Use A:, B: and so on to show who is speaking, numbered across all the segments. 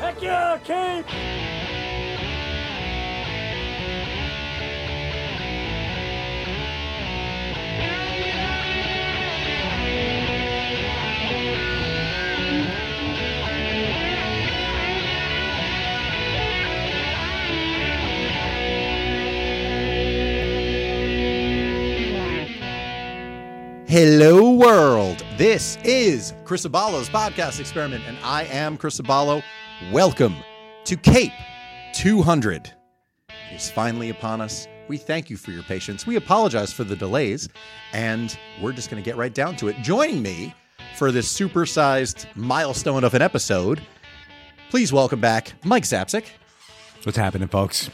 A: Fuck yeah, Keith!
B: Hello, world. This is Chris Abalo's podcast experiment, and I am Chris Abalo. Welcome to Cape 200. It is finally upon us. We thank you for your patience. We apologize for the delays, and we're just going to get right down to it. Joining me for this supersized milestone of an episode, please welcome back Mike Zapsik
C: What's happening, folks?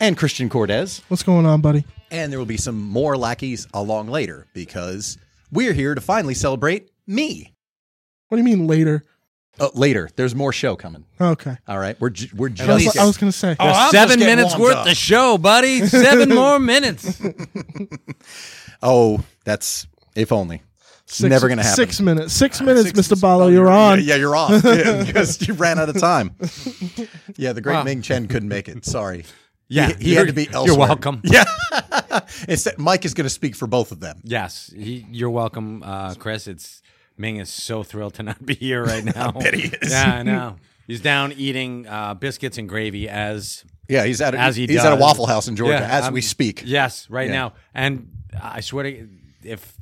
B: and Christian Cortez.
D: What's going on, buddy?
B: And there will be some more lackeys along later because we're here to finally celebrate me.
D: What do you mean later?
B: Uh, later, there's more show coming.
D: Okay.
B: All right, we're ju- we're
D: I was,
B: just
C: least-
D: I was gonna say.
C: There's
E: I'm just
C: seven
E: getting
C: minutes
E: warmed up.
C: worth of show, buddy. Seven more minutes.
B: oh, that's if only.
D: six,
B: never gonna happen.
D: Six minutes. Six minutes,
B: Six-
D: Mr. Balo.
B: oh,
D: you're on.
B: Yeah, yeah, you're on Yeah, because you ran out of time. Yeah, the great
C: Wow.
B: Ming Chen couldn't make it. Sorry.
C: Yeah,
B: he, he had
C: you're-
B: to be
C: you're
B: elsewhere.
C: welcome.
B: Yeah, Instead, Mike is going to speak for both of them.
C: Yes, he, you're welcome, uh, Chris. It's Ming is so thrilled to not be here right now. I
B: bet he is.
C: Yeah, I know. He's down eating uh, biscuits and gravy as
B: Yeah, he's at a,
C: As he
B: he's at a
C: does.
B: Waffle House in Georgia
C: Yeah,
B: as
C: I'm-
B: we speak,
C: yes right
B: Yeah.
C: now. And I swear to if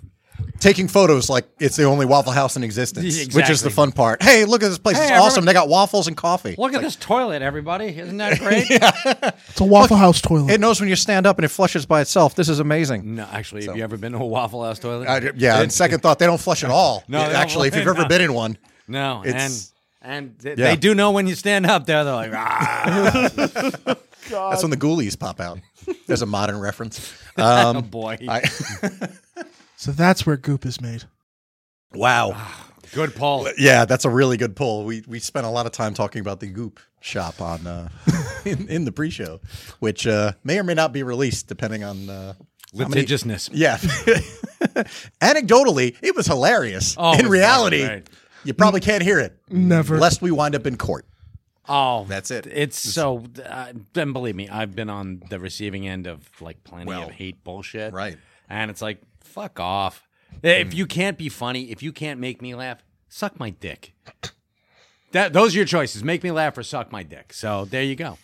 B: taking photos like it's the only Waffle House in existence, which is the
C: Exactly.
B: fun part. Hey, look at this place!
C: Hey,
B: it's
C: everyone-
B: awesome. They got waffles and coffee.
C: look at this toilet, everybody. Isn't that great?
D: It's a Waffle House toilet.
B: It knows when you stand up and it flushes by itself. This is amazing.
C: No, actually, have you ever been to a Waffle House toilet?
B: I- yeah, on second thought, they don't flush at all.
C: No, they don't
B: actually, if
C: flush-
B: you've ever
C: no.
B: been in one,
C: No,
B: It's-
C: and and they,
B: Yeah.
C: they do know when you stand up there. They're like, ah, Uh,
B: that's when the ghoulies pop out. There's a modern reference.
C: oh
B: Um,
C: boy,
B: I-
D: so that's where goop is made.
B: wow.
C: good Paul.
B: Yeah, that's a really good pull. We we spent a lot of time talking about the Goop shop on uh, in, in the pre-show, which uh, may or may not be released depending on. Uh, how many-
C: Litigiousness.
B: yeah. Anecdotally, it was hilarious.
C: Oh,
B: in
C: it's
B: reality,
C: right.
B: you probably can't hear it.
D: Never.
B: Lest we wind up in court.
C: Oh,
B: That's it.
C: It's so. Uh, then believe me, I've been on the receiving end of like plenty
B: Well,
C: of hate bullshit.
B: right. Mm.
C: and it's like fuck off. If you can't be funny, if you can't make me laugh, suck my dick. That those are your choices: make me laugh or suck my dick. So there you go.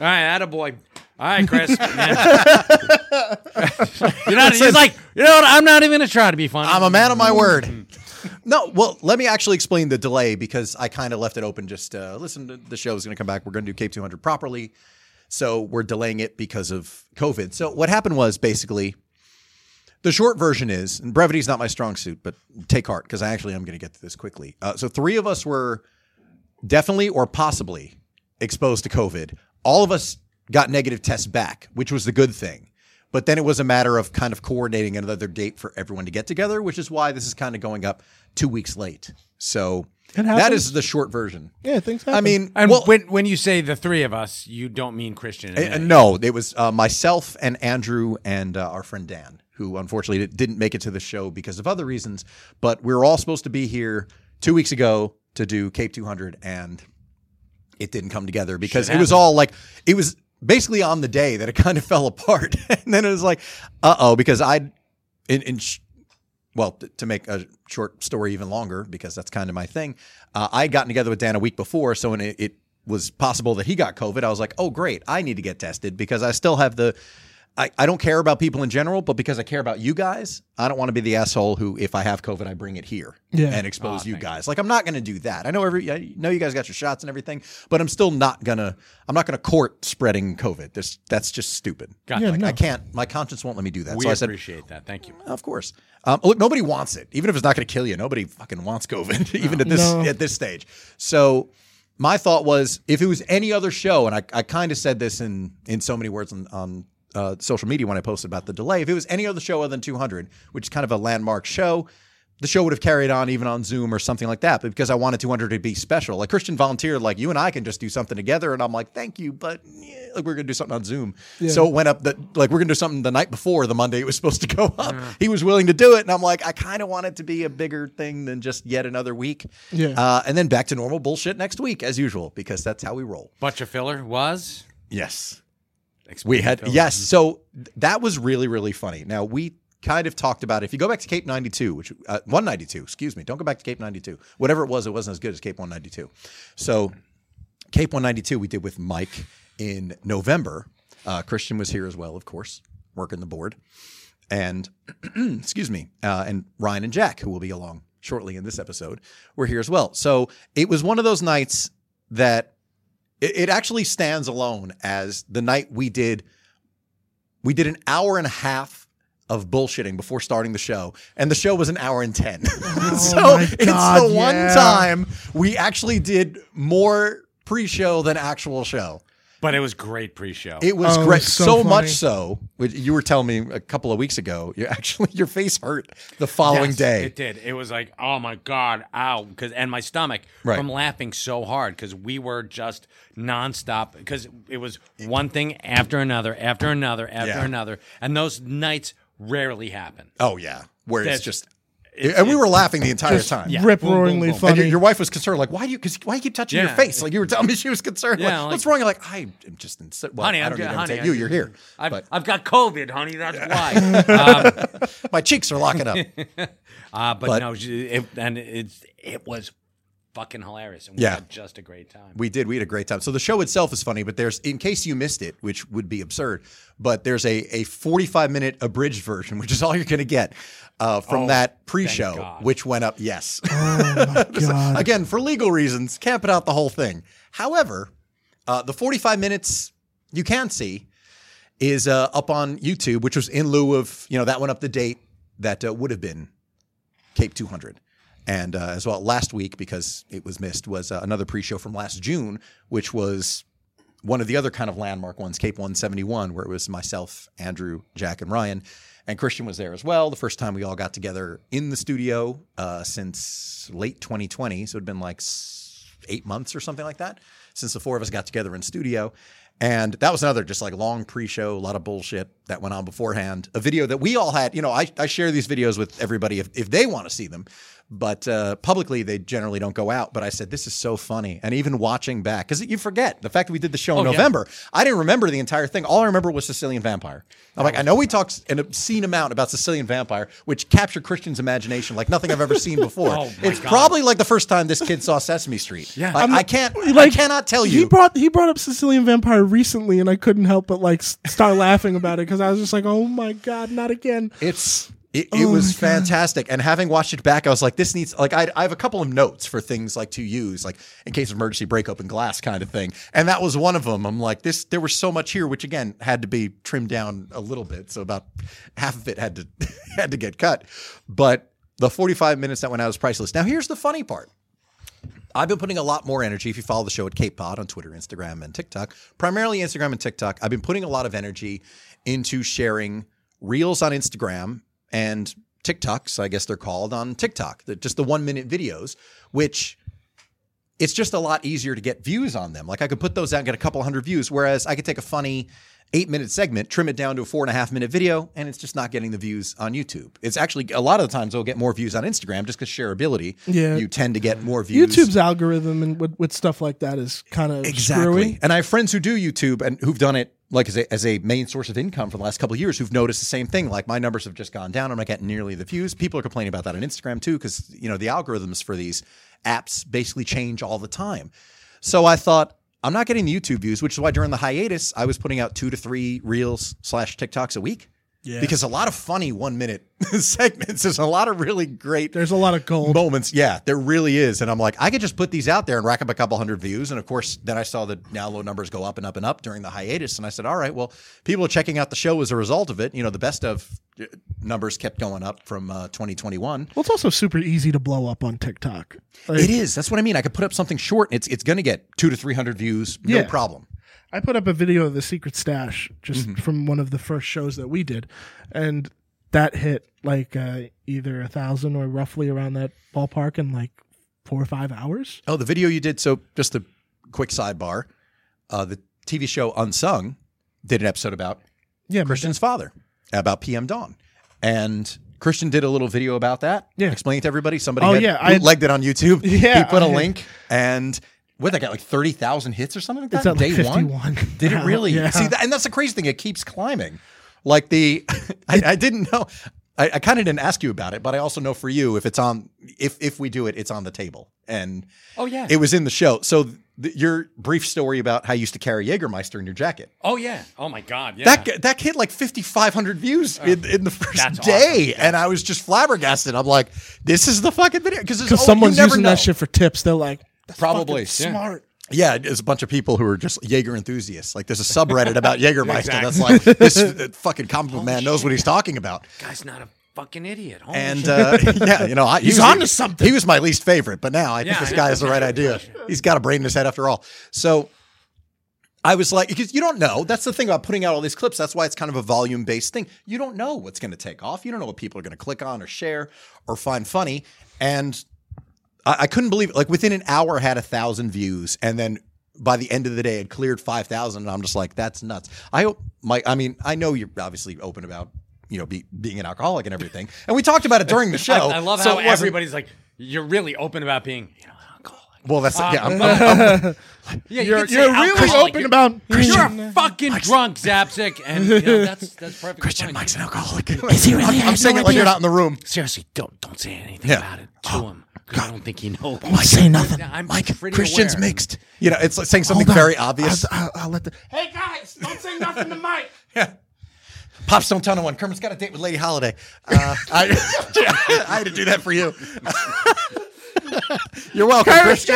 C: All right, attaboy. All right, Chris. Yeah. you're not, he's like, you know what? I'm not even gonna try to be funny.
B: I'm a man of my word. Mm-hmm. No, well, let me actually explain the delay because I kind of left it open. Just uh, listen, to the show is going to come back. We're going to do Cape 200 properly, so we're delaying it because of COVID. So what happened was basically the short version is, and brevity is not my strong suit, but take heart because I actually am going to get to this quickly. Uh, so three of us were definitely or possibly exposed to COVID. All of us got negative tests back, which was the good thing. But then it was a matter of kind of coordinating another date for everyone to get together, which is why this is kind of going up two weeks late. So
D: It
B: that
D: happens.
B: is the short version.
D: Yeah, things happen.
B: I mean,
C: And
B: well,
C: when when you say the three of us, you don't mean Christian. and
B: uh,
C: me.
B: no, it was uh, myself and Andrew and uh, our friend Dan, who unfortunately di- didn't make it to the show because of other reasons. But we were all supposed to be here two weeks ago to do Cape 200, and it didn't come together because it was all like it was basically on the day that it kind of fell apart, and then it was like, uh oh, because I, in, in sh- well, t- to make a short story even longer, because that's kind of my thing, uh, I had gotten together with Dan a week before. So when it, it was possible that he got COVID, I was like, oh, great, I need to get tested because I still have the. I, I don't care about people in general, but because I care about you guys, I don't want to be the asshole who, if I have COVID, I bring it here
D: Yeah.
B: and expose you guys. Like I'm not going to do that. I know every, I know you guys got your shots and everything, but I'm still not gonna, I'm not gonna court spreading COVID. This, that's just stupid.
C: Gotcha.
D: Yeah,
B: Like,
D: no.
B: I can't. My conscience won't let me do that.
C: we
B: so I said,
C: appreciate that. Thank you.
B: of course. Um, look, nobody wants it. Even if it's not going to kill you, nobody fucking wants COVID. even at this
D: No.
B: at this stage. So my thought was, if it was any other show, and I, I kind of said this in in so many words on, on uh, social media when I posted about the delay. If it was any other show other than 200, which is kind of a landmark show, the show would have carried on even on Zoom or something like that. But because I wanted 200 to be special, like Christian volunteered, like you and I can just do something together. And I'm like, thank you, but yeah, like we're gonna do something on Zoom. So it went up that like we're gonna do something the night before the Monday it was supposed to go up. He was willing to do it, and I'm like, I kind of want it to be a bigger thing than just yet another week.
D: Yeah.
B: Uh, and then back to normal bullshit next week as usual because that's how we roll.
C: Butcher filler was.
B: Yes.
C: Explain
B: We had
C: filler.
B: yes, so th- that was really really funny. Now we kind of talked about it. if you go back to Cape 92, which uh, 192, excuse me, don't go back to Cape 92. Whatever it was, it wasn't as good as Cape 192. So Cape 192 we did with Mike in November. Uh, Christian was here as well, of course, working the board, and excuse me, uh, and Ryan and Jack, who will be along shortly in this episode, were here as well. So it was one of those nights that it, it actually stands alone as the night we did we did an hour and a half of bullshitting before starting the show, and the show was an hour and ten. so
D: Oh my
B: it's
D: God,
B: the one
D: yeah.
B: time we actually did more pre-show than actual show.
C: but it was great pre-show.
B: It was
D: Oh, it
B: great,
D: was
B: so,
D: so
B: much
D: funny.
B: so. Which you were telling me a couple of weeks ago. You actually your face hurt the following
C: Yes,
B: day.
C: It did. It was like, oh my god, ow, because and my stomach
B: Right.
C: from laughing so hard because we were just nonstop because it was one thing after another, after another, after
B: Yeah.
C: another, and those nights rarely happen.
B: oh yeah, where it's
C: That's-
B: just, and we were laughing the entire time.
C: yeah.
D: Rip
C: Boom, boom,
D: roaringly
C: boom.
B: And
D: funny.
B: your, your wife was concerned, like, why do you? Cause why you keep touching your
C: Yeah.
B: face? Like you were telling me she was concerned.
C: Yeah,
B: like,
C: like-
B: what's wrong? You're like, I am just ins- well,
C: honey,
B: I
C: I'm
B: don't
C: ju-
B: even
C: honey,
B: take
C: I
B: you.
C: ju-
B: You're here,
C: I've,
B: but
C: I've got COVID, honey. That's why. um,
B: my cheeks are locking up.
C: uh, but,
B: But-
C: no, she- it, and it's it was fucking hilarious. And we
B: Yeah.
C: had just a great time.
B: We did. We had a great time. So the show itself is funny, but there's in case you missed it, which would be absurd, but there's a a 45 minute abridged version, which is all you're going to get uh, from
C: Oh,
B: that pre-show,
C: God.
B: which went up. Yes,
D: oh my god.
B: again for legal reasons, can't put out the whole thing. However, uh, the 45 minutes you can see is uh, up on YouTube, which was in lieu of you know that went up the date that uh, would have been Cape 200. And uh, as well, last week, because it was missed, was uh, another pre show from last June, which was one of the other kind of landmark ones, Cape 171, where it was myself, Andrew, Jack, and Ryan. And Christian was there as well. The first time we all got together in the studio uh, since late 2020. So it'd been like s- eight months or something like that since the four of us got together in studio. And that was another just like long pre-show, a lot of bullshit that went on beforehand. A video that we all had, you know, I, I share these videos with everybody if, if they want to see them, but uh, publicly they generally don't go out. But I said this is so funny, and even watching back because you forget the fact that we did the show in
C: Oh,
B: November. I didn't remember the entire thing. All I remember was Sicilian Vampire. I'm like, I know we talked an obscene amount about Sicilian Vampire, which captured Christian's imagination like nothing I've ever seen before.
C: Oh, my
B: it's
C: God.
B: probably like the first time this kid saw Sesame Street.
C: Yeah.
B: Like,
C: I'm
B: I can't, I
D: like,
B: cannot tell
D: He
B: you.
D: brought he brought up Sicilian Vampire recently, and I couldn't help but like s- start laughing about it because I was just like, "Oh my god, not again!"
B: It's it, it was fantastic. And having watched it back, I was like, this needs like I, I have a couple of notes for things like to use, like in case of emergency break open glass kind of thing. And that was one of them. I'm like, this there was so much here, which again had to be trimmed down a little bit. So about half of it had to had to get cut. But the 45 minutes that went out was priceless. Now here's the funny part. I've been putting a lot more energy. If you follow the show at Cape Pod on Twitter, Instagram, and TikTok, primarily Instagram and TikTok, I've been putting a lot of energy into sharing reels on Instagram and TikToks, I guess they're called on TikTok, the, just the one minute videos, which it's just a lot easier to get views on them. Like I could put those out and get a couple hundred views, whereas I could take a funny eight minute segment, trim it down to a four and a half minute video, and it's just not getting the views on YouTube. It's actually a lot of the times I'll get more views on Instagram just because shareability.
D: Yeah.
B: You tend to get more views.
D: YouTube's algorithm and with, with stuff like that is kind of screwy.
B: And I have friends who do YouTube and who've done it like as a, as a main source of income for the last couple of years who've noticed the same thing. Like my numbers have just gone down. I'm not getting nearly the views. People are complaining about that on Instagram too because you know the algorithms for these apps basically change all the time. So I thought I'm not getting the YouTube views, which is why during the hiatus I was putting out two to three reels slash TikToks a week.
D: Yeah.
B: Because a lot of funny one minute segments. There's a lot of really great
D: There's a lot of gold.
B: moments. Yeah, there really is. And I'm like, I could just put these out there and rack up a couple hundred views. And of course, then I saw the download numbers go up and up and up during the hiatus. And I said, all right, well, people are checking out the show as a result of it. You know, the best of uh, numbers kept going up from uh, 2021.
D: Well, it's also super easy to blow up on TikTok. Like,
B: It is. That's what I mean. I could put up something short and it's, it's going to get two to 300 views. No
D: Yeah.
B: problem.
D: I
B: Mm-hmm.
D: put up a video of the secret stash just from one of the first shows that we did, and that hit like uh, either a thousand or roughly around that ballpark in like four or five hours.
B: Oh, the video you did. So, just a quick sidebar. Uh, the TV show Unsung did an episode about
D: Yeah, my
B: Christian's father, about PM Dawn. And Christian did a little video about that.
D: Yeah.
B: Explained it to everybody. Somebody
D: Oh,
B: had
D: yeah, I-
B: legged it on YouTube.
D: Yeah,
B: He put a
D: I-
B: link and what, that got like 30,000 hits or something like that?
D: It's at
B: day
D: like 51.
B: one? Did it
D: now.
B: really?
D: Yeah.
B: See, that, and that's the crazy thing. It keeps climbing. Like the, I, I didn't know. I, I kind of didn't ask you about it, but I also know for you, if it's on, if if we do it, it's on the table, and
C: Oh yeah.
B: it was in the show. So th- your brief story about how you used to carry Jägermeister in your jacket
C: oh yeah. Oh my god. Yeah. Oh,
B: that g- that hit like 5,500 views in, in the
C: that's
B: first
C: awesome.
B: day, and I was just flabbergasted. I'm like, this is the fucking video because
D: because someone's using that shit for tips. They're like, That's
B: Probably,
D: fucking
C: yeah.
D: smart.
B: Yeah, there's a bunch of people who are just Jaeger enthusiasts. Like, there's a subreddit about Jägermeister that's like, this uh, fucking comic book man knows what he's talking about.
C: guy's not a fucking idiot. Oh, Holy
B: And
C: shit.
B: uh, yeah, you know, I, he
D: He's
B: was-
D: onto something.
B: He was my least favorite, but now I
C: Yeah,
B: think this
C: I
B: guy
C: know.
B: has the right idea. He's got a brain in his head after all. So I was like, because you don't know. That's the thing about putting out all these clips. That's why it's kind of a volume based thing. You don't know what's going to take off. You don't know what people are going to click on or share or find funny. And I, I couldn't believe it. Like within an hour, I had a thousand views, and then by the end of the day, it cleared five thousand. And I'm just like, that's nuts. I hope my. I mean, I know you're obviously open about you know be, being an alcoholic and everything, and we talked about it during the show.
C: I, I love
B: so
C: how
B: it wasn't-
C: everybody's like, you're really open about being, you know, an alcoholic.
B: Well, that's yeah. I'm,
C: Um,
B: I'm-
C: Yeah,
D: You're,
C: can say
D: you're really
C: alcoholic.
D: open
C: You're-
D: about
C: You're a fucking drunk, Zapsik, and you know, that's that's perfect.
B: Christian Mike's an alcoholic.
C: he really? I
B: I'm,
C: had no
B: I'm saying it like you're
C: idea.
B: not in the room.
C: Seriously, don't don't say anything
B: Yeah.
C: about it to him. 'cause I don't think he knows.
B: say
C: nothing. I'm pretty
B: Christian's
C: aware.
B: mixed. You know, it's like saying something
D: Hold on.
B: very obvious.
D: I'll, I'll- I'll let the
A: Hey guys, don't say nothing to Mike.
B: Pops don't tell no one. Kermit's got a date with Lady Holiday. Uh, I, I had to do that for you. You're welcome, Christian.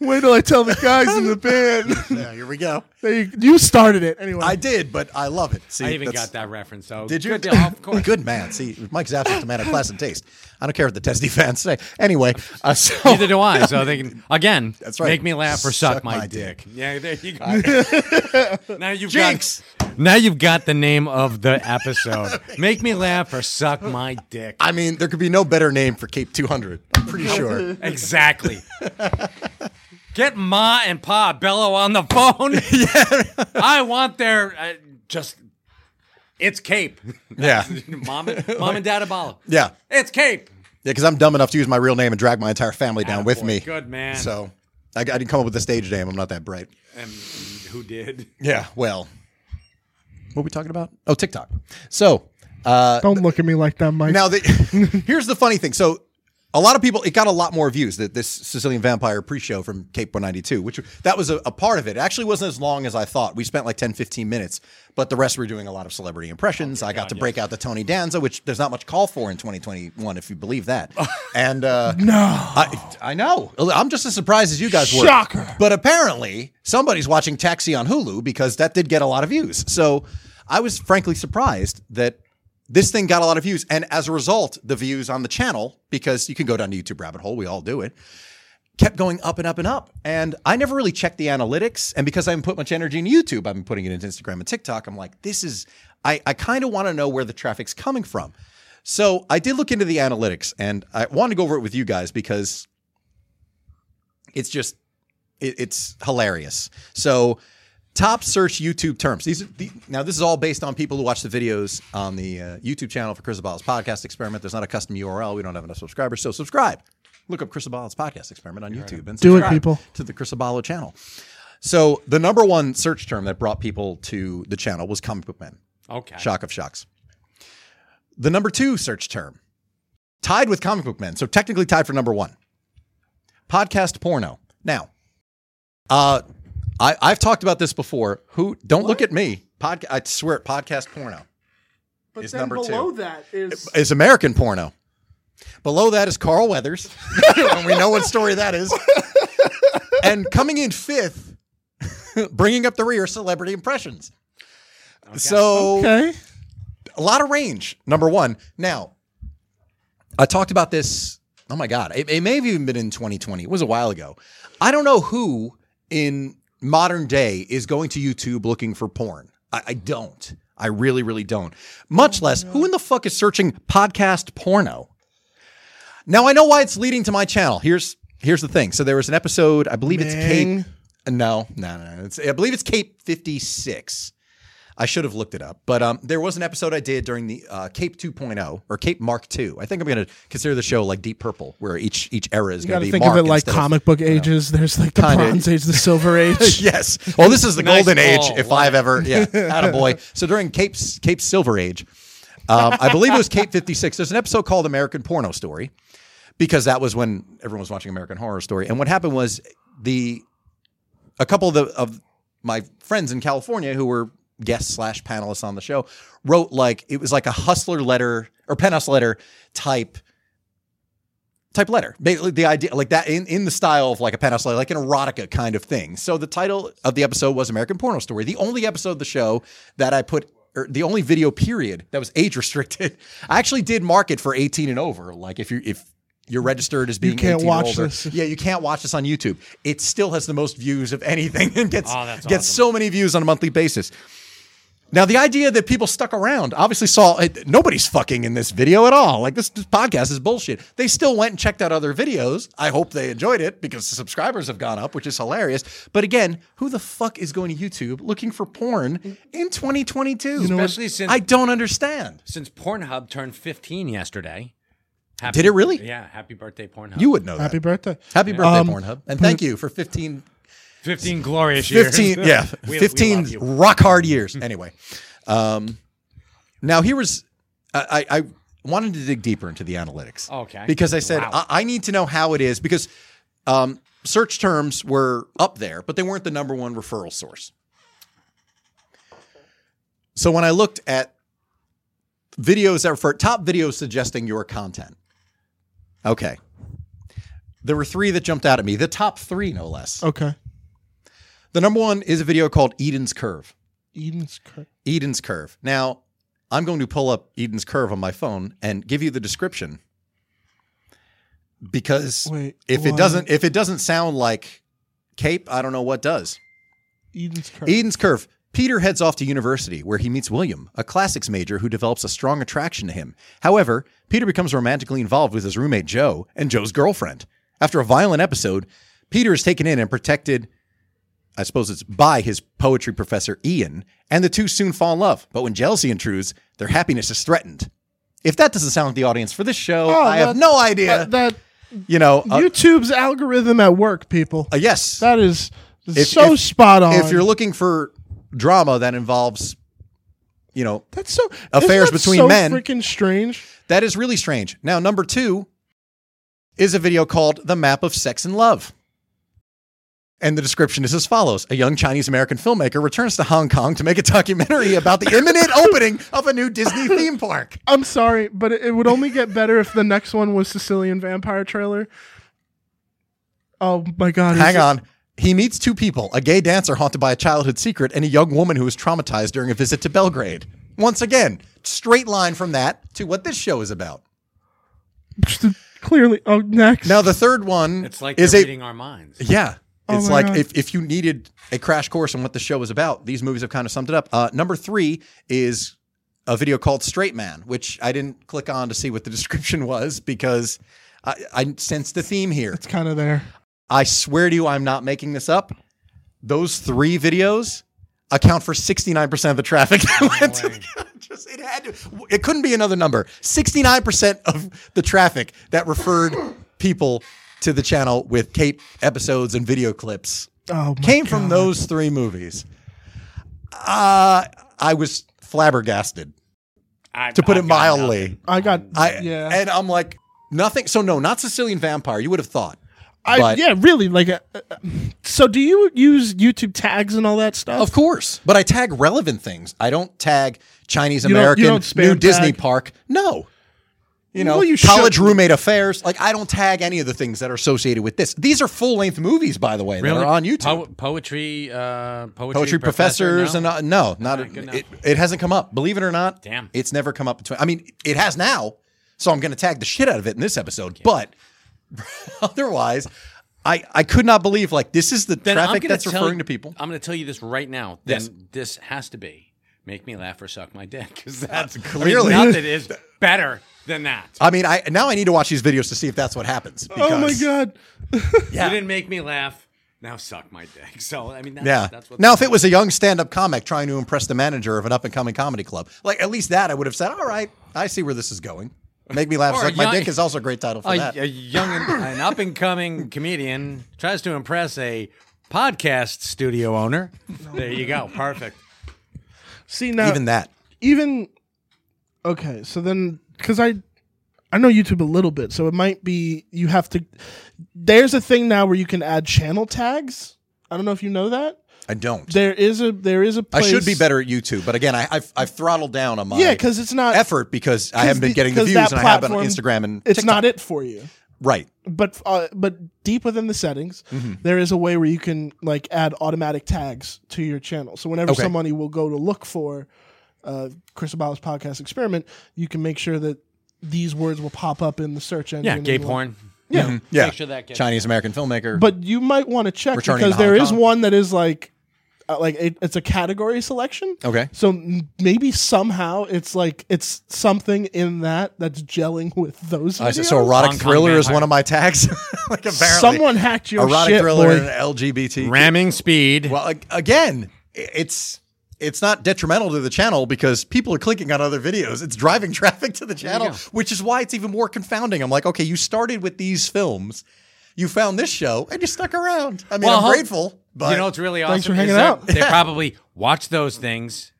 D: wait till I tell the guys in the band.
B: Yeah, here we go.
D: they, you started it anyway.
B: I did, but I love it. See,
C: I even
B: that's-
C: got that reference. So
B: Did you?
C: Good deal, of course.
B: Good man. See, Mike's absent a man of class and taste. I don't care what the Testy fans say. Anyway, uh, so
C: Neither do I. So they can again.
B: That's right.
C: Make me laugh or suck,
B: Suck
C: my,
B: my
C: dick.
B: dick.
C: Yeah, there you go. now you've
B: Jinx.
C: got. Now you've got the name of the episode. Make me laugh or suck my dick.
B: I mean, there could be no better name for Cape 200. I'm pretty sure.
C: Exactly. Get Ma and Pa Bello on the phone. I want their uh, just. It's Cape.
B: yeah.
C: Mom and, Mom and Dad Abala.
B: Yeah.
C: It's Cape.
B: Yeah, because I'm dumb enough to use my real name and drag my entire family down with
C: Attaboy.
B: me.
C: Ah, Good man.
B: So I, I didn't come up with a stage name. I'm not that bright.
C: And who did?
B: Yeah. Well, what are we talking about? Oh, TikTok. So uh,
D: Don't look at me like that, Mike.
B: now the, here's the funny thing. So a lot of people, it got a lot more views that this Sicilian Vampire pre-show from Cape 192, which that was a, a part of it. It actually wasn't as long as I thought. We spent like 10, 15 minutes, but the rest were doing a lot of celebrity
D: Oh
B: impressions. I got to break out the Tony Danza, which there's not much call for in 2021, if you believe that. and uh,
D: no.
B: I, I know. I'm just as surprised as you guys were.
D: Shocker.
B: But apparently, somebody's watching Taxi on Hulu because that did get a lot of views. So I was frankly surprised that this thing got a lot of views. And as a result, the views on the channel, because you can go down the YouTube rabbit hole, we all do it, kept going up and up and up. And I never really checked the analytics. And because I haven't put much energy in YouTube, I've been putting it into Instagram and TikTok. I'm like, this is, I, I kind of want to know where the traffic's coming from. So I did look into the analytics and I wanted to go over it with you guys because it's just, it, it's hilarious. So top search YouTube terms. These are the, now this is all based on people who watch the videos on the uh, YouTube channel for Chris Abala's podcast experiment. There's not a custom URL. We don't have enough subscribers, so subscribe. Look up Chris Abala's podcast experiment on YouTube and
D: Do it,
B: subscribe
D: people.
B: to the Chris Abala channel. So the number one search term that brought people to the channel was comic book men.
C: Okay.
B: Shock of shocks. The number two search term, tied with comic book men, so technically tied for number one. Podcast porno. Now, uh, I, I've talked about this before. Who? Don't look at me. Podca- I swear, it, podcast porno
A: But
B: Is
A: then
B: number two.
A: below that is
B: is American porno. Below that is Carl Weathers, and we know what story that is. and coming in fifth, bringing up the rear, celebrity impressions. So
D: okay.
B: a lot of range. Number one. Now, I talked about this. Oh my God, it, it may have even been in 2020. It was a while ago. I don't know who in modern day is going to YouTube looking for porn. I, I don't. I really, really don't. Much less, who in the fuck is searching podcast porno? Now I know why it's leading to my channel. Here's here's the thing. So there was an episode, I believe it's
D: Ming.
B: Cape. No, no, no. no. It's, I believe it's Cape 56. I should have looked it up, but um, there was an episode I did during the uh, Cape 2.0 or Cape Mark 2. I think I'm going to consider the show like Deep Purple, where each each era is
D: You
B: going
D: got
B: to
D: to
B: be
D: think
B: Mark
D: of it like
B: instead of-
D: comic book ages. There's like the
B: Kinda.
D: Bronze Age, the Silver Age.
B: yes. Well, this is the
C: Nice
B: golden age,
C: ball.
B: if I've ever. Yeah, attaboy. So during Cape's Cape's Silver Age, um, I believe it was Cape Fifty Six. There's an episode called American Porno Story, because that was when everyone was watching American Horror Story. And what happened was the a couple of the of my friends in California who were guests slash panelists on the show wrote like it was like a hustler letter or penthouse letter type type letter. Basically, the idea like that in, in the style of like a penthouse letter, like an erotica kind of thing. So the title of the episode was American Porno Story. The only episode of the show that I put or the only video period that was age restricted. I actually did mark it for 18 and over. Like if you if you're registered as being
D: can't
B: 18
D: watch
B: or older.
D: this.
B: Yeah, you can't watch this on YouTube. It still has the most views of anything and gets
C: Oh, that's
B: gets
C: awesome.
B: so many views on a monthly basis. Now, the idea that people stuck around obviously saw it, nobody's fucking in this video at all. Like, this, this podcast is bullshit. They still went and checked out other videos. I hope they enjoyed it because the subscribers have gone up, which is hilarious. But again, who the fuck is going to YouTube looking for porn in 2022?
C: Especially since
B: I don't understand.
C: since Pornhub turned 15 yesterday. Happy,
B: Did it really?
C: Yeah. Happy birthday, Pornhub.
B: You would know that.
D: Happy birthday.
B: Happy birthday,
D: Um,
B: Pornhub. And thank you for 15
C: 15 glorious years.
B: 15 yeah
C: We- we
B: 15
C: love you.
B: rock hard years anyway um now here was I, I I wanted to dig deeper into the analytics
C: Okay.
B: because i said
C: Oh, Wow.
B: I, I need to know how it is because um search terms were up there but they weren't the number one referral source so when i looked at videos that refer top videos suggesting your content okay there were three that jumped out at me the top three no less
D: Okay.
B: the number one is a video called Eden's Curve.
D: Eden's cur-
B: Eden's Curve. Now, I'm going to pull up Eden's Curve on my phone and give you the description because
D: Wait.
B: if it
D: what?
B: doesn't if it doesn't sound like Cape, I don't know what does.
D: Eden's curve.
B: Eden's Curve. Peter heads off to university where he meets William, a classics major who develops a strong attraction to him. However, Peter becomes romantically involved with his roommate Joe and Joe's girlfriend. After a violent episode, Peter is taken in and protected, I suppose it's by his poetry professor Ian, and the two soon fall in love. But when jealousy intrudes, their happiness is threatened. If that doesn't sound like the audience for this show,
D: Oh,
B: I have
D: that-
B: no idea.
D: That, that
B: you know, uh,
D: YouTube's algorithm at work, people.
B: uh, yes.
D: that is
B: If-
D: so
B: if-
D: spot on.
B: If you're looking for drama that involves, you know,
D: that's so
B: Affairs
D: isn't that
B: between
D: so
B: men.
D: Freaking strange.
B: That is really strange. Now, number two is a video called The Map of Sex and Love. And the description is as follows A young Chinese American filmmaker returns to Hong Kong to make a documentary about the imminent opening of a new Disney theme park.
D: I'm sorry, but it, it would only get better if the next one was Sicilian Vampire trailer. Oh my god! is
B: Hang
D: it-
B: on. He meets two people a gay dancer haunted by a childhood secret and a young woman who was traumatized during a visit to Belgrade. Once again, straight line from that to what this show is about.
D: Clearly, oh next.
B: Now, the third one
C: It's like
B: is
C: they're
B: a
C: reading our minds.
B: Yeah.
D: Oh
B: It's
D: my
B: like
D: God.
B: if, if you needed a crash course on what the show was about, these movies have kind of summed it up. Uh, number three is a video called Straight Man, which I didn't click on to see what the description was because I, I sensed the theme here.
D: it's kind of there.
B: I swear to you, I'm not making this up. Those three videos account for 69% of the traffic that went to the just, it had to, it couldn't be another number. 69% of the traffic that referred people to the channel with tape episodes and video clips
D: Oh, my
B: came from
D: God.
B: those three movies. Uh, I was flabbergasted,
C: I,
B: to put
C: I've
B: it
C: got
B: mildly.
D: I got.
B: I
D: yeah.
B: and I'm like nothing. So no, not Sicilian Vampire. You would have thought.
D: I
B: but-
D: yeah, really. Like, uh, uh, so do you use YouTube tags and all that stuff?
B: Of course, but I tag relevant things. I don't tag Chinese
D: don't- you
B: American
D: don't spam
B: new Disney
D: tag?
B: park. No. You know,
D: Well, you
B: college
D: should.
B: roommate affairs. Like I don't tag any of the things that are associated with this. These are full length movies, by the way, that are on YouTube.
C: Po- poetry, uh, poetry,
B: Poetry professors
C: professor, no.
B: and uh, no, not
C: right, good enough.
B: it, it. Hasn't come up. Believe it or not,
C: Damn.
B: it's never come up between. I mean, it has now, so I'm going to tag the shit out of it in this episode. But otherwise, I I could not believe like this is the
C: Then I'm
B: traffic
C: gonna
B: that's
C: tell
B: referring
C: you-
B: to people.
C: I'm going to tell you this right now. Then
B: Yes.
C: this has to be make me laugh or suck my dick because that's
B: clearly-
C: clearly nothing is better than that.
B: I mean, I now I need to watch these videos to see if that's what happens.
D: Oh my
B: because-
D: god.
C: You didn't make me laugh. Now suck my dick. So I mean, that's,
B: Yeah.
C: That's what
B: now, if it was a young stand-up comic trying to impress the manager of an up-and-coming comedy club, like at least that I would have said, "All right, I see where this is going." Make me laugh,
C: Or
B: suck
C: a
B: my
C: young-
B: dick is also a great title
D: Oh,
B: for
C: a,
B: that.
C: a young and, an up and coming comedian tries to impress a podcast studio owner. There you go. Perfect.
D: See now
B: Even that.
D: even okay so then because i i know youtube a little bit so it might be you have to there's a thing now where you can add channel tags i don't know if you know that
B: I don't.
D: there is a there is a
B: I
D: place,
B: should be better at YouTube, but again, I, I've, I've throttled down on my
D: yeah because it's not
B: effort because I haven't been
D: the-
B: getting the
D: 'cause
B: views
D: that
B: and I have on
D: platform-
B: Instagram and
D: it's
B: TikTok.
D: not it for you
B: right.
D: but uh, but deep within the settings
B: Mm-hmm.
D: there is a way where you can like add automatic tags to your channel so whenever
B: Okay.
D: somebody will go to look for uh, chris Abala's podcast experiment you can make sure that these words will pop up in the search engine
C: Yeah,
D: and
C: gay
D: you'll-
C: porn.
D: yeah
B: Mm-hmm. Yeah,
C: Make sure that gets-
B: Chinese American filmmaker.
D: but you might want to check
B: Returning
D: because
B: to Hong
D: there is
B: Kong.
D: one that is like uh, like it, it's a category selection
B: okay,
D: so m- maybe somehow it's like it's something in that that's gelling with those
B: Oh, I
D: videos.
B: said, so erotic
C: Hong Kong
B: thriller is
C: vampire.
B: one of my tags. like apparently,
D: someone hacked your
B: erotic
D: shit
B: thriller
D: boy.
B: and LGBT.
C: Ramming speed.
B: well, ag- again, i- it's it's not detrimental to the channel because people are clicking on other videos. It's driving traffic to the channel,
C: go.
B: which is why it's even more confounding. I'm like, okay, you started with these films, you found this show, and you stuck around. I mean,
C: Well,
B: I'm
C: Hong-
B: grateful, but
C: you know what's really awesome?
D: Thanks for
C: is
D: hanging
C: that
D: out.
C: They probably watch those things,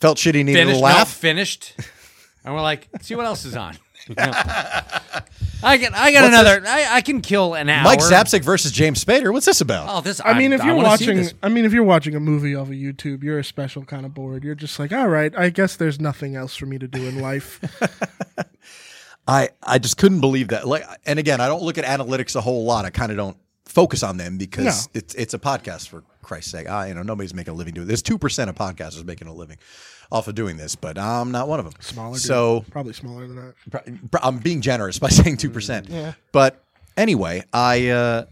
B: felt shitty needed
C: finished,
B: a
C: no,
B: laugh.
C: finished, and we're like, see what else is on. I can, I got another. I, I can kill an hour.
B: Mike Zapsik versus James Spader. What's this about?
C: Oh, this.
D: I mean, if you're
C: wanna see
D: watching,
C: this.
D: I mean, if you're watching a movie off of YouTube, you're a special kind of bored. You're just like, all right, I guess there's nothing else for me to do in life.
B: I I just couldn't believe that. Like, and again, I don't look at analytics a whole lot. I kind of don't focus on them because it's it's a podcast for Christ's sake. I you know nobody's making a living doing this. Two percent of podcasters making a living off of doing this, but I'm not one of them.
D: Smaller, dude.
B: So
D: probably smaller than that.
B: pr- pr- I'm being generous by saying two percent. But anyway, I, uh,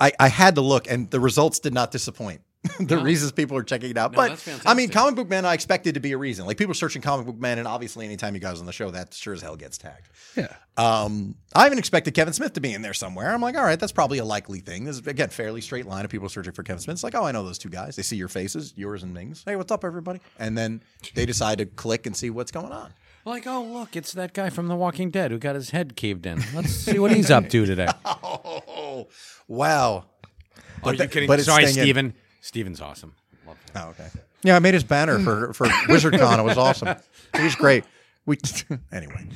B: I I had to look, and the results did not disappoint. the reasons people are checking it out,
C: that's
B: but I mean,
C: fantastic.
B: comic book man, I expected to be a reason. Like people are searching comic book man, and obviously, anytime you guys on the show, that sure as hell gets tagged.
D: Yeah.
B: Um, I even expected Kevin Smith to be in there somewhere. I'm like, all right, that's probably a likely thing. This is again fairly straight line of people searching for Kevin Smith. It's like, oh, I know those two guys. They see your faces, yours and Ming's. Hey, what's up, everybody? And then they decide to click and see what's going on.
C: like, oh look, it's that guy from The Walking Dead who got his head caved in. Let's see what he's up to today.
B: Oh, wow.
C: Are you
B: that-
C: kidding?
B: but it's
C: Sorry,
B: staying in.
C: Steven. Steven's awesome. Love him.
B: Oh, okay. Yeah, I made his banner for for WizardCon. It was awesome. He was great. We anyway.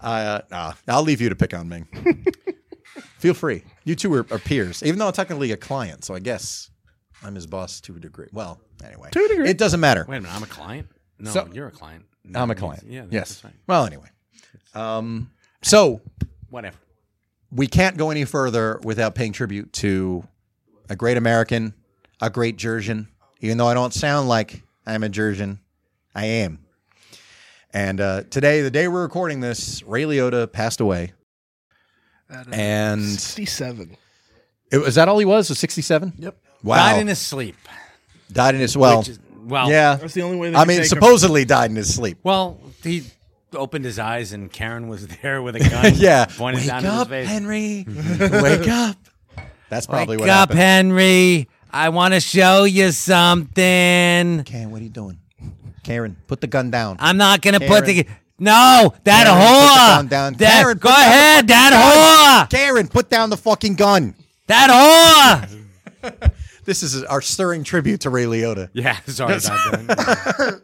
B: Uh, nah, I'll leave you to pick on Ming. Feel free. You two are, are peers, even though I'm technically a client. So I guess I'm his boss to a degree. Well, anyway, to a degree, it doesn't matter.
C: Wait a minute, I'm a client. No,
B: So-
C: you're a client. No,
B: I'm a
C: he's-
B: client.
C: Yeah. that's
B: yes.
C: fine.
B: Well, anyway. Um. So
C: Whatever.
B: we can't go any further without paying tribute to a great American, a great Georgian. Even though I don't sound like I'm a Georgian, I am. And uh, today, the day we're recording this, Ray Liotta passed away.
D: At, uh,
B: And
D: Sixty-seven.
B: it, is that all he was? Was 67? Yep. Wow.
C: Died in his sleep.
B: Died in his well.
C: which is- well,
B: yeah.
D: That's the only way. They
B: I
D: could
B: mean,
D: take her.
B: supposedly died in his sleep.
C: Well, he opened his eyes and Karen was there with a gun.
B: Yeah.
C: Pointed
B: Wake
C: down
B: up,
C: to his face.
B: Henry. Wake up. That's probably what
C: Wake up,
B: happened.
C: Henry. I want to show you something.
B: Karen, what are you doing? Karen, put the gun down.
C: I'm not gonna put
B: Karen.
C: the no that
B: Karen, put
C: whore.
B: the gun down.
C: That,
B: Karen,
C: go
B: put down the
C: ahead, that whore.
B: Karen, put down the fucking gun.
C: That whore.
B: This is our stirring tribute to Ray Liotta.
C: Yeah, sorry about that.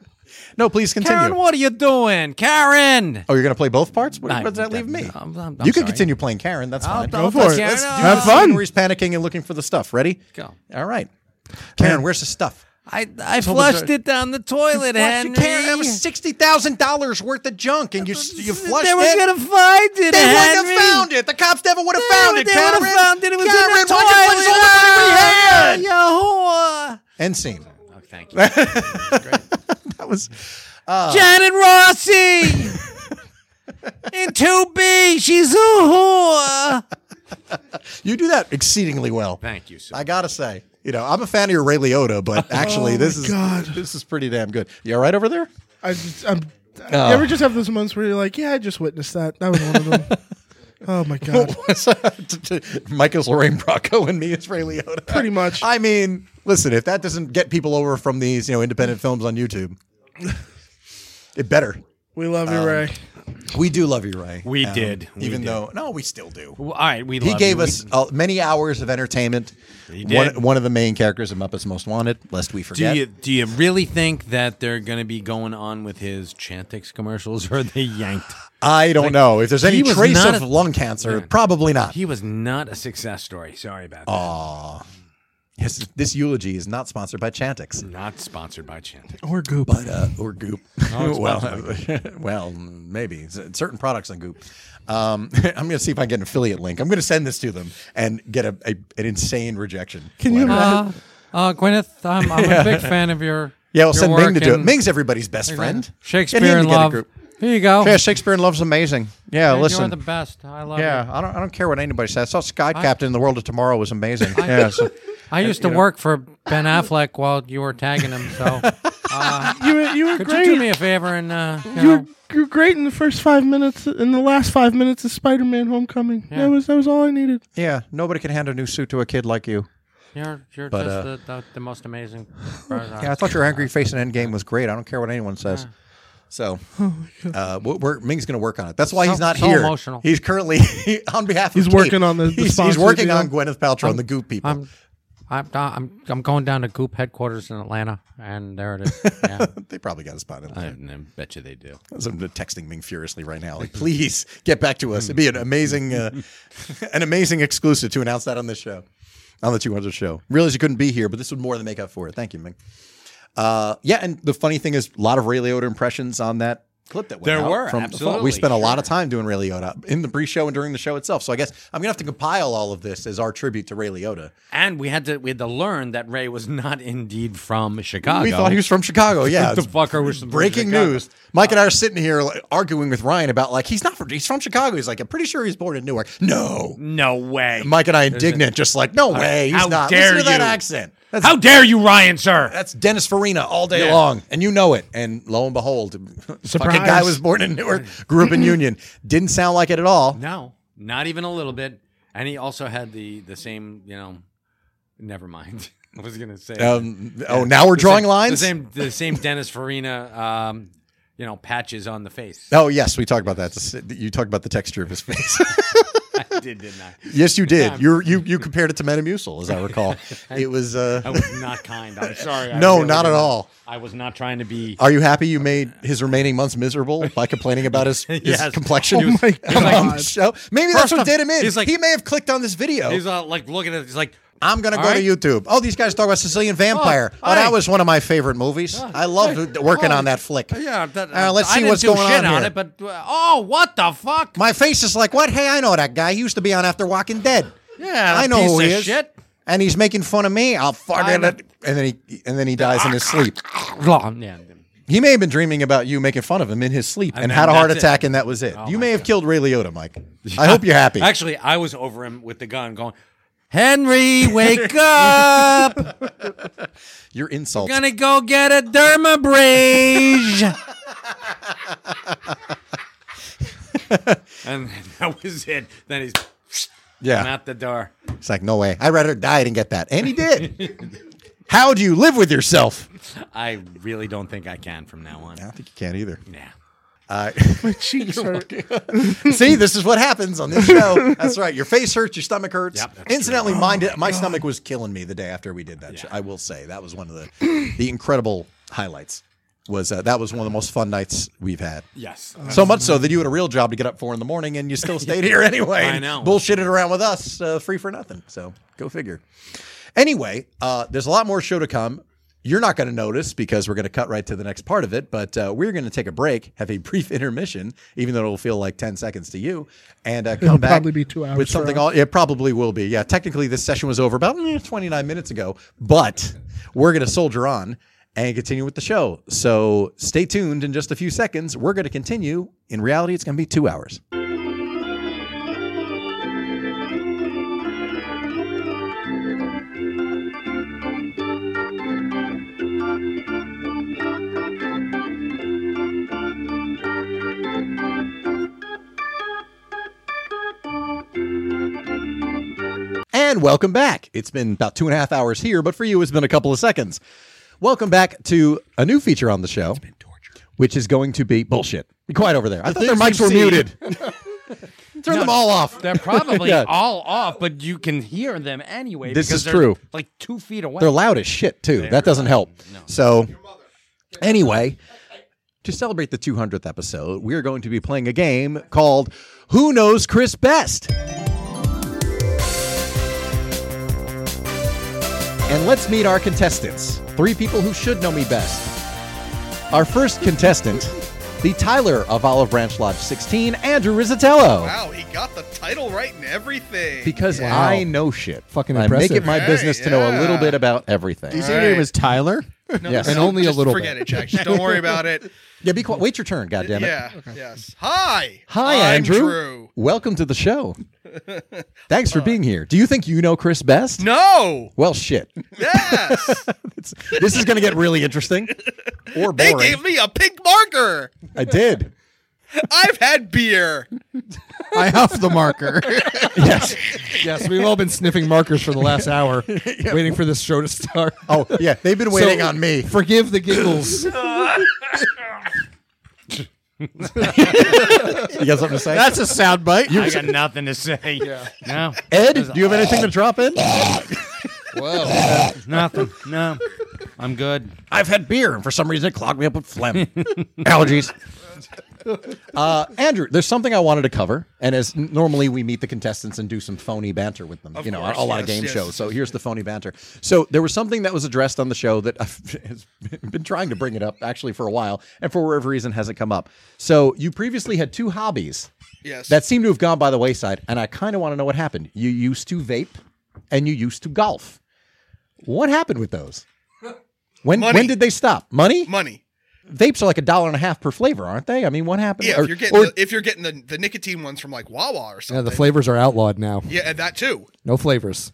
B: No, please continue.
C: Karen, what are you doing, Karen?
B: oh, you're going to play both parts? What,
C: No,
B: what does that leave
C: that-
B: me?
C: I'm- I'm- I'm
B: you can
C: sorry.
B: continue playing Karen. That's fine.
C: I'll- I'll
D: for
C: put
D: it.
C: Karen
D: Let's
C: on.
D: do Have it. fun.
B: Where he's panicking and looking for the stuff. Ready?
C: Go.
B: All right. Karen,
D: Man.
B: where's the stuff?
C: I I flushed
B: the-
C: it down the toilet, Henry.
B: Karen, that was sixty thousand dollars worth of junk, and you you flushed
C: they were
B: it.
C: gonna find it.
B: they wouldn't
C: Henry.
B: have found it. The cops never would have
C: They-
B: found it.
C: They
B: Karen,
C: would have found it. It was
B: Karen,
C: in the toilet.
B: why'd you waste all the money we had?
C: Ah, you whore.
B: End scene.
C: Oh, thank you,
B: That was Uh.
C: Janet Rossi. In two B, she's a whore.
B: You do that exceedingly well.
C: Thank you, sir.
B: I gotta say, you know, I'm a fan of your Ray Liotta, but actually, this
C: Oh
B: is
D: God.
B: this is pretty damn good. You all right over there?
D: I just, I'm,
F: Oh.
D: You ever just have those months where you're like, yeah, I just witnessed that. That was one of them. oh my god.
B: Michael's Lorraine Bracco and me is Ray Liotta.
D: Pretty much.
B: I mean, listen, if that doesn't get people over from these, you know, independent films on YouTube, it better.
D: We love you,
F: Um,
D: Ray.
B: We do love you, Ray.
C: We did. We
B: even
C: did.
B: though no, we still do.
C: Well, all right, we
B: He
C: love
B: gave
C: you.
B: us uh, many hours of entertainment. He
C: did.
B: One, one of the main characters of Muppets Most Wanted, lest we
C: Do
B: forget.
C: you do you really think that they're going to be going on with his Chantix commercials, or are they yanked?
B: I don't know if there's any
C: he was
B: trace
C: not
B: of
C: a-
B: lung cancer. Probably not.
C: He was not a success story. Sorry about that.
B: Yes, this eulogy is not sponsored by Chantix.
C: Not sponsored by Chantix.
D: Or Goop.
B: But, uh, or Goop.
E: Oh,
B: well, well, maybe S- certain products on Goop. Um, I'm going to see if I can get an affiliate link. I'm going to send this to them and get a, a an insane rejection.
D: Can you
B: letter.
D: imagine?
E: Uh, Gwyneth, I'm, I'm a big fan of your.
B: Yeah, we'll
E: your
B: send Ming
E: work
B: to do it.
E: in
B: Ming's everybody's best friend. Get him
E: Shakespeare
B: to
E: in
B: get a
E: Love.
B: group.
E: Here you go.
B: Yeah, Shakespeare in Love's amazing. Yeah,
E: You're
B: listen.
E: the best. I love
B: yeah,
E: you.
B: I don't. I don't care what anybody says. I saw Sky Captain in the World of Tomorrow was amazing.
E: I-
B: yeah, so-
E: I used to work for Ben Affleck while you were tagging him, so uh,
D: You were, you were
E: could
D: great.
E: you do me a favor and uh, you
D: you
E: know,
D: were, you were great in the first five minutes. In the last five minutes of Spider-Man: Homecoming, that was that was all I needed.
B: yeah. Nobody can hand a new suit to a kid like you.
E: you're you're
B: But,
E: just
B: uh,
E: the, the, the most amazing. person.
B: Yeah, I thought your angry face in Endgame was great. I don't care what anyone says. So,
D: Oh
B: uh, we're, we're, Ming's going to work on it. That's why
E: So-
B: he's not
E: so
B: here.
E: emotional.
B: He's currently on behalf. of
D: He's
B: Kate,
D: working on the- the
B: he's, he's
D: sponsor
B: working
D: deal.
B: on Gwyneth Paltrow and the Goop people.
E: I'm I'm uh, I'm I'm going down to Goop headquarters in Atlanta, and there it is. Yeah.
B: they probably got a spot in.
C: I,
B: there.
C: I bet you they do.
B: So I'm texting Ming furiously right now. Like, please get back to us. It'd be an amazing, uh, an amazing exclusive to announce that on this show, on the 200 show. Realize you couldn't be here, but this would more than make up for it. Thank you, Ming. Uh, yeah, and the funny thing is, a lot of Ray Liotta impressions on that clip that went
C: There
B: out
C: were,
B: from the fall.
C: absolutely,
B: We spent a lot of time doing Ray Liotta in the pre-show and during the show itself. So I guess I'm gonna have to compile all of this as our tribute to Ray Liotta.
C: And we had to we had to learn that Ray was not indeed from Chicago.
B: We thought he was from Chicago. Yeah,
C: the
B: it's
C: fucker was from
B: breaking
C: Chicago.
B: news. Mike and I are sitting here like, arguing with Ryan about like he's not from he's from Chicago. He's like I'm pretty sure he's born in Newark. No,
C: No way.
B: Mike and I indignant, just like no way. He's
C: how
B: not.
C: dare
B: Listen to that
C: you.
B: accent. That's
C: How dare you, Ryan, sir?
B: that's Dennis Farina all day
C: Yeah.
B: long, and you know it. And lo and behold,
D: Surprise.
B: fucking guy was born in Newark, grew up in Union. Didn't sound like it at all.
C: No, not even a little bit. And he also had the the same, you know, never mind. I was gonna say.
B: Um, Oh, now we're
C: The
B: drawing
C: same-
B: lines.
C: The same, the same Dennis Farina, um, you know, patches on the face.
B: Oh yes, we talked about that. The- You talked about the texture of his face.
C: did didn't I?
B: yes, you did. You you you compared it to Metamucil, as I recall. It was. Uh,
C: I was not kind. I'm sorry. I
B: No,
C: really
B: not at
C: did
B: all.
C: I was not trying to be.
B: Are you happy you made his remaining months miserable by complaining about his, his
C: Yes.
B: complexion?
D: Oh my
B: on the
D: God.
B: show? Maybe that's
C: First
B: what
C: off,
B: did him in.
C: he's like-
B: he may have clicked on this video.
C: He's uh, like looking at. He's like,
B: I'm going to go
C: All right.
B: to YouTube. Oh, these guys talk about Sicilian Vampire. Oh,
C: all
B: that
C: right.
B: was one of my favorite movies. I loved working
C: oh,
B: on that flick.
C: yeah. That,
B: Uh, let's
C: I
B: see
C: didn't
B: what's
C: do
B: going
C: shit
B: on here.
C: it, but uh, oh, what the fuck?
B: My face is like, what? Hey, I know that guy. He used to be on After Walking Dead.
C: Yeah,
B: I know
C: piece
B: who he
C: of
B: is.
C: shit.
B: And he's making fun of me. I'll fucking
C: I'm a-
B: it. And then he and then he dies in his
C: Ah.
B: sleep.
E: Blah, yeah.
B: He may have been dreaming about you making fun of him in his sleep and,
C: then
B: had a heart
C: that's it. Oh
B: attack, and that was it. you
C: my
B: may have killed Ray Liotta, Mike. I hope you're happy.
C: Actually, I was over him with the gun, going, "Henry, wake up!
B: Your insults.
C: Gonna go get a dermabrage." and that was it. Then he's
B: yeah.
C: I'm out the door.
B: It's like, no way. I'd rather die than get that. And he did. How do you live with yourself?
C: I really don't think I can from now on.
B: I don't think you can either.
C: Yeah.
D: My cheeks hurt.
B: See, this is what happens on this show. That's right. Your face hurts, your stomach hurts.
C: Yep, that's Oh
B: Incidentally, mine did, my stomach was killing me the day after we did that. show. I will say that was one of the the incredible highlights. Was uh, that was one of the most fun nights we've had.
C: Yes.
B: So much so that you had a real job to get up four in the morning, and you still stayed here anyway.
C: I
B: and
C: know.
B: Bullshitted around with us, uh, free for nothing. So go figure. Anyway, uh, there's a lot more show to come. You're not going to notice because we're going to cut right to the next part of it, but uh, we're going to take a break, have a brief intermission, even though it'll feel like 10 seconds to you, and uh, come
D: It'll
B: back
D: probably be two hours
B: with
D: for
B: something
D: us.
B: all. It probably will be. Yeah, technically this session was over about mm, 29 minutes ago, but we're going to soldier on and continue with the show. So stay tuned in just a few seconds. We're going to continue. In reality, it's going to be two hours. And welcome back. It's been about two and a half hours here, but for you, it's been a couple of seconds. Welcome back to a new feature on the show, which is going to be bullshit. Be quiet over there. I thought their
D: things
B: mics were
D: you've seen.
B: muted. Turn them all off.
E: They're probably
B: Yeah.
E: all off, but you can hear them anyway.
B: This
E: because
B: is
E: they're,
B: true.
E: Like two feet away.
B: They're loud as shit too. that doesn't help. So, anyway, to celebrate the 200th episode, we are going to be playing a game called "Who Knows Chris Best." And let's meet our contestants. Three people who should know me best. Our first contestant, the Tyler of Olive Branch Lodge 16, Andrew Rizzatello.
G: Wow, he got the title right and everything.
B: Because
F: Wow.
B: I know shit.
F: Fucking
B: I
F: impressive.
B: make it my
G: Hey,
B: business to know a little
G: yeah.
B: bit about everything.
F: Do you say your name is Tyler?
G: No,
B: Yes.
G: just-
F: And only a
G: just
F: little
G: Forget
F: bit.
G: it, Jack. Just don't worry about it.
B: Yeah, be quiet. Wait your turn. God damn it.
G: yeah. Yes. Hi.
B: Hi,
G: I'm
B: Andrew.
G: Drew.
B: Welcome to the show. Thanks for being here. Do you think you know Chris best?
G: No.
B: Well, shit.
G: Yes.
B: It's- this is going to get really interesting or
G: they
B: boring.
G: gave me a pink marker.
B: I did.
G: I've had beer.
F: I have the marker.
B: Yes.
F: yes, we've all been sniffing markers for the last hour, waiting for this show to start.
B: Oh, yeah. They've been waiting on me.
F: Forgive the giggles.
B: You got something to say?
F: That's a soundbite.
C: I got nothing to say. No,
B: Ed, do you have anything to drop in?
C: nothing. No, I'm good.
B: I've had beer, and for some reason it clogged me up with phlegm. Allergies. Uh, Andrew, there's something I wanted to cover, and as n- normally we meet the contestants and do some phony banter with them, you know,
G: course,
B: a, a lot of
G: yes,
B: game
G: yes.
B: shows. So here's the phony banter. So there was something that was addressed on the show that I've has been trying to bring it up actually for a while, and for whatever reason hasn't come up. So you previously had two hobbies
G: Yes.
B: that seem to have gone by the wayside, and I kind of want to know what happened. You used to vape, and you used to golf. What happened with those? When
G: Money.
B: when did they stop? Money?
G: money.
B: Vapes are like a dollar and a half per flavor, aren't they? I mean, what happened?
G: Yeah.
B: Or-
G: if you're getting
B: or-
G: the, if you're getting the, the nicotine ones from like Wawa or
F: Yeah,
G: something.
F: the flavors are outlawed now.
G: Yeah, and that too.
F: No flavors.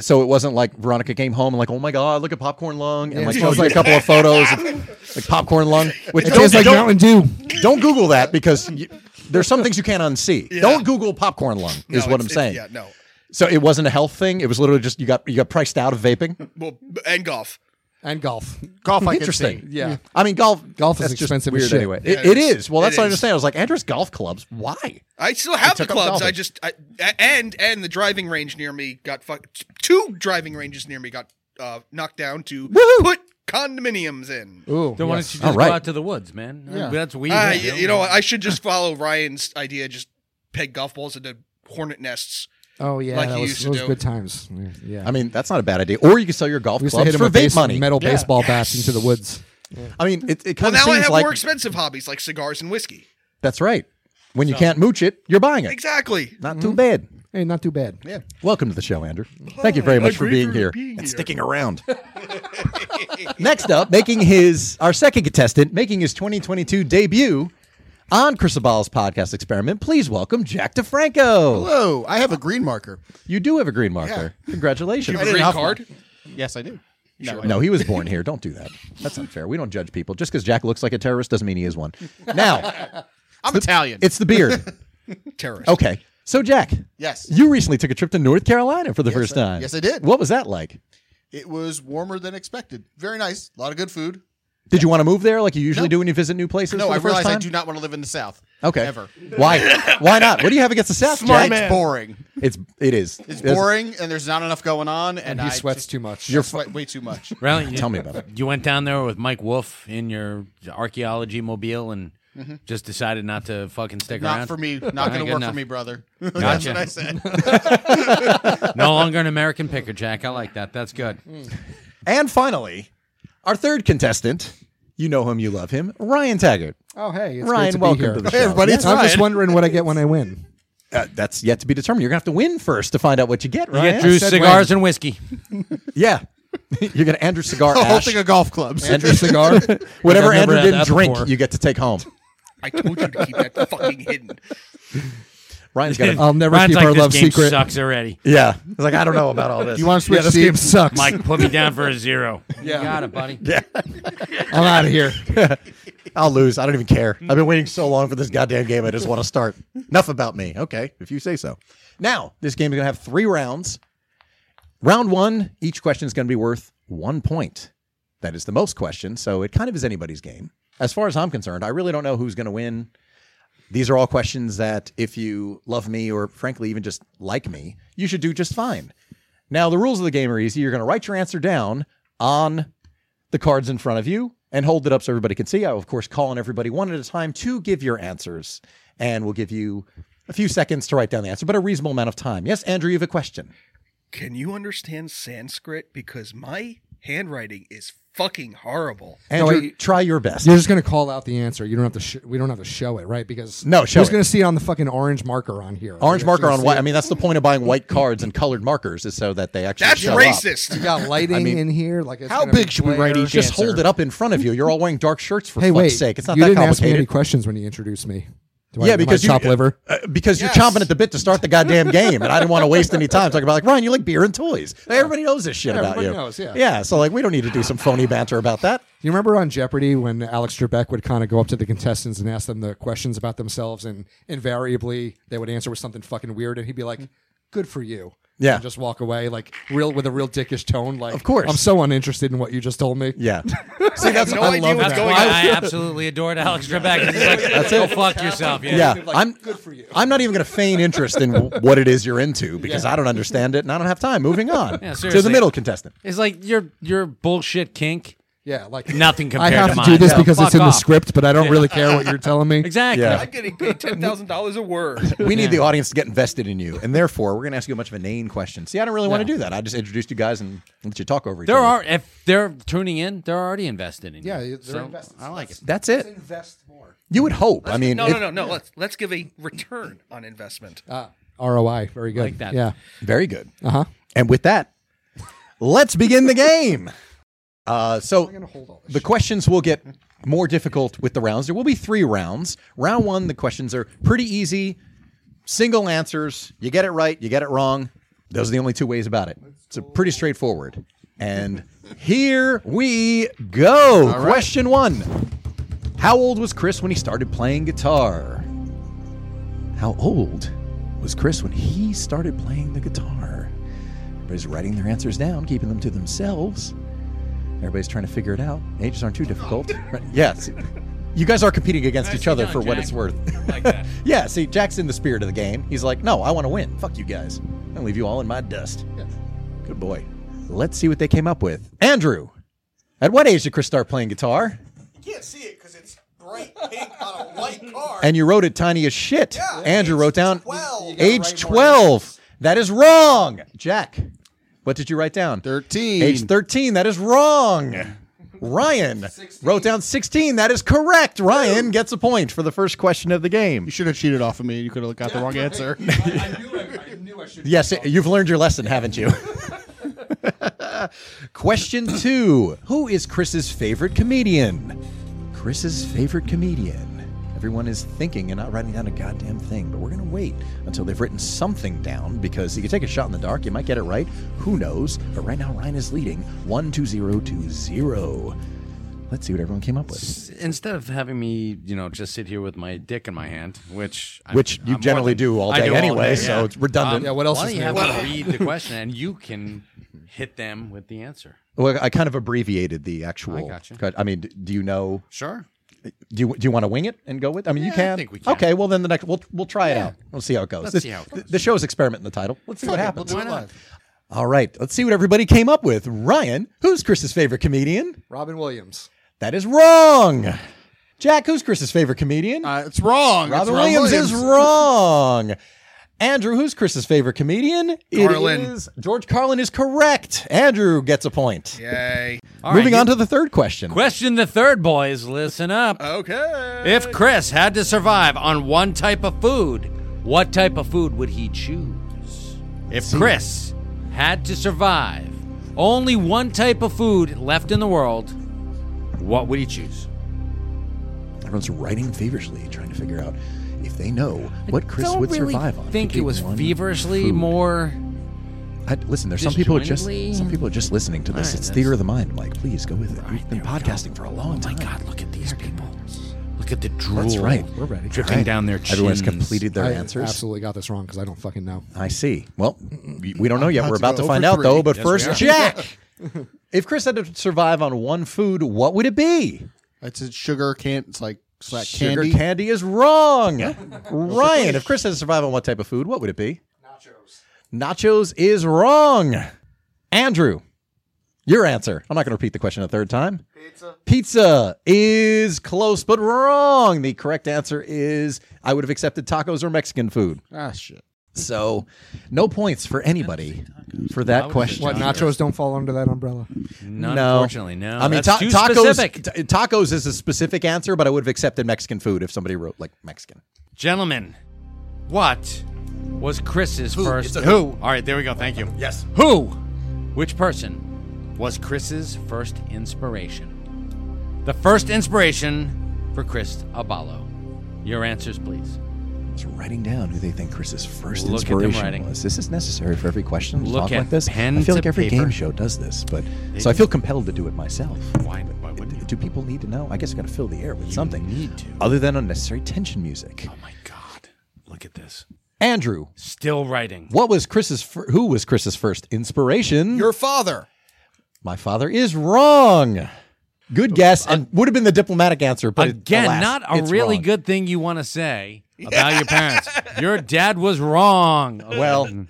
B: so it wasn't like Veronica came home and like, oh my god, look at popcorn lung, and like
F: Yeah.
B: shows me a couple of photos of like popcorn lung. Which
F: It
B: don't,
F: tastes like
B: don't,
F: Mountain Dew.
B: don't Google that because you, there's some things you can't unsee. Don't Google popcorn lung
G: No,
B: is what
G: it's-
B: I'm
G: it's-
B: saying.
G: Yeah. No.
B: So it wasn't a health thing. It was literally just you got you got priced out of vaping.
G: Well, and golf.
F: And golf.
B: Golf,
F: I can
B: interesting.
F: see. Yeah.
B: I mean golf.
F: Golf is
B: that's just
F: expensive as
B: weird
F: shit.
B: anyway.
G: Yeah,
B: It- it
G: it is.
B: is. Well, that's
G: It
B: what I
G: is.
B: understand. I was like, Andrew's golf clubs. Why?
G: I still have the
B: took up
G: clubs.
B: golfing.
G: I just I, a- and and the driving range near me got fucked. Two driving ranges near me got uh, knocked down to put condominiums in.
F: Ooh.
C: Then why
F: yes.
C: don't you
B: All
C: just
B: right.
C: go out to the woods, man?
F: Yeah.
C: That's weird.
D: Uh,
G: Ah, y- you, know, what? I should just follow Ryan's idea. Just peg golf balls into hornet nests.
F: Oh, yeah.
G: Like
F: that
G: you
F: was,
G: used to
F: those
G: do.
F: good times. Yeah.
B: I mean, that's not a bad idea. Or you can sell your golf
F: we used to
B: clubs
F: hit him
B: for
F: with
B: vape
F: base,
B: money.
F: metal
B: Yeah.
F: baseball bats into the woods.
B: I mean, it, it
G: Well,
B: kind of
G: now I
B: seems
G: have
B: like
G: more expensive hobbies like cigars and whiskey.
B: that's right. When you can't mooch it, you're buying it.
G: Exactly.
B: Not too bad.
F: Hey, not too bad.
B: Yeah. Welcome to the show, Andrew. Thank you very much for
G: great
B: being
G: for
B: here
G: being
B: and
G: here.
B: sticking around. Next up, making his our second contestant, making his 2022 debut on Chris Abal's podcast experiment. Please welcome Jack DeFranco.
H: Hello, Oh, I have a green marker.
B: You do have a green marker. Congratulations.
G: You have a green
H: have
G: card.
H: Yes, I do.
B: No, he was born here. Don't do that. That's unfair. We don't judge people. Just because Jack looks like a terrorist doesn't mean he is one. Now,
H: I'm Italian.
B: it's the beard.
G: Terrorist.
B: Okay. So, Jack.
H: Yes.
B: You recently took a trip to North Carolina for the first
H: I-
B: time.
H: yes, I did.
B: What was that like?
H: It was warmer than expected. Very nice. A lot of good food.
B: Did you want to move there like you usually
H: No.
B: do when you visit new places?
H: No,
B: for the
H: I
B: first
H: realize I
B: time?
H: do not want to live in the South.
B: Okay.
H: Ever.
B: Why? Why not? What do you have against the South,
D: Smart
B: Jack?
D: man.
H: It's boring.
B: It's it is.
H: It's boring, and there's not enough going on, and,
F: And he
H: I
F: sweats
H: just-
F: too much.
H: I sweat way too much.
C: Really? You,
B: Tell me about it.
C: You went down there with Mike Wolf in your archaeology mobile and
D: Mm-hmm.
C: just decided not to fucking stick around.
H: Not for me. Not going
C: good
H: to work
C: enough.
H: for me, brother. That's what I said.
C: no longer an American picker, Jack. I like that. That's good.
D: Mm.
B: And finally, our third contestant. You know him. You love him. Ryan Taggart.
F: Oh, hey. It's
B: Ryan,
F: great to
B: welcome
F: be here.
B: to the show.
H: Hey, everybody, it's
F: I'm just
H: Ryan.
F: wondering what I get when I win.
B: Uh, that's yet to be determined. You're gonna have to win first to find out what you get, Ryan.
C: Get Drew
F: said
C: cigars and whiskey.
B: Yeah. You're gonna Andrew cigar
H: The whole
B: ash.
H: thing of golf clubs.
B: Andrew cigar. Whatever
C: I've never
B: Andrew
C: had
B: didn't
C: that
B: drink,
C: before.
B: you get to take home.
G: I told you to keep that fucking hidden.
B: Ryan's got. A,
F: I'll never
C: Ryan's
F: keep
C: like,
F: our
C: this
F: love
C: game
F: secret.
C: Sucks already.
B: yeah. It's like I don't know about all this.
F: You want to switch yeah, this game sucks.
C: Mike, put me down for a zero.
F: Yeah.
E: Got it, buddy.
F: I'm out of here.
B: I'll lose. I don't even care. I've been waiting so long for this goddamn game. I just want to start. Enough about me. Okay, if you say so. Now, this game is going to have three rounds. Round one, each question is going to be worth one point. That is the most question, so it kind of is anybody's game. As far as I'm concerned, I really don't know who's going to win. These are all questions that if you love me or frankly even just like me, you should do just fine. Now, the rules of the game are easy. You're going to write your answer down on the cards in front of you and hold it up so everybody can see. I will, of course, call on everybody one at a time to give your answers, and we'll give you a few seconds to write down the answer, but a reasonable amount of time. Yes, Andrew, you have a question.
G: Can you understand Sanskrit? Because my handwriting is fucking horrible.
B: Andrew,
D: wait.
B: try your best.
D: You're just gonna call out the answer. You don't have to. Sh- we don't have to show it, right? Because
B: No, show
D: We're just
B: it.
D: gonna see it on the fucking orange marker on here.
B: Orange
D: We're just
B: marker
D: gonna
B: on
D: see
B: white.
D: it.
B: I mean, that's the point of buying white cards and colored markers is so that they actually.
G: That's
B: show up.
G: racist.
D: You got lighting
B: mean,
D: in here. Like, it's
I: how
D: gonna be
I: big should we write
D: glare.
I: each
B: Just hold it up in front of you. You're all wearing dark shirts for
D: Hey,
B: fuck's
D: wait!
B: sake. It's not
D: you
B: that
D: didn't ask me
B: complicated.
D: any questions when you introduced me. Do I,
B: Yeah,
D: am
B: because
D: I
B: you-
D: chop liver.
B: Uh, because
G: Yes.
B: you're chomping at the bit to start the goddamn game, and I didn't want to waste any time talking about like Ryan, you like beer and toys. Everybody knows this shit
D: Yeah,
B: about you.
D: everybody knows, yeah.
B: so like we don't need to do some phony banter about that.
D: You remember on Jeopardy when Alex Trebek would kind of go up to the contestants and ask them the questions about themselves, and invariably they would answer with something fucking weird, and he'd be like, "Good for you."
B: Hmm. Yeah.
D: and just walk away like real with a real dickish tone. Like,
B: Of course.
D: I'm so uninterested in what you just told me.
B: Yeah. See, that's
G: no
B: I
G: idea
B: love
G: what's
B: that.
C: Why
G: going
C: I absolutely adored Alex Trebek. He's like, go fuck yourself. Yeah.
B: Yeah,
D: Like,
B: I'm
D: good for you.
B: I'm not even going to feign interest in w- what it is you're into because I don't understand it and I don't have time. Moving on to the
C: seriously.
B: middle contestant.
C: It's like your your bullshit kink.
D: Yeah, like
C: Nothing
D: I
C: compared
D: have to,
C: to mine.
D: do this
C: Yeah,
D: because
C: fuck
D: it's in the
C: off.
D: script, but I don't really care what you're telling me.
C: Exactly.
B: Yeah.
G: I'm getting paid ten thousand dollars a word.
B: We need the audience to get invested in you, and therefore we're going to ask you a bunch of inane questions. See, I don't really want to do that. I just introduced you guys and let you talk over each
C: There
B: other.
C: are if they're tuning in, they're already invested in you.
D: Yeah, they're
C: So,
D: invested.
C: I like it.
B: That's it. invest more. You would hope. I mean,
G: no,
B: if- Uh,
G: no, no, no. Let's let's give a return on investment.
D: Ah, ROI, very good.
C: Like that.
D: Yeah.
B: Very good.
D: Uh huh.
B: And with that, let's begin the game. Uh, so the questions will get more difficult with the rounds. There will be three rounds. Round one, the questions are pretty easy, single answers. You get it right, you get it wrong. Those are the only two ways about it. It's a pretty straightforward. And here we go. Question one How old was Chris when he started playing guitar? How old was Chris when he started playing the guitar? Everybody's writing their answers down, keeping them to themselves. Everybody's trying to figure it out. Ages aren't too difficult. Right. Yes. You guys are competing against each
C: Nicely
B: other
C: done,
B: for what
C: Jack.
B: it's worth.
C: like that.
B: yeah, see, Jack's in the spirit of the game. He's like, no, I want to win. Fuck you guys. I'll leave you all in my dust. Good boy. Let's see what they came up with. Andrew, at what age did Chris start playing guitar?
A: can't see it because it's bright pink on a white card.
B: And you wrote it tiny as shit.
A: Yeah,
B: Andrew wrote down
A: Twelve.
B: age 12. That is wrong. Jack, what did you write down?
H: 13.
B: Age 13, that is wrong. Ryan wrote down 16. That is correct. Ryan gets a point for the first question of the game.
H: You should have cheated off of me. You could have got the wrong answer. Uh,
D: I knew I, knew I should.
B: Yes, you've learned your lesson, haven't you? question two Who is Chris's favorite comedian? Chris's favorite comedian. Everyone is thinking and not writing down a goddamn thing, but we're going to wait until they've written something down because you can take a shot in the dark. You might get it right. Who knows? But right now, Ryan is leading 1 2 0 to 0. Let's see what everyone came up with.
C: Instead of having me, you know, just sit here with my dick in my hand, which I-
B: Which you
C: I'm more
B: generally
C: than-
B: do all
C: I
B: day
C: all
B: anyway,
C: day,
B: so it's redundant.
D: Um, Yeah, what else
C: Why
D: is
C: do you
D: new?
C: have to read the question and you can hit them with the answer?
B: Well, I kind of abbreviated the actual. I
C: gotcha.
B: I mean, d- do you know?
C: Sure.
B: Do you do you want to wing it and go with? I mean, you
C: Yeah, I
B: can.
C: think we can.
B: Okay, well then the next we'll we'll try it out. We'll see how it goes.
C: Let's
B: This-
C: see how it
B: th- The show's experiment in the title. Let's see what happens.
H: We'll do it live.
B: All right, let's see what everybody came up with. Ryan, who's Chris's favorite comedian?
D: Robin Williams.
B: That is wrong. Jack, who's Chris's favorite comedian?
H: Uh, it's wrong. It's
B: Robin
H: Robin
B: Williams, is wrong. Andrew, who's Chris's favorite comedian? It
G: Carlin.
B: is- George Carlin is correct. Andrew gets a point.
G: Yay.
B: Moving on to the third question.
C: question the third, boys. Listen up.
G: Okay.
C: If Chris had to survive on one type of food, what type of food would he choose? If Chris had to survive only one type of food left in the world, what would he choose?
B: Everyone's writing feverishly, trying to figure out if they know what Chris
C: Don't
B: would
C: really
B: survive on.
C: Think
B: Pick
C: it was
B: one
C: feverishly
B: food.
C: more.
B: I, listen, there's some people who just
C: disjointedly?
B: some people are just listening to this.
C: Alright,
B: it's
C: that's- Oh
B: theater of the mind. Like, please go with it. We've been podcasting for a long time.
C: My God, look at these people. Look Look at the drool.
B: That's right.
D: We're ready.
C: Dripping
B: Right.
C: down their chins.
B: Everyone's completed their
D: I
B: answers.
D: absolutely got this wrong because I don't fucking know.
B: I see. Well, we we don't know yet.
H: About
B: We're
H: to
B: about
H: go
B: to
H: over
B: find out,
H: three.
B: though. But
C: Yes, we
B: first,
C: are.
B: Jack, if Chris had to survive on one food, what would it be?
H: It's a sugar can't. It's like it's like
B: Sugar
H: candy.
B: candy, is wrong. Ryan, if Chris had to survive on what type of food, what would it be? Nachos. Nachos is wrong. Andrew, your answer. I'm not going to repeat the question a third time. Pizza. Pizza is close but wrong. The correct answer is I would have accepted tacos or Mexican food.
H: ah shit.
B: So, no points for anybody for that question.
D: What nachos don't fall under that umbrella?
C: Not
B: No.
C: Unfortunately, no.
B: I mean,
C: That's
B: ta-
C: too
B: tacos.
C: specific.
B: ta- tacos is a specific answer, but I would have accepted Mexican food if somebody wrote like Mexican.
C: Gentlemen, what was Chris's first?
B: It's a
C: who? All right, there we go. Thank you.
B: Yes.
C: Who? Which person was Chris's first inspiration? The first inspiration for Chris Abalo. Your answers, please.
B: It's writing down who they think Chris's first
C: Look at them
B: inspiration
C: writing.
B: was. This is necessary for every question. to
C: Look
B: talk
C: at
B: like this.
C: pen
B: I feel
C: to
B: like every
C: paper.
B: game show does this, but so I feel compelled to do it myself.
C: Why- why
B: But
C: wouldn't you?
B: Do people need to know? I guess I got to fill the air with something
C: need to.
B: other than unnecessary tension music.
C: Oh my God! Look at this.
B: Andrew,
C: Still writing.
B: what was Chris's? Fir- who was Chris's first inspiration?
H: Your father.
B: My father is wrong. Good guess, and would have been the diplomatic answer, but it-
C: Uh, Again,
B: alas,
C: not a
B: it's
C: really
B: wrong.
C: good thing you want to say about your parents. Your dad was wrong.
B: Uh, Well, listen,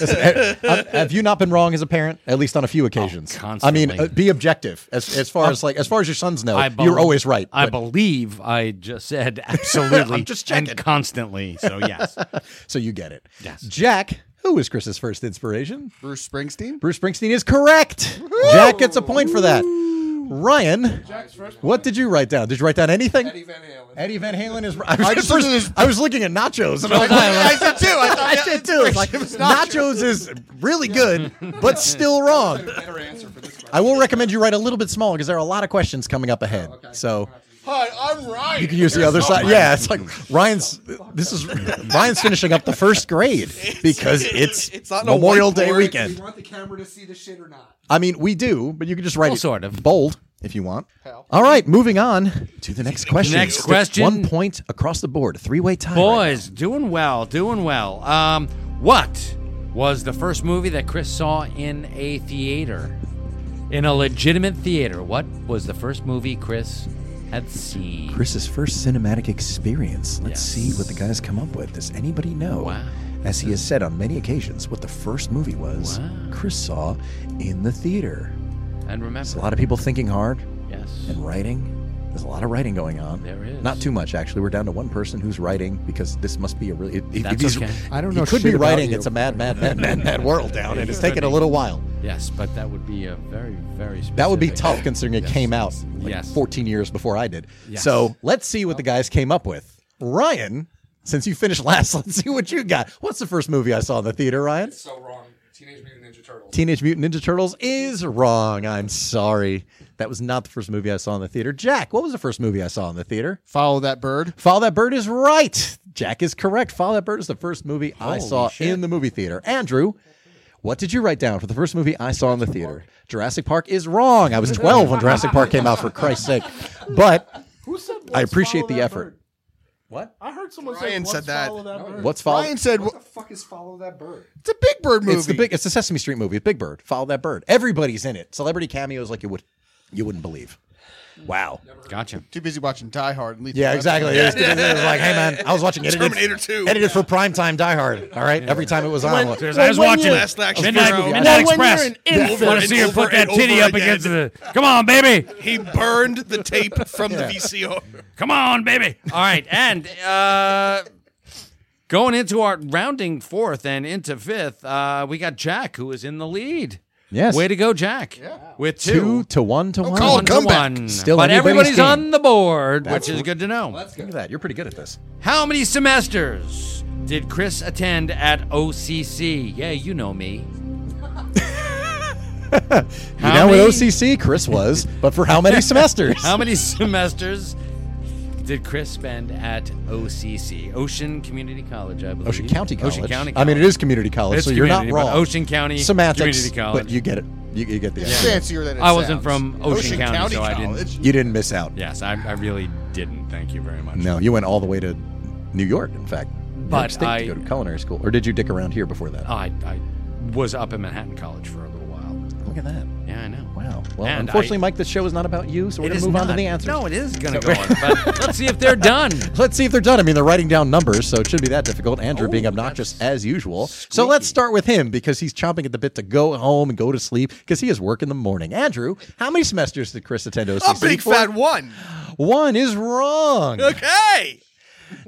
B: ha- ha- have you not been wrong as a parent? At least on a few occasions. I mean,
C: Oh, constantly.
B: uh, be objective as, as far as like as far as your sons know.
C: I bel-
B: you're always right.
C: I
B: but-
C: believe I just said absolutely
B: I'm just checking.
C: and constantly. So yes,
B: so you get it.
C: Yes.
B: Jack, who was Chris's first inspiration?
H: Bruce Springsteen.
B: Bruce Springsteen is correct. Jack gets a point for that. Ryan, what did you write down? Did you write down anything? Eddie Van Halen. Eddie Van Halen is. I was,
H: I just
B: first-
H: looked at his-
B: I was looking at nachos, and I was like,
H: I did too. I thought
B: I did too. It's like, nachos is really good, but still wrong. I will recommend you write a little bit smaller because there are a lot of questions coming up ahead. So
H: Hi, I'm Ryan.
B: you can use the other side. Yeah, it's like Ryan's. This is Ryan's finishing up the first grade because it's,
G: it's not on a
B: Memorial Day
G: whiteboard.
B: weekend.
D: want the camera to see the shit or not?
B: I mean, we do, but you can just write
C: Well,
B: it
C: sort of.
B: bold if you want. All right, moving on to the next question.
C: Next
B: It's
C: question.
B: One point across the board. Three way tie. right
C: boys, doing well, doing well. Um, what was the first movie that Chris saw in a theater, in a legitimate theater? What was the first movie Chris had seen?
B: Chris's first cinematic experience. Let's
C: Yes.
B: see what the guys come up with. Does anybody know?
C: Wow.
B: As he has said on many occasions, what the first movie was
C: Wow.
B: Chris saw in the theater.
C: and remember,
B: There's a lot of people thinking hard
C: yes,
B: and writing. There's a lot of writing going on.
C: There is.
B: Not too much, actually. We're down to one person who's writing because this must be a really. If, if
C: That's
B: he's-
C: okay.
D: I don't
B: he
D: know.
B: could
D: shit
B: be
D: about
B: writing.
D: you.
B: It's a mad, mad, mad, mad, mad world down, and it's taking a little while.
C: yes, but that would be a very, very specific.
B: That would be tough considering it
C: Yes.
B: came out like
C: Yes.
B: 14 years before I did.
C: Yes.
B: So let's see what the guys came up with. Ryan, since you finished last, let's see what you got. What's the first movie I saw in the theater, Ryan?
D: So wrong. Teenage Mutant Ninja Turtles.
B: Teenage Mutant Ninja Turtles is wrong. I'm sorry. That was not the first movie I saw in the theater. Jack, what was the first movie I saw in the theater?
H: Follow that bird.
B: Follow That Bird is right. Jack is correct. Follow That Bird is the first movie I saw
C: shit.
B: in the movie theater. Andrew, what did you write down for the first movie I saw in the theater? Jurassic Park is wrong. I was 12 when Jurassic Park came out, for Christ's sake. But
J: Who said?
B: I
J: "Let's
B: appreciate
J: follow
B: the
J: that
B: effort.
J: bird"? I heard someone say.
G: Ryan
J: "Let's
G: said that.
J: follow that bird."
B: What's Follow?
H: Ryan said,
K: the fuck is follow that bird?
H: "It's a Big Bird movie."
B: It's the big. It's the Sesame Street movie. Big Bird. Follow That Bird. Everybody's in it. Celebrity cameos like you would, you wouldn't believe. Wow.
C: Gotcha.
H: Too busy watching Die Hard and Lethal.
B: Yeah,
H: Weapon.
B: exactly. It was, it was like, hey man, I was watching edited,
G: Terminator 2.
B: edited for primetime Die Hard. All right, every time it was on.
C: There's-
J: Well,
C: I was
J: when
C: watching
J: you're-
G: Last action
C: Midnight,
G: hero.
C: Midnight
J: Well, when
C: Express.
J: you're an infant-
C: want to see her
G: Over
C: put
G: and
C: that titty
G: over
C: up against
G: again.
C: the. Come on, baby.
G: He burned the tape from the VCR.
C: Come on, baby. All right, and uh, going into our rounding fourth and into fifth, uh, we got Jack who is in the lead.
B: Yes. Oh,
C: Way to go, Jack. With
B: two
C: two.
B: to one to one.
H: call
C: One
H: it
C: to
H: comeback.
C: one.
B: Still
C: but
B: anybody's
C: everybody's
B: game.
C: on the board,
B: That's
C: which is
B: right.
C: good to know.
B: Look at that. You're pretty good at this.
C: How many semesters did Chris attend at OCC? Yeah, you know me.
B: You
C: How
B: know, with
C: many-
B: OCC, Chris was, but for how many semesters?
C: How many semesters did Chris spend at OCC? Ocean Community College, I believe.
B: Ocean County College.
C: Ocean County
B: I mean, it is community college,
C: It's
B: so you're not
C: community, but
B: wrong.
C: Ocean County
B: Semantics,
C: Community College.
B: but you get it. You, you get the idea.
H: Fancier than it
C: I wasn't
H: sounds.
C: from Ocean County, so I didn't-
H: College.
B: You didn't miss out.
C: Yes, I, I really didn't. Thank you very much.
B: No, you went all the way to New York, in fact. New York
C: But
B: State
C: I- Uh,
B: to go to culinary school. Or did you dick around here before that?
C: Oh, I, I was up in Manhattan College for a little while.
B: Look at that.
C: Yeah, I know.
B: Wow. Well,
C: And
B: unfortunately,
C: I-
B: Mike, this show is not about you, so we're
C: It
B: going
C: is
B: to move on to
C: not-
B: the answers.
C: No, it is going to go on. But let's see if they're done.
B: Let's see if they're done. I mean, they're writing down numbers, so it shouldn't be that difficult. Andrew
C: Oh,
B: being obnoxious as usual. So let's start with him because he's chomping at the bit to go home and go to sleep because he has work in the morning. Andrew, how many semesters did Chris attend OC?
G: A big fat one.
B: One is wrong.
G: Okay.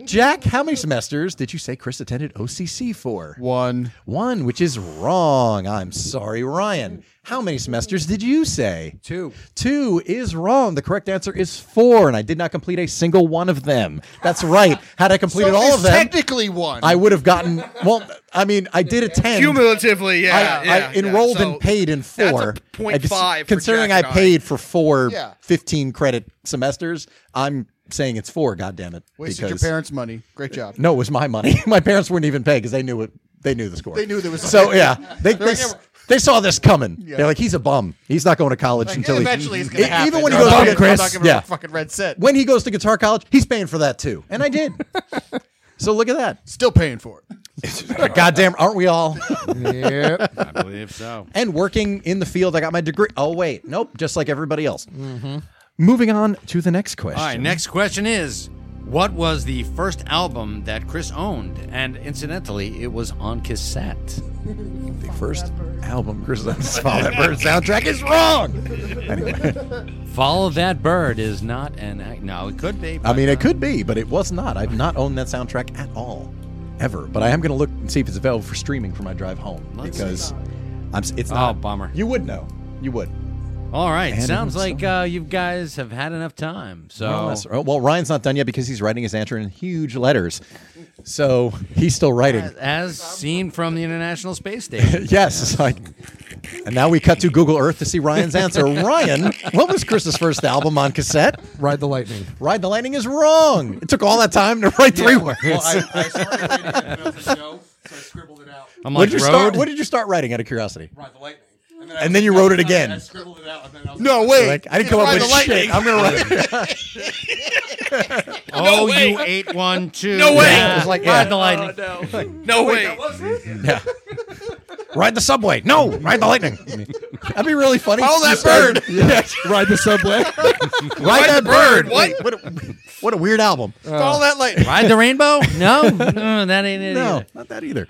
B: Jack, how many semesters did you say Chris attended OCC for?
H: One.
B: One, which is wrong. I'm sorry, Ryan. How many semesters did you say?
D: Two.
B: Two is wrong. The correct answer is four, and I did not complete a single one of them. That's right. Had I completed
H: So
B: all
H: it's
B: of them,
H: Technically one.
B: I would have gotten. Well, I mean, I did attend.
G: Cumulatively,
B: I,
G: yeah.
B: I
G: yeah, yeah.
B: enrolled
G: So
B: and paid in
G: that's a
B: four.
G: point
B: I guess-
G: five for
B: Considering
G: Jack
B: I
G: and
B: paid for four
H: Yeah.
B: 15 credit semesters, I'm saying it's four. God damn it!
H: Wasted your
B: because-
H: parents' money. Great job.
B: No, it was my money. my parents wouldn't even pay because they knew it. They knew the score.
H: They knew there was-
B: So yeah, they they,
H: like, "Yeah, we're-"
B: they saw this coming. They're like, he's a bum. He's not going to college until he
H: eventually it's gonna
B: E-
H: happen.
B: Even when he
H: I'm
B: goes,
H: not
B: to,
H: gonna- I'm not giving
B: yeah.
H: a fucking red cent.
B: when he goes to guitar college, he's paying for that too. And I did. so look at that.
H: Still paying for it.
B: Goddamn, aren't we all?
D: Yep.
C: I believe so.
B: and working in the field, I got my degree. Oh wait, nope, just like everybody else.
H: Mm-hmm.
B: Moving on to the next question.
C: All right, next question is What was the first album that Chris owned? And incidentally, it was on cassette.
B: the first album, Chris Fall That Bird soundtrack is wrong. Anyway.
C: Follow That Bird is not an. ac- No, it could be.
B: I
C: but,
B: mean,
C: uh,
B: it could be, but it was not. I've not owned that soundtrack at all, ever. But I am going to look and see if it's available for streaming for my drive home
C: Let's
B: because I'm. s- It's
C: Oh,
B: not.
C: bummer.
B: You would know. You would.
C: All right,
B: And
C: sounds
B: it's
C: like uh, you guys have had enough time. So.
B: Well, that's- oh, well, Ryan's not done yet because he's writing his answer in huge letters, so he's still writing.
C: as seen from the International Space Station.
B: Yes, it's like. And now we cut to Google Earth to see Ryan's answer. Ryan, what was Chris's first album on cassette?
D: Ride the lightning.
B: Ride the Lightning is wrong. It took all that time to write three words.
H: I started writing in the middle of the show, so I scribbled it out.
C: I'm
B: what
C: like,
B: did you
C: road?
B: start? What did you start writing? Out of curiosity.
H: Ride the lightning.
B: And then you wrote it again.
H: scribbled it out. And then I was
B: No, wait. I didn't come up
H: Ride
B: with
H: the Lightning.
B: shit. I'm gonna write.
C: oh, you eight one two.
G: No way.
C: Yeah.
G: It was
B: like,
C: Ride
B: yeah. Oh,
C: the lightning.
G: No way.
B: ride the subway. No, ride the lightning. That'd be really funny.
G: Follow that bird.
D: Ride the subway.
B: ride, that bird.
G: What?
B: What? A, what a weird album.
G: All that light.
C: Ride the rainbow? No, no, that ain't it.
B: no,
C: either.
B: not that either.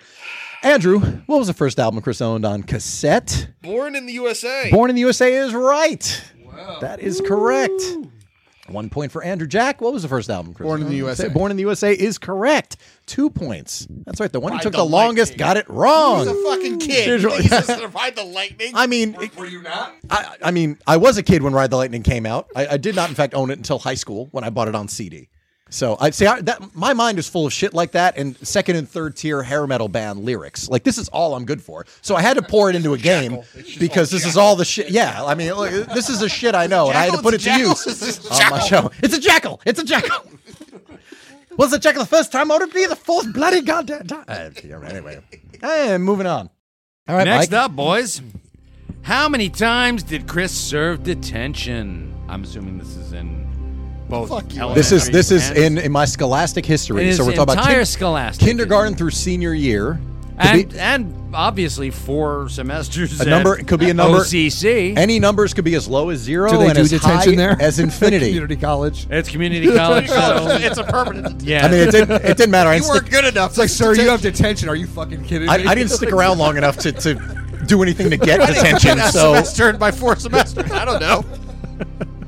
B: Andrew, what was the first album Chris owned on cassette?
G: Born in the USA.
B: Born in the USA is right. That is correct. One point for Andrew Jack. What was the first album, Chris?
H: Born in the
B: owned?
H: USA.
B: Born in the USA is correct. Two points. That's right. The one who took the, longest got it wrong.
H: a fucking kid.
B: Here's
H: You
B: what-
H: think he's gonna ride the lightning?
B: I mean,
H: Were you not?
B: I, I mean, I was a kid when Ride the Lightning came out. I, I did not, in fact, own it until high school when I bought it on CD. So I say that my mind is full of shit like that and second and third tier hair metal band lyrics. Like this is all I'm good for. So I had to pour it into a game because this is all the shit. Yeah, I mean, look, this is the shit I know, and I had to
H: jackal?
B: put it
H: It's
B: to
H: a jackal? It's
B: use
H: just
B: on my
H: jackal.
B: show. It's a jackal. It's a jackal. Was a jackal the first time? Would it be the fourth bloody goddamn time? Uh, yeah, Anyway, and moving on. All right,
C: Next
B: Mike.
C: up, boys. How many times did Chris serve detention? I'm assuming this is in both.
H: Fuck you.
C: elementary
B: This is this is
C: and-
B: in, in my scholastic
C: in
B: history.
C: his
B: so we're talking about
C: entire
B: kin-
C: scholastic
B: kindergarten through senior year. Could
C: and
B: be-
C: and obviously four semesters.
B: A number-
C: at
B: it could be a number-
C: OCC.
B: any numbers could be as low as zero
D: Do they
B: Oh, and
D: do
B: as high
D: detention there?
B: as infinity.
D: Community college.
C: it's community college. so,
H: It's a permanent.
C: yeah,
B: I mean, it didn't it didn't matter. I didn't,
H: You weren't
B: stick,
H: good enough.
D: It's like, sir, you have detention. Are you fucking kidding me?
B: I, I didn't stick around long enough to, to do anything to get detention.
H: Last
B: So
H: semester in my fourth semester. I don't know.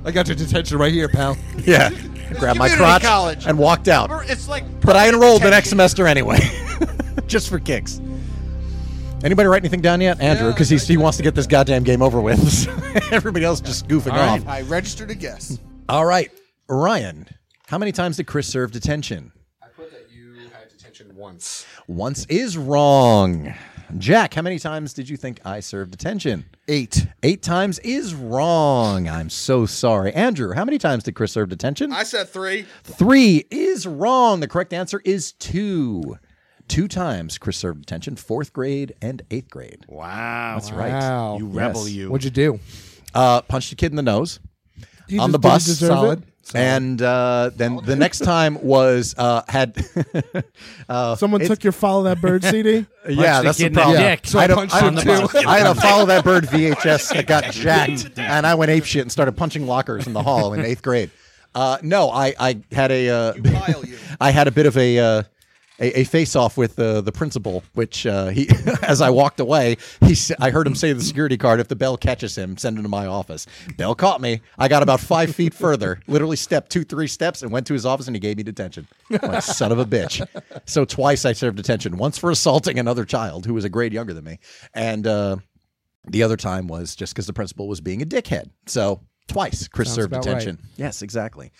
D: I got your detention right here, pal.
B: yeah, I grabbed my
H: community
B: crotch
H: college.
B: and walked out.
H: It's like
B: But I enrolled the next semester anyway, just for kicks. Anybody write anything down yet, Andrew? Because he's he wants to get this goddamn game over with. Everybody else just goofing off.
H: I registered a guess.
B: All right, Ryan. How many times did Chris serve detention?
D: I put that you had detention once.
B: Once is wrong. Jack, how many times did you think I served detention?
H: Eight.
B: Eight times is wrong. I'm so sorry. Andrew, how many times did Chris serve detention?
G: I said three.
B: Three is wrong. The correct answer is two. Two times Chris served detention, fourth grade and eighth grade.
E: Wow. That's
B: right.
D: Wow.
E: You rebel,
B: Yes.
E: you.
D: What'd you do?
B: Uh, punched a kid in the nose
L: He
B: on
L: just-
B: the
L: did he
B: bus.
L: deserve it?
B: And uh, then the next time was uh, had
D: Uh,
L: Someone took your follow that bird CD.
B: yeah
E: the
B: that's
E: kid
B: the
E: in the
B: problem.
E: dick. So
B: I, had a,
D: punched
B: I,
D: him
B: had a-
D: too.
B: I had a follow that bird VHS that got jacked, and I went ape shit and started punching lockers in the hall in eighth grade. Uh, no, I I had a uh,
G: Pile you.
B: I had a bit of a uh, a, a face off with uh, the principal, which uh, he as I walked away, he s- I heard him say to the security guard, "If the bell catches him, send him to my office." Bell caught me. I got about five feet further, literally stepped two three steps, and went to his office, and he gave me detention. Like son of a bitch. So twice I served detention. Once for assaulting another child who was a grade younger than me, and. Uh, the other time was just because the principal was being a dickhead. So twice Chris served
D: about
B: detention. Yes, exactly.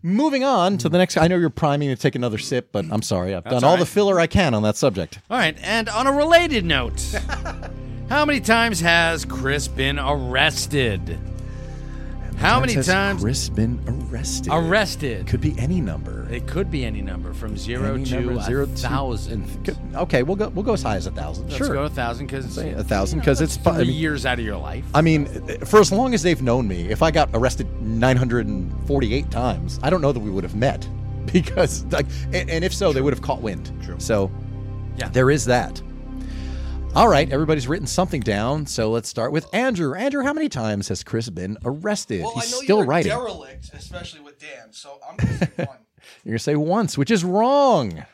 B: Moving on to the next. I know you're priming to take another sip, but I'm sorry. I've done all the filler I can on that subject.
C: All right, and on a related note, how many times has Chris been arrested? How many times
B: Chris been arrested?
C: arrested?
B: Could be any number.
C: it could be any number from zero
B: Any
C: to
B: number,
C: a
B: zero to-
C: thousand.
B: Could- okay, we'll go. We'll go as high as a 1000
C: Let's
B: sure.
C: go a thousand because
B: Say a thousand, 'cause it's fu- I
C: three
B: mean-
C: years out of your life.
B: I mean, for as long as they've known me, if I got arrested 948 times, I don't know that we would have met because, like, and, and if so, they would have caught wind. True. So,
C: Yeah.
B: there is that. All right, everybody's written something down, so let's start with Andrew. Andrew, how many times has Chris been arrested?
A: Well,
B: He's
A: I know
B: still
A: you're a
B: writing.
A: derelict, especially with Dan. So I'm going to say one.
B: You're gonna say once, which is wrong.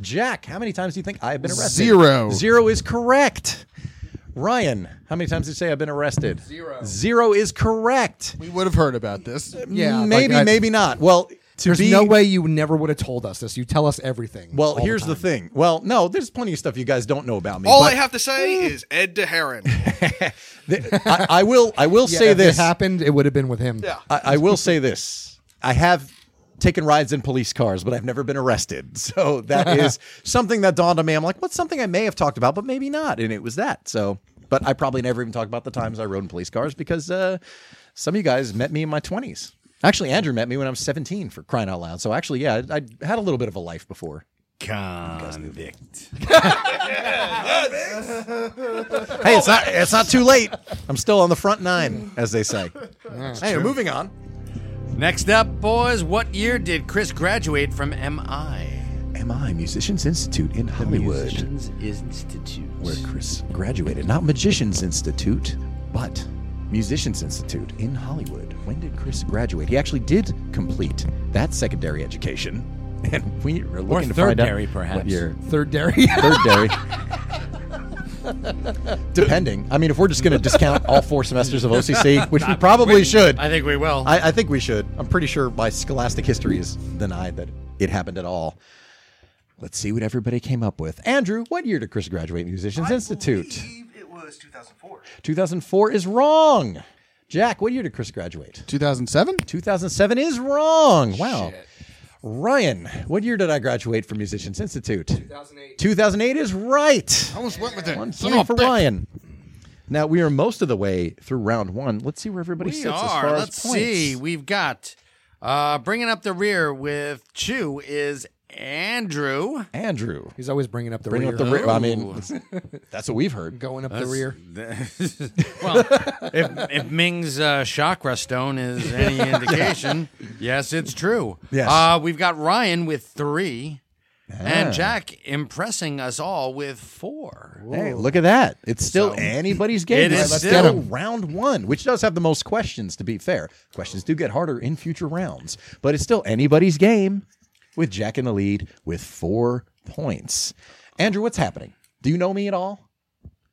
B: Jack, how many times do you think I've been arrested?
H: Zero.
B: Zero is correct. Ryan, how many times did you say I've been arrested? Zero. Zero is correct.
H: We would have heard about this.
D: Yeah, like,
B: maybe,
D: I-
B: maybe not. Well, to
D: There's
B: be
D: no way you never would have told us this. You tell us everything.
B: Well,
D: all the
B: here's the,
D: time.
B: thing. Well, no, there's plenty of stuff you guys don't know about me.
G: All
B: but
G: I have to say is Ed DeHaren.
B: th- I, I will. I will
D: Yeah,
B: say
D: if
B: this.
D: it happened, it would have been with him. Yeah.
B: I, I will say this. I have taken rides in police cars, but I've never been arrested. So that is something that dawned on me. I'm like, what's something I may have talked about, but maybe not. And it was that. So, but I probably never even talked about the times I rode in police cars because uh, some of you guys met me in my 20s. Actually, Andrew met me when I was 17 for crying out loud. So actually, yeah, I, I had a little bit of a life before.
C: Convict.
B: Hey, it's not it's not too late. I'm still on the front nine, as they say. Hey, moving on.
C: Next up, boys, what year did Chris graduate from MI?
B: MI Musicians Institute in Hollywood,
C: Musicians Institute.
B: where Chris graduated. Not Magicians Institute, but Musicians Institute in Hollywood. When did Chris graduate? He actually did complete that secondary education, and we are looking to find out
C: thirdary, perhaps.
B: what year.
D: Third dairy.
B: Thirdary. Depending. I mean, if we're just going to discount all four semesters of OCC, which we probably should.
C: I think we will.
B: I, I think we should. I'm pretty sure my scholastic history is denied that it happened at all. Let's see what everybody came up with. Andrew, what year did Chris graduate Musicians Institute?
A: believe it was 2004.
B: 2004 is wrong. Jack, what year did Chris graduate?
H: 2007?
B: 2007 is wrong. Wow. Ryan, what year did I graduate from Musicians Institute? 2008. 2008 is right.
H: I almost went with it.
B: One
H: Son
B: point
H: of a
B: for
H: bitch.
B: Ryan. Now we are most of the way through round one. Let's see where everybody
C: we
B: sits as
C: are.
B: far
C: Let's
B: as points.
C: see. We've got uh, bringing up the rear with Chew is Andrew.
B: Andrew,
D: He's always bringing up the
B: bringing
D: rear.
B: up the rear. I mean, that's what we've heard.
D: going up the rear.
C: well, if, if Ming's uh, chakra stone is any indication, yes, it's true.
B: Yes.
C: Uh, we've got Ryan with three,
B: Ah.
C: and Jack impressing us all with four.
B: Hey, look at that. It's still
C: So-
B: anybody's game.
C: It
B: All
C: is
B: let's
C: still-
B: get 'em. round one, which does have the most questions, to be fair. Questions do get harder in future rounds, but it's still anybody's game with Jack in the lead with four points. Andrew, what's happening? Do you know me at all?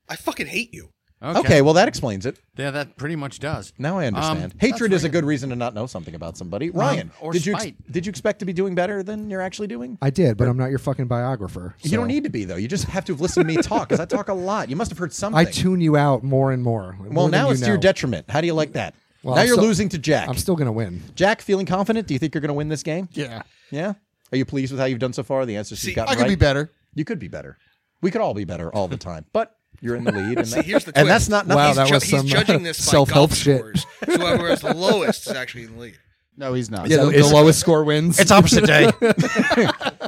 G: I fucking hate you.
C: Okay.
B: Okay, well, that explains it.
C: Yeah, that pretty much does.
B: Now I understand.
C: Um,
B: Hatred is a good reason to not know something about somebody. Ryan,
C: or
B: did you ex-
C: spite.
B: did you expect to be doing better than you're actually doing?
D: I did, but I'm not your fucking biographer.
B: You
D: so
B: don't need to be though. You just have to have listened to me talk because I talk a lot. You must have heard something.
D: I tune you out more and more.
B: Well,
D: more than
B: now
D: you
B: it's to your
D: know.
B: detriment. How do you like that?
D: Well,
B: now
D: I'm
B: you're
D: still-
B: losing to Jack.
D: I'm still gonna win.
B: Jack, feeling confident? Do you think you're going to win this game?
H: Yeah.
B: Yeah. Are you pleased with how you've done so far? The answers you've
G: See,
B: gotten
H: I could be
B: right?
H: better.
B: You could be better. We could all be better all the time, but you're in the lead. And, that-
G: here's the
B: and that's
G: twist.
B: not nothing.
D: Wow,
G: he's,
D: that was
G: he's
D: some,
G: judging
D: uh,
G: this by
D: self-help
G: golf
D: shit.
G: scores. So whoever is the lowest is actually in the lead.
H: No, he's not.
B: Yeah,
D: The, the
B: it's-
D: lowest score wins.
B: opposite day.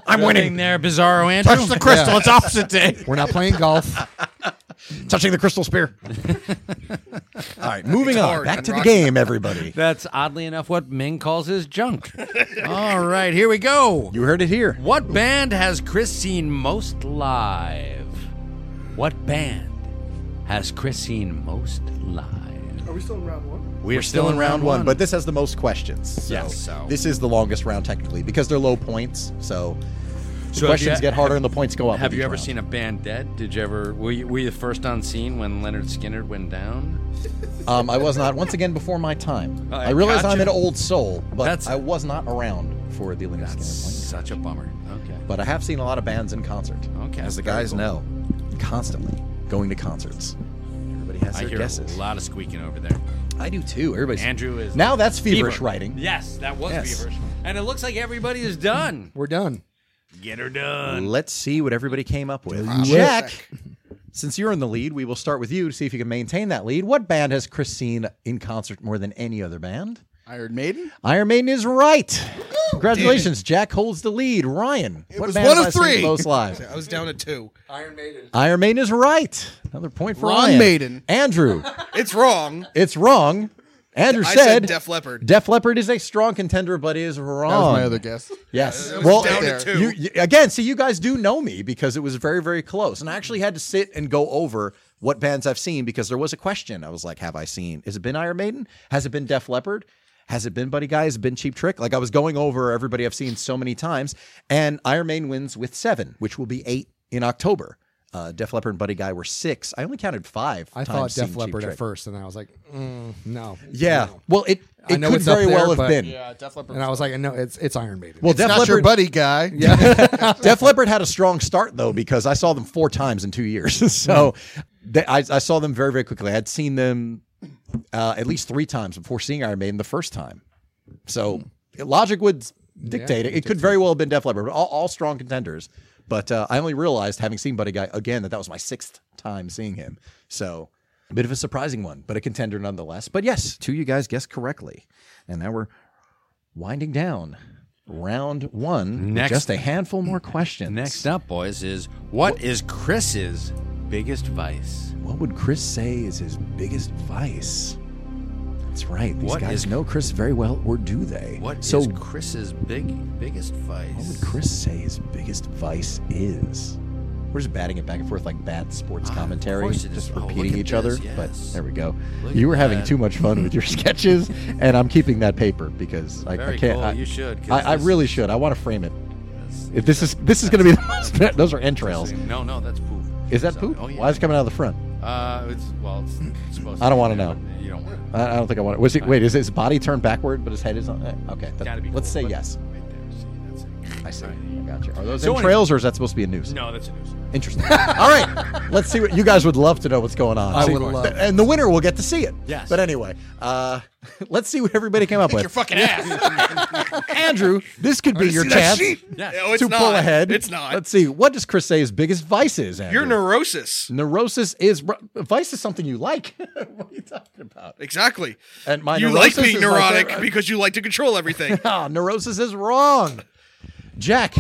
B: I'm
C: Winning
B: winning.
C: there, Bizarro Andrew.
B: Touch the crystal. It's opposite day.
D: We're not playing golf.
B: Touching the crystal spear. All right, moving on.
G: hard
B: Back
G: and
B: to the
G: rocky.
B: game, everybody.
C: That's oddly enough what Ming calls his junk. All right, here we go.
B: You heard it here.
C: What band has Chris seen most live? What band has Chris seen most live?
M: Are we still in round one?
B: We are still in round one, but this has the most questions. So
C: Yes, so-
B: This is the longest round technically because they're low points. So the
C: So have
B: questions
C: you-
B: get harder and the points go up.
C: Have
B: with
C: you
B: each
C: ever
B: round.
C: seen a band dead? Did you ever? Were you, were you the first on scene when Leonard Skinner went down?
B: Um, I was not once again before my time.
C: I
B: I, realize
C: gotcha.
B: I'm an old soul, but
C: That's-
B: I was not around for the Linux Skinner
C: Such a bummer. Okay.
B: But I have seen a lot of bands in concert.
C: Okay,
B: As the
C: very
B: guys
C: cool.
B: know, constantly going to concerts. Everybody has
C: I
B: their
C: hear
B: guesses.
C: a lot of squeaking over there.
B: I do too. Everybody's
C: Andrew is
B: now. That's feverish
C: Fever.
B: writing.
C: Yes, that was
B: Yes.
C: feverish, and it looks like everybody is done.
D: We're done.
C: Get her done.
B: Let's see what everybody came up with. Jack, since you're in the lead, we will start with you to see if you can maintain that lead. What band has Chris seen in concert more than any other band?
H: Iron Maiden.
B: Iron Maiden is right. Congratulations, Jack holds the lead. Ryan, it
H: was one of three.
B: Most live.
G: I was down to two.
D: Iron Maiden.
B: Iron Maiden is right. Another point for
G: Ron
B: Ryan.
G: Maiden.
B: Andrew,
G: It's wrong.
B: it's wrong. Andrew
G: I
B: said,
G: said Def Leppard.
B: Def Leppard is a strong contender, but is wrong.
H: That was my other guess.
B: Yes.
G: was
B: Well,
G: down to two.
B: you, you- again, see, you guys do know me because it was very, very close. And I actually had to sit and go over what bands I've seen because there was a question. I was like, have I seen, has it been Iron Maiden? Has it been Def Leppard? Has it been Buddy Guy? Has it been Cheap Trick? Like I was going over everybody I've seen so many times. And Iron Maiden wins with seven, which will be eight in October. Uh, Def Leppard and Buddy Guy were six. I only counted five.
D: I
B: times
D: thought
B: seeing
D: Def
B: Cheap
D: Leppard at
B: Trick.
D: first, and then I was like, mm, no.
B: Yeah.
D: No.
B: Well, it,
D: I
B: it
D: know
B: could
D: it's up
B: very
D: there,
B: well have
D: but-
B: been.
H: Yeah, Def Leppard.
D: And I was like, no, it's it's Iron Maiden.
B: Well, Def
H: not your
B: Leppard
H: buddy guy. Yeah.
B: Def Leppard had a strong start though because I saw them four times in two years. so they, I, I saw them very very quickly. I had seen them uh, at least three times before seeing Iron Maiden the first time. So logic would dictate Hmm. it. It could very well have been Def Leppard, but all, all strong contenders. But uh, I only realized having seen Buddy Guy again that that was my sixth time seeing him. So a bit of a surprising one, but a contender nonetheless. But yes, two of you guys guessed correctly, and now we're winding down. Round one, with
C: Next-
B: just a handful more questions.
C: Next up, boys, is what is Chris's biggest vice?
B: What would Chris say is his biggest vice? That's right. These
C: What
B: guys
C: is-
B: know Chris very well, or do they?
C: What is
B: so
C: Chris's big biggest vice?
B: what would Chris say his biggest vice is? We're just batting it back and forth like bad sports
C: Ah, of
B: commentary,
C: course it is.
B: just
C: Oh, look
B: repeating
C: at
B: each
C: this,
B: other.
C: yes.
B: But there we go.
C: Look
B: you
C: at
B: were having
C: that.
B: too much fun with your sketches, and I'm keeping that paper because I,
C: Very
B: I can't.
C: cool.
B: I,
C: you should. 'cause
B: I, I
C: this
B: really should. I want to frame it.
C: is-
B: If this is this is going to be the most, those are entrails.
C: No, no, that's poop.
B: Is that
C: So-
B: poop?
C: Oh, yeah.
B: Why is it coming out of the front?
C: Uh, it's well, it's, it's supposed.
B: I don't
C: be
B: wanna
C: there,
B: know.
C: but You don't want to.
B: I I don't think I want it. Was it? Wait, is his body turned backward, but his head is on? eh, Okay, that-
C: Gotta be.
B: let's
C: cool,
B: say
C: but-
B: yes.
C: Right there, see, that's it.
B: I see.
C: Right.
B: Gotcha. Are those
C: So anyway-
B: entrails, or is that supposed to be a noose?
C: No, that's a news.
B: Interesting. All right, let's see what you guys would love to know what's going on.
D: I
B: See-
D: would love it.
B: and the winner will get to see it.
C: Yes.
B: But anyway, uh, let's see what everybody came up with.
G: fucking ass.
B: Andrew, this could be your chance
G: no, it's
B: to
G: not.
B: pull ahead.
G: It's not.
B: Let's see. What does Chris say his biggest vice is? Andrew?
G: Your neurosis.
B: neurosis is vice is something you like. what are you talking about?
G: Exactly.
B: Uh, And my
G: you like
B: neurosis
G: being
B: is my
G: neurotic
B: favorite-
G: because you like to control everything.
B: Ah, neurosis is wrong. Jack,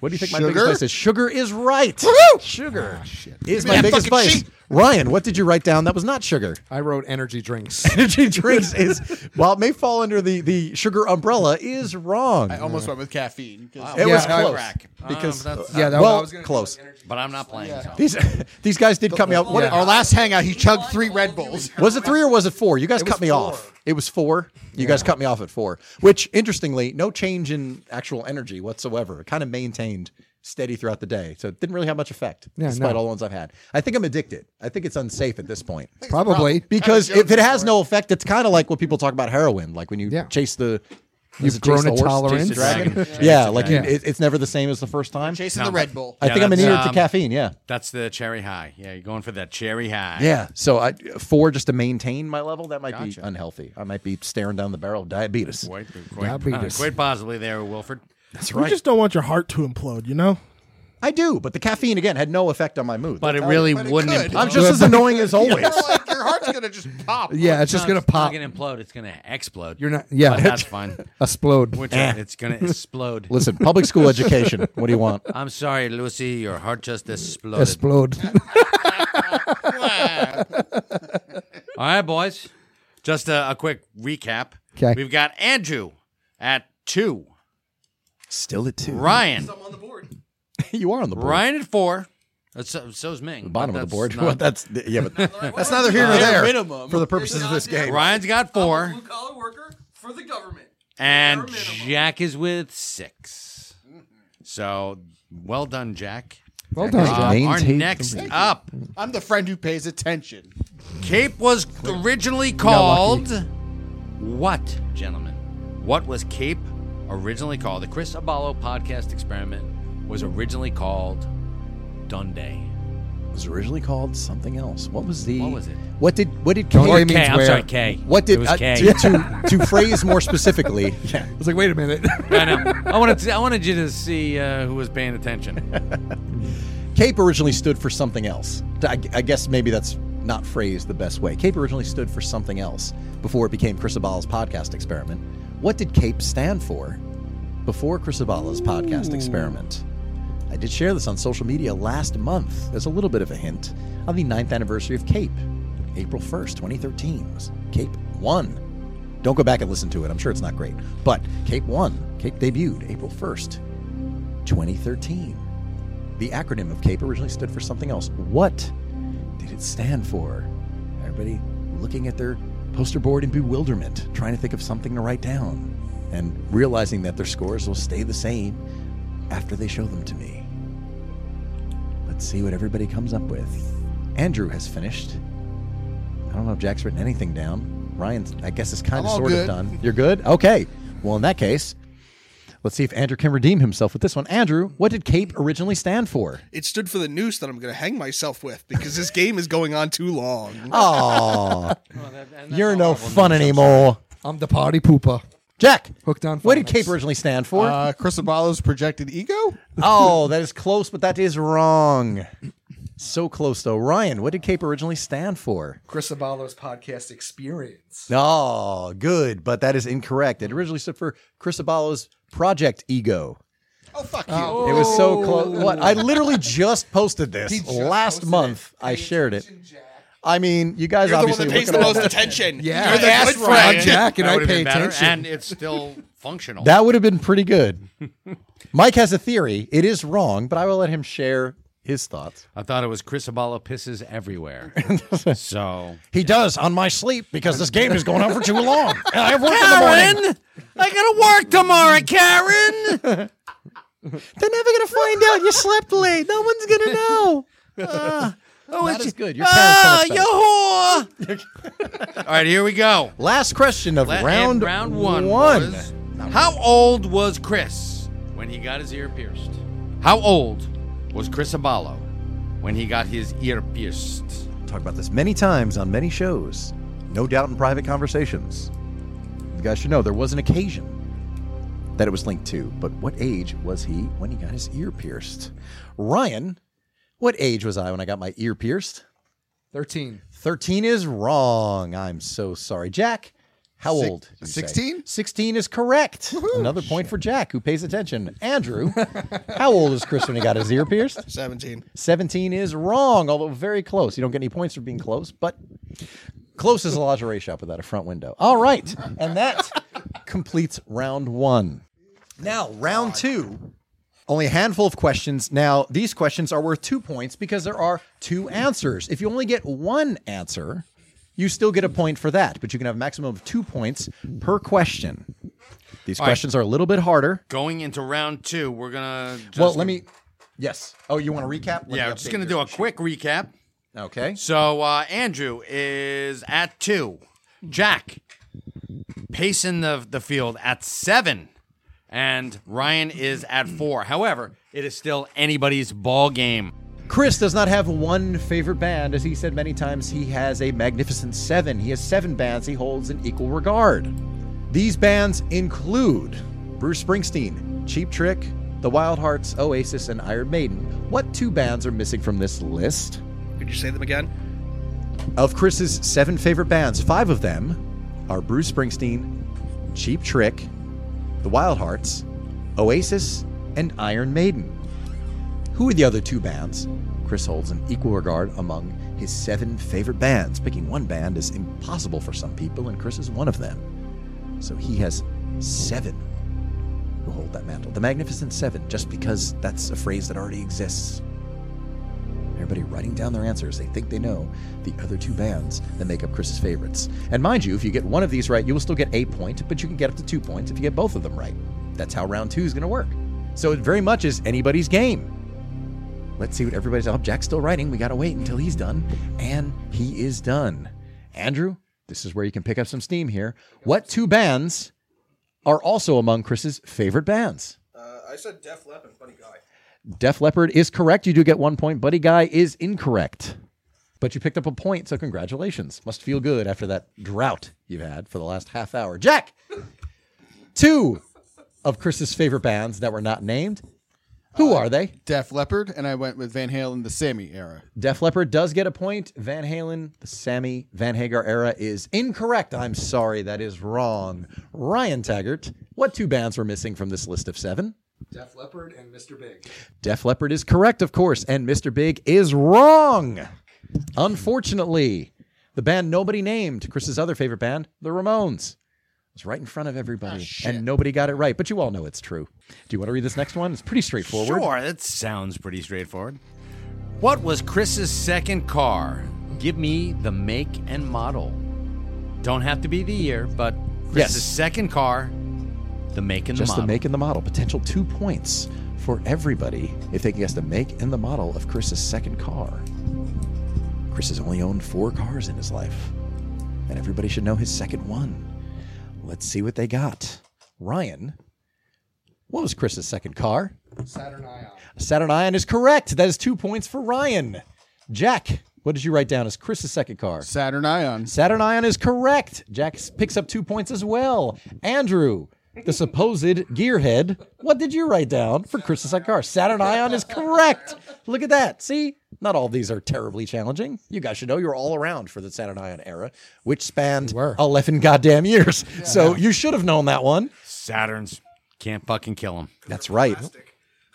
B: what do you think my biggest
H: Sugar?
B: vice is? Sugar is right. Sugar is my
G: that
B: biggest
G: fucking
B: vice.
G: sheet.
B: Ryan, what did you write down that was not sugar?
D: I wrote energy drinks.
B: Energy drinks is, while it may fall under the, the sugar umbrella, is wrong.
H: I almost went with caffeine. 'cause-
B: it
D: Yeah,
B: was
D: I-
B: close.
H: crack.
B: Because,
C: Um, that's-
D: yeah, that
B: well,
D: I was gonna
B: close.
C: But I'm not playing. so.
B: These, these guys did cut me off. What-
H: Our last hangout, he chugged three Red Bulls.
B: Was it three or was it four? You guys cut me
D: four.
B: off. It was four. You guys cut me off at four, which interestingly, no change in actual energy whatsoever. It kind of maintained steady throughout the day. So it didn't really have much effect,
D: Yeah,
B: despite
D: no.
B: all the ones I've had. I think I'm addicted. I think it's unsafe at this point.
D: Probably.
B: Because if it has no effect, it's kind of like what people talk about heroin, like when you
D: Yeah.
B: chase the. is it
D: You've
B: chase
D: grown a
B: the horse?
D: tolerance.
B: Chase the dragon?
C: Dragon.
B: yeah, like
D: dragon.
B: you- it, it's never the same as the first time.
H: Chasing the Red Bull.
B: I
C: Yeah,
B: think I'm an
C: that's,
B: eater to
C: um,
B: caffeine. Yeah.
C: That's the cherry high. Yeah, you're going for that cherry high.
B: Yeah. So I four just to maintain my level, that might be unhealthy. I might be staring down the barrel of diabetes.
C: Quite, quite,
D: Diabetes.
C: quite possibly there, Wilford.
B: That's
M: We just don't want your heart to implode, you know?
B: I do, but the caffeine again had no effect on my mood.
C: But it really
H: but it
C: wouldn't
H: could.
C: implode.
B: I'm just as annoying as always.
H: like your heart's gonna just pop.
D: Yeah, it's just
C: No,
D: gonna
C: it's not
D: pop.
C: gonna implode. It's gonna explode.
D: You're not. Yeah,
C: But that's fine.
D: Explode.
C: Which it's gonna explode.
B: Listen, public school education. What do you want?
C: I'm sorry, Lucy. Your heart just exploded.
D: Explode.
C: All right, boys. Just a, a quick recap.
D: 'Kay.
C: We've got Andrew at two.
B: Still at two.
C: Ryan.
N: I'm on the board.
B: You are on the board.
C: Ryan at four. That's, so, so's Ming. but
B: Bottom of the
C: that's
B: board.
C: not-
B: Well, that's yeah, but that's neither here nor
N: Bare
B: there
N: minimum.
B: for the purposes of this
N: It's not
B: game.
C: Ryan's got
N: I'm a
C: four.
N: blue collar worker for the government.
C: And
N: Bare minimum.
C: Jack is with six. So well done, Jack.
D: Well done,
C: Uh,
D: Jack.
C: our
B: Maintain
C: next
B: the-
C: up,
H: I'm the friend who pays attention.
C: Cape was originally called what, gentlemen? What was Cape originally called? The Chris Abalo podcast experiment was originally called Dundee.
B: It was originally called something else. What was the?
C: What was it?
B: What did what did
D: Don't
B: Kate-
D: It means
C: K, I'm
D: where.
C: sorry, K.
B: What did
C: it was
B: uh,
C: K.
B: to, to to phrase more specifically? Yeah.
D: I was like, wait a minute.
C: I know. I wanted to, I wanted you to see uh, who was paying attention.
B: CAPE originally stood for something else. I, I guess maybe that's not phrased the best way. CAPE originally stood for something else before it became Chris Abala's podcast experiment. What did CAPE stand for before Chris Abala's podcast experiment? I did share this on social media last month as a little bit of a hint on the ninth anniversary of CAPE. April 1st, 2013 was CAPE 1. Don't go back and listen to it. I'm sure it's not great. But CAPE 1, CAPE debuted April 1st, 2013. The acronym of CAPE originally stood for something else. What did it stand for? Everybody looking at their poster board in bewilderment, trying to think of something to write down, and realizing that their scores will stay the same after they show them to me. Let's see what everybody comes up with. Andrew has finished. I don't know if Jack's written anything down. Ryan's, I guess, is kind
H: I'm
B: of
H: all
B: sort of
H: good.
B: done. You're good? Okay. Well, in that case, let's see if Andrew can redeem himself with this one. Andrew, what did CAPE originally stand for?
G: It stood for the noose that I'm going to hang myself with because this game is going on too long.
B: Oh, you're no fun anymore.
D: I'm the party pooper.
B: Jack,
D: Hooked on
B: what did
D: phonics.
B: CAPE originally stand for?
H: Uh, Chris Abalo's projected ego.
B: oh, that is close, but that is wrong. So close, though. Ryan, what did CAPE originally stand for?
D: Chris Abalo's podcast experience.
B: Oh, good, but that is incorrect. It originally stood for Chris Abalo's Project Ego.
H: Oh fuck
B: It was
D: Oh.
B: so close. What? I literally just posted this
H: just
B: last
H: posted
B: month. I shared it. I mean, you guys
G: You're the one
B: obviously
G: that
B: were
G: pays the
B: looking at
G: most
B: all-
G: attention.
D: Yeah.
G: You're the
D: Yes,
G: good
D: I'm
G: friend.
D: Jack and
C: That
D: I
C: would've
D: pay
C: been better,
D: attention.
C: and it's still functional.
B: That would have been pretty good. Mike has a theory. It is wrong, but I will let him share his thoughts.
C: I thought it was Chris Abala pisses everywhere. so
B: He does on my sleep because this game is going on for too long. And I have work in the morning.
C: I gotta work tomorrow, Karen.
B: They're never gonna find out you slept late. No one's gonna know. Ah, oh, it's good. Your parents
C: ah,
B: don't expect it.
C: you whore. All right, here we go.
B: Last question of
C: Let-
B: round
C: and round one.
B: one.
C: was, how old was Chris when he got his ear pierced? How old was Chris Abalo when he got his ear pierced?
B: Talk about this many times on many shows. No doubt in private conversations. You guys should know there was an occasion that it was linked to, but what age was he when he got his ear pierced? Ryan, what age was I when I got my ear pierced?
D: 13.
B: 13 is wrong. I'm so sorry. Jack, how
H: Six-
B: old? did you say?
H: 16?
B: 16 is correct. Another point for Jack, who pays attention. Andrew, how old is Chris when he got his ear pierced?
G: 17.
B: 17 is wrong, although very close. You don't get any points for being close, but close is a lingerie shop without a front window. All right. And that completes round one. Now, round two. Only a handful of questions. Now, these questions are worth two points because there are two answers. If you only get one answer, you still get a point for that, but you can have a maximum of two points per question. These questions are a little bit harder.
C: Going into round two, we're gonna. Just,
B: well, let me. Yes. Oh, you want to recap? Let
C: Yeah,
B: me
C: we're just
B: update
C: gonna do
B: your-
C: a quick recap.
B: Okay.
C: So uh, Andrew is at two. Jack pacing the the field at seven, and Ryan is at four. However, it is still anybody's ball game.
B: Chris does not have one favorite band. As he said many times, he has a magnificent seven. He has seven bands he holds in equal regard. These bands include Bruce Springsteen, Cheap Trick, The Wild Hearts, Oasis, and Iron Maiden, What two bands are missing from this list?
G: Could you say them again?
B: Of Chris's seven favorite bands, five of them are Bruce Springsteen, Cheap Trick, The Wild Hearts, Oasis, and Iron Maiden. Who are the other two bands? Chris holds an equal regard among his seven favorite bands. Picking one band is impossible for some people, and Chris is one of them. So he has seven who hold that mantle. The Magnificent Seven, just because that's a phrase that already exists. Everybody writing down their answers. They think they know the other two bands that make up Chris's favorites. And mind you, if you get one of these right, you will still get a point, but you can get up to two points if you get both of them right. That's how round two is going to work. So it very much is anybody's game. Let's see what everybody's up. Jack's still writing. We got to wait until he's done. And he is done. Andrew, this is where you can pick up some steam here. What two bands are also among Chris's favorite bands?
A: Uh, I said Def Leppard, funny guy.
B: Def Leppard is correct. You do get one point. Buddy Guy is incorrect. But you picked up a point, so congratulations. Must feel good after that drought you've had for the last half hour. Jack, two of Chris's favorite bands that were not named. Who are they?
H: Def Leppard, and I went with Van Halen, the Sammy era.
B: Def Leppard does get a point. Van Halen, the Sammy Van Hagar era is incorrect. I'm sorry, that is wrong. Ryan Taggart, what two bands were missing from this list of seven?
F: Def Leppard and Mr. Big.
B: Def Leppard is correct, of course, and Mr. Big is wrong. Unfortunately, the band nobody named, Chris's other favorite band, the Ramones, was right in front of everybody, and nobody got it right. But you all know it's true. Do you want to read this next one? It's pretty straightforward.
E: Sure, that sounds pretty straightforward. What was Chris's second car? Give me the make and model. Don't have to be the year, but Chris's
B: Yes.
E: second car, the make and
B: Just
E: the
B: the
E: model.
B: make and the model. Potential two points for everybody if they can guess the make and the model of Chris's second car. Chris has only owned four cars in his life, and everybody should know his second one. Let's see what they got. Ryan, what was Chris's second car?
F: Saturn Ion.
B: Saturn Ion is correct. That is two points for Ryan. Jack, what did you write down as Chris's second car?
H: Saturn Ion.
B: Saturn Ion is correct. Jack s- picks up two points as well. Andrew, the supposed gearhead, what did you write down for Chris's second car? Saturn Ion is correct. Look at that. See, not all these are terribly challenging. You guys should know you're all around for the Saturn Ion era, which spanned
F: were.
B: 11 goddamn years. So you should have known that one.
E: Saturns can't fucking kill him.
B: That's right.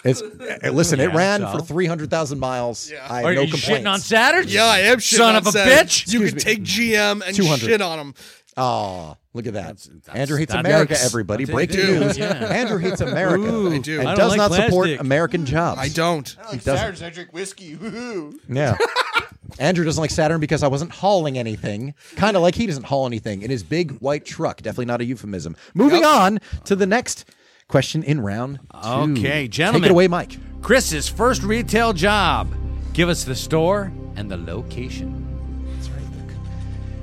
B: It's eh, listen. it
E: Yeah,
B: ran
E: so?
B: for three hundred thousand miles. I have
E: Are
B: no
E: you
B: complaints.
E: shitting on Saturns?
G: Yeah, I am. shitting
E: Son
G: on
E: of a
G: Saturn.
E: bitch.
B: Excuse
G: You can
B: me.
G: take GM and
B: 200.
G: shit on them.
B: Aw, look at that.
E: that's-
B: Andrew hates
E: that's-
B: America,
E: Yikes.
B: everybody.
E: That's
B: Breaking
G: it.
B: news.
E: Yeah.
B: Andrew hates America
G: I do.
B: and
G: I
E: don't
B: does
E: like
B: not support
E: plastic.
B: American jobs.
G: I don't.
H: I like
B: doesn't.
H: Saturns. I drink whiskey. Woohoo.
B: Yeah. Andrew doesn't like Saturn because I wasn't hauling anything. Kind of like he doesn't haul anything in his big white truck. Definitely not a euphemism. Moving on to the next question in round two.
E: Okay,
B: Take
E: gentlemen.
B: it away, Mike.
E: Chris's first retail job. Give us the store and the location.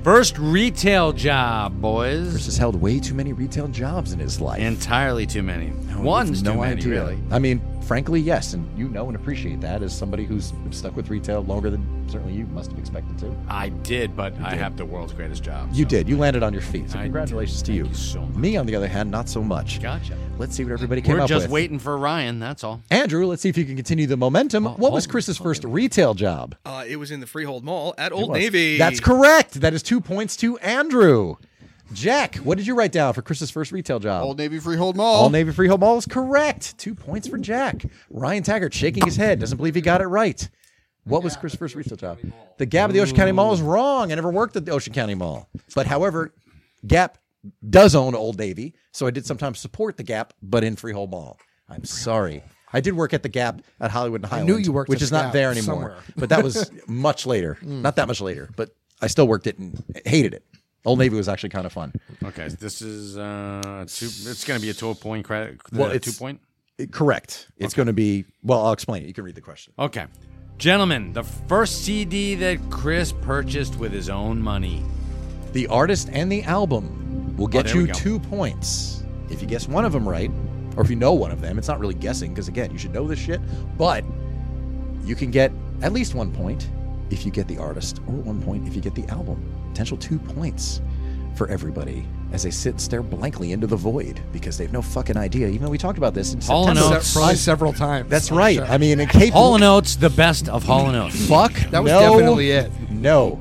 E: First retail job, boys.
B: Chris has held way too many retail jobs in his life.
E: Entirely too many.
B: have
E: One's
B: no
E: too many,
B: idea.
E: really.
B: I mean, frankly, yes, and you know and appreciate that as somebody who's stuck with retail longer than certainly you must have expected to.
E: I did, but I have the world's greatest job.
B: You
E: so.
B: did. You landed on your feet. So
E: I
B: congratulations
E: did.
B: to you.
E: Thank you so much.
B: Me, on the other hand, not so much.
E: Gotcha.
B: Let's see what everybody came
E: We're
B: up
E: just
B: with.
E: waiting for Ryan. That's all.
B: Andrew, let's see if you can continue the momentum. what was
E: hold-
B: Chris's first retail job?
G: Uh, it was in the Freehold Mall at Old
B: Was-
G: Navy.
B: That's correct. That is two points to Andrew. Jack, what did you write down for Chris's first retail job?
H: Old Navy Freehold Mall.
B: All Navy Freehold Mall is correct. Two points for Jack. Ryan Taggart shaking his head, doesn't believe he got it right. What was Chris' first retail job? The Gap at the Ocean County Mall is wrong. I never worked at the Ocean County Mall. But however, Gap does own Old Navy, so I did sometimes support the Gap, but in Freehold Mall. I'm sorry. I did work at the Gap at Hollywood and Highland,
F: knew you worked
B: which
F: at
B: is
F: the
B: not
F: Gap
B: there anymore.
F: somewhere.
B: But that was much later. Not that much later, but I still worked it and hated it. Old Navy was actually kind of fun.
E: Okay, so this is uh, two. It's going to be a two point credit.
B: Well,
E: uh,
B: it's-
E: two point.
B: Correct. It's going to be, well, I'll explain it. You can read the question.
E: Okay, gentlemen, the first CD that Chris purchased with his own money.
B: The artist and the album will get
E: Oh, there we
B: you
E: go.
B: two points if you guess one of them right, or if you know one of them. It's not really guessing because again, you should know this shit, but you can get at least one point if you get the artist, or one point if you get the album. Potential two points for everybody as they sit and stare blankly into the void because they have no fucking idea. Even though we talked about this in
E: Hall and
B: September.
E: Oates.
F: Probably several times.
B: That's
F: on the
B: right.
F: show.
B: I mean, in Cape
E: Hall and Oates, the best of Hall and Oates.
B: Fuck.
F: That was
B: no,
F: definitely it.
B: No,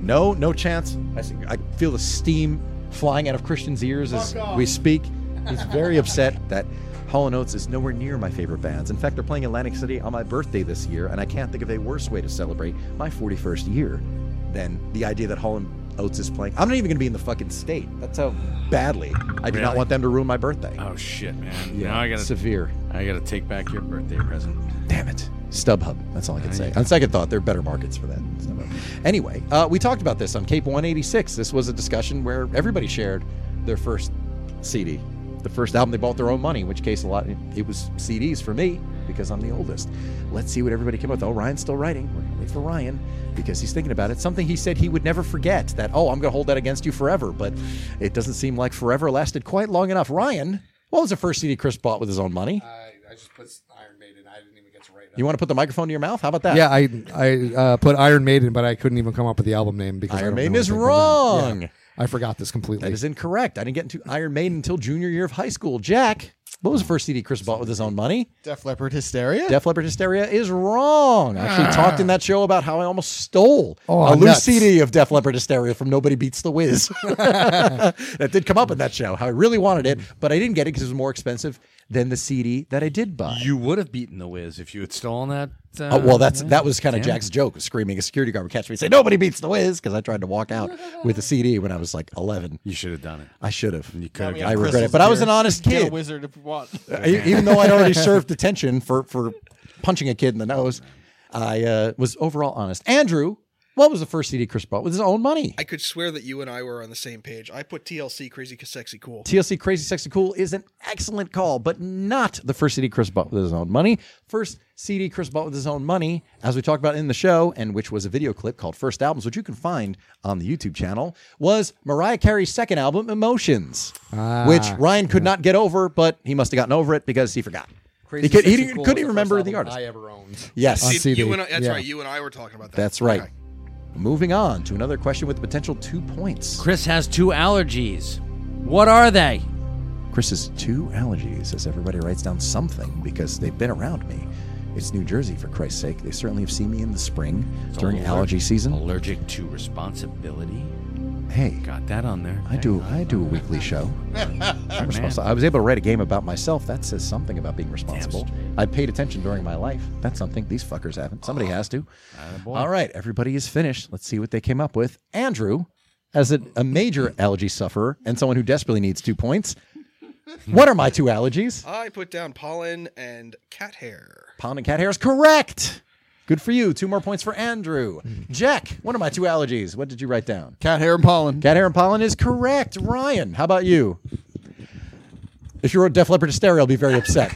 B: no, no chance. I, see- I feel the steam flying out of Christian's ears as we speak. He's very upset that Hall & Oates is nowhere near my favorite bands. In fact, they're playing Atlantic City on my birthday this year, and I can't think of a worse way to celebrate my 41st year than the idea that Hall & Oates is playing. I'm not even going to be in the fucking state. That's how badly I do not
C: Really?
B: want them to ruin my birthday.
C: Oh shit, man. Now I gotta
B: severe.
C: I gotta take back your birthday present.
B: Damn it. StubHub. That's all I can say. On second thought, there are better markets for that. StubHub. Anyway, uh, we talked about this on Cape 186. This was a discussion where everybody shared their first CD, the first album they bought their own money, in which case, a lot, it was CDs for me because I'm the oldest. Let's see what everybody came up with. Oh, Ryan's still writing. We're going to wait for Ryan because he's thinking about it. Something he said he would never forget that, oh, I'm going to hold that against you forever. But it doesn't seem like forever lasted quite long enough. Ryan, what was the first CD Chris bought with his own money?
F: I, I just put Iron Maiden. I didn't even get to write it.
B: You want to put the microphone to your mouth? How about that?
F: Yeah, I I uh, put Iron Maiden, but I couldn't even come up with the album name because I
B: Iron
F: don't
B: Maiden
F: know
B: is
F: anything about them.
B: wrong.
F: Yeah. I forgot this completely.
B: That is incorrect. I didn't get into Iron Maiden until junior year of high school. Jack, what was the first CD Chris bought with his own money?
H: Def Leppard Hysteria.
B: Def Leppard Hysteria is wrong. I actually talked in that show about how I almost stole a
F: Oh,
B: loose
F: nuts.
B: CD of Def Leppard Hysteria from Nobody Beats the Wiz. that did come up in that show. How I really wanted it, but I didn't get it because it was more expensive than the CD that I did buy.
C: You would have beaten the whiz if you had stolen that. Uh,
B: Uh, well, that's
C: yeah.
B: that was kind of
C: Damn
B: Jack's joke, was screaming a security guard would catch me and say, "Nobody beats the Wiz," because I tried to walk out with a CD when I was like 11.
C: You should have done it.
B: I should have.
C: You could have.
B: I regret it, but I was an honest
A: Get a
B: kid.
A: wizard if you want.
B: E- even though I'd already served detention for for punching a kid in the nose, I uh, was overall honest. Andrew, what was the first CD Chris bought with his own money?
G: I could swear that you and I were on the same page. I put TLC Crazy Sexy Cool.
B: TLC Crazy Sexy Cool is an excellent call, but not the first CD Chris bought with his own money. First CD Chris bought with his own money, as we talked about in the show, and which was a video clip called First Albums, which you can find on the YouTube channel, was Mariah Carey's second album, Emotions,
F: Ah,
B: which Ryan could not get over, but he must have gotten over it because he forgot. he could, he didn't- couldn't even remember the artist.
F: I ever owned.
B: yes.
F: On
G: Did-
F: CD,
G: you and I, that's
F: yeah.
G: right. You and I were talking about that.
B: That's right.
G: Okay.
B: Moving on to another question with potential two points.
E: Chris has two allergies. What are they?
B: Chris's two allergies as everybody writes down something because they've been around me. It's New Jersey, for Christ's sake. They certainly have seen me in the spring during
E: Allergic-
B: allergy season.
E: Allergic to responsibility.
B: Hey,
E: Got that on there.
B: I do. I do a weekly show. I'm responsible. I was able to write a game about myself. That says something about being responsible. I paid attention during my life. That's something these fuckers haven't. Somebody has to. All right, everybody is finished. Let's see what they came up with. Andrew, as a, a major allergy sufferer and someone who desperately needs two points, what are my two allergies?
G: I put down pollen and cat hair.
B: Pound and cat hair is correct. Good for you. Two more points for Andrew. Jack, what are my two allergies? What did you write down?
H: Cat hair and pollen.
B: Cat hair and pollen is correct. Ryan, how about you? If you wrote Def Leppard Hysteria, I'll be very upset.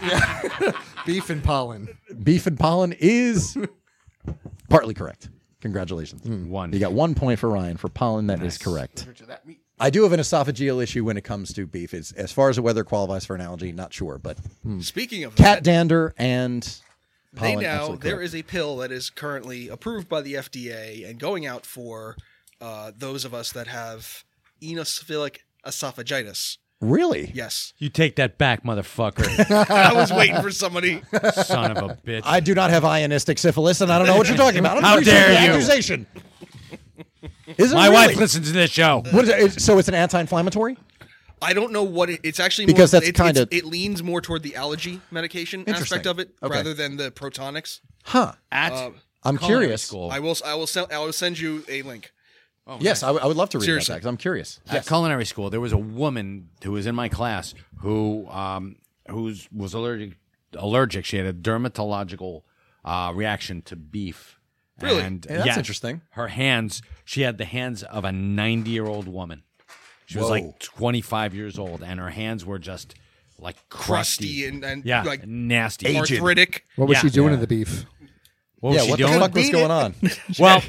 F: Beef and pollen.
B: Beef and pollen is partly correct. Congratulations.
C: One.
B: You got one point for Ryan for pollen. That is correct. I do have an esophageal issue when it comes to beef. It's, as far as the weather qualifies for an allergy, not sure, but
G: Speaking of
B: Hmm. cat
G: that,
B: dander and
G: they
B: pollen.
G: now
B: absolutely
G: there
B: correct.
G: is a pill that is currently approved by the FDA and going out for uh, those of us that have eosinophilic esophagitis.
B: really
G: Yes,
E: You take that back, motherfucker.
G: I was waiting for somebody.
E: Son of a bitch.
B: I do not have ionistic syphilis, and I don't know what you're talking about. I'm
E: How
B: pretty sure
E: dare
B: the
E: you.
B: Accusation. Is it
E: My
B: really?
E: wife listens to this show.
B: What is it? It's- So it's an anti-inflammatory.
G: I don't know what it, it's actually
B: Because
G: more,
B: that's
G: it- it's-
B: kinda-
G: it leans more toward the allergy medication
B: Interesting.
G: aspect of it
B: Okay.
G: rather than the protonics.
B: Huh?
E: At
B: I'm
E: culinary
B: curious.
E: School.
G: I will s- I will send I will send you a link.
B: Oh yes, I would- I would love to read
G: Seriously.
B: that because I'm curious.
E: At culinary school, there was a woman who was in my class who um, who's was allergic. Allergic. She had a dermatological uh, reaction to beef.
G: Really?
E: And
B: Hey, that's
E: yeah,
B: interesting.
E: Her hands. She had the hands of a ninety-year-old woman. She was
B: Whoa.
E: like twenty-five years old, and her hands were just like crusty,
G: Crusty and, and
E: yeah,
G: like
E: nasty,
G: arthritic.
F: What was
E: Yeah.
F: she doing to the beef?
E: What was
B: yeah.
E: she
B: What the
E: doing?
B: fuck was going on? She
E: Well,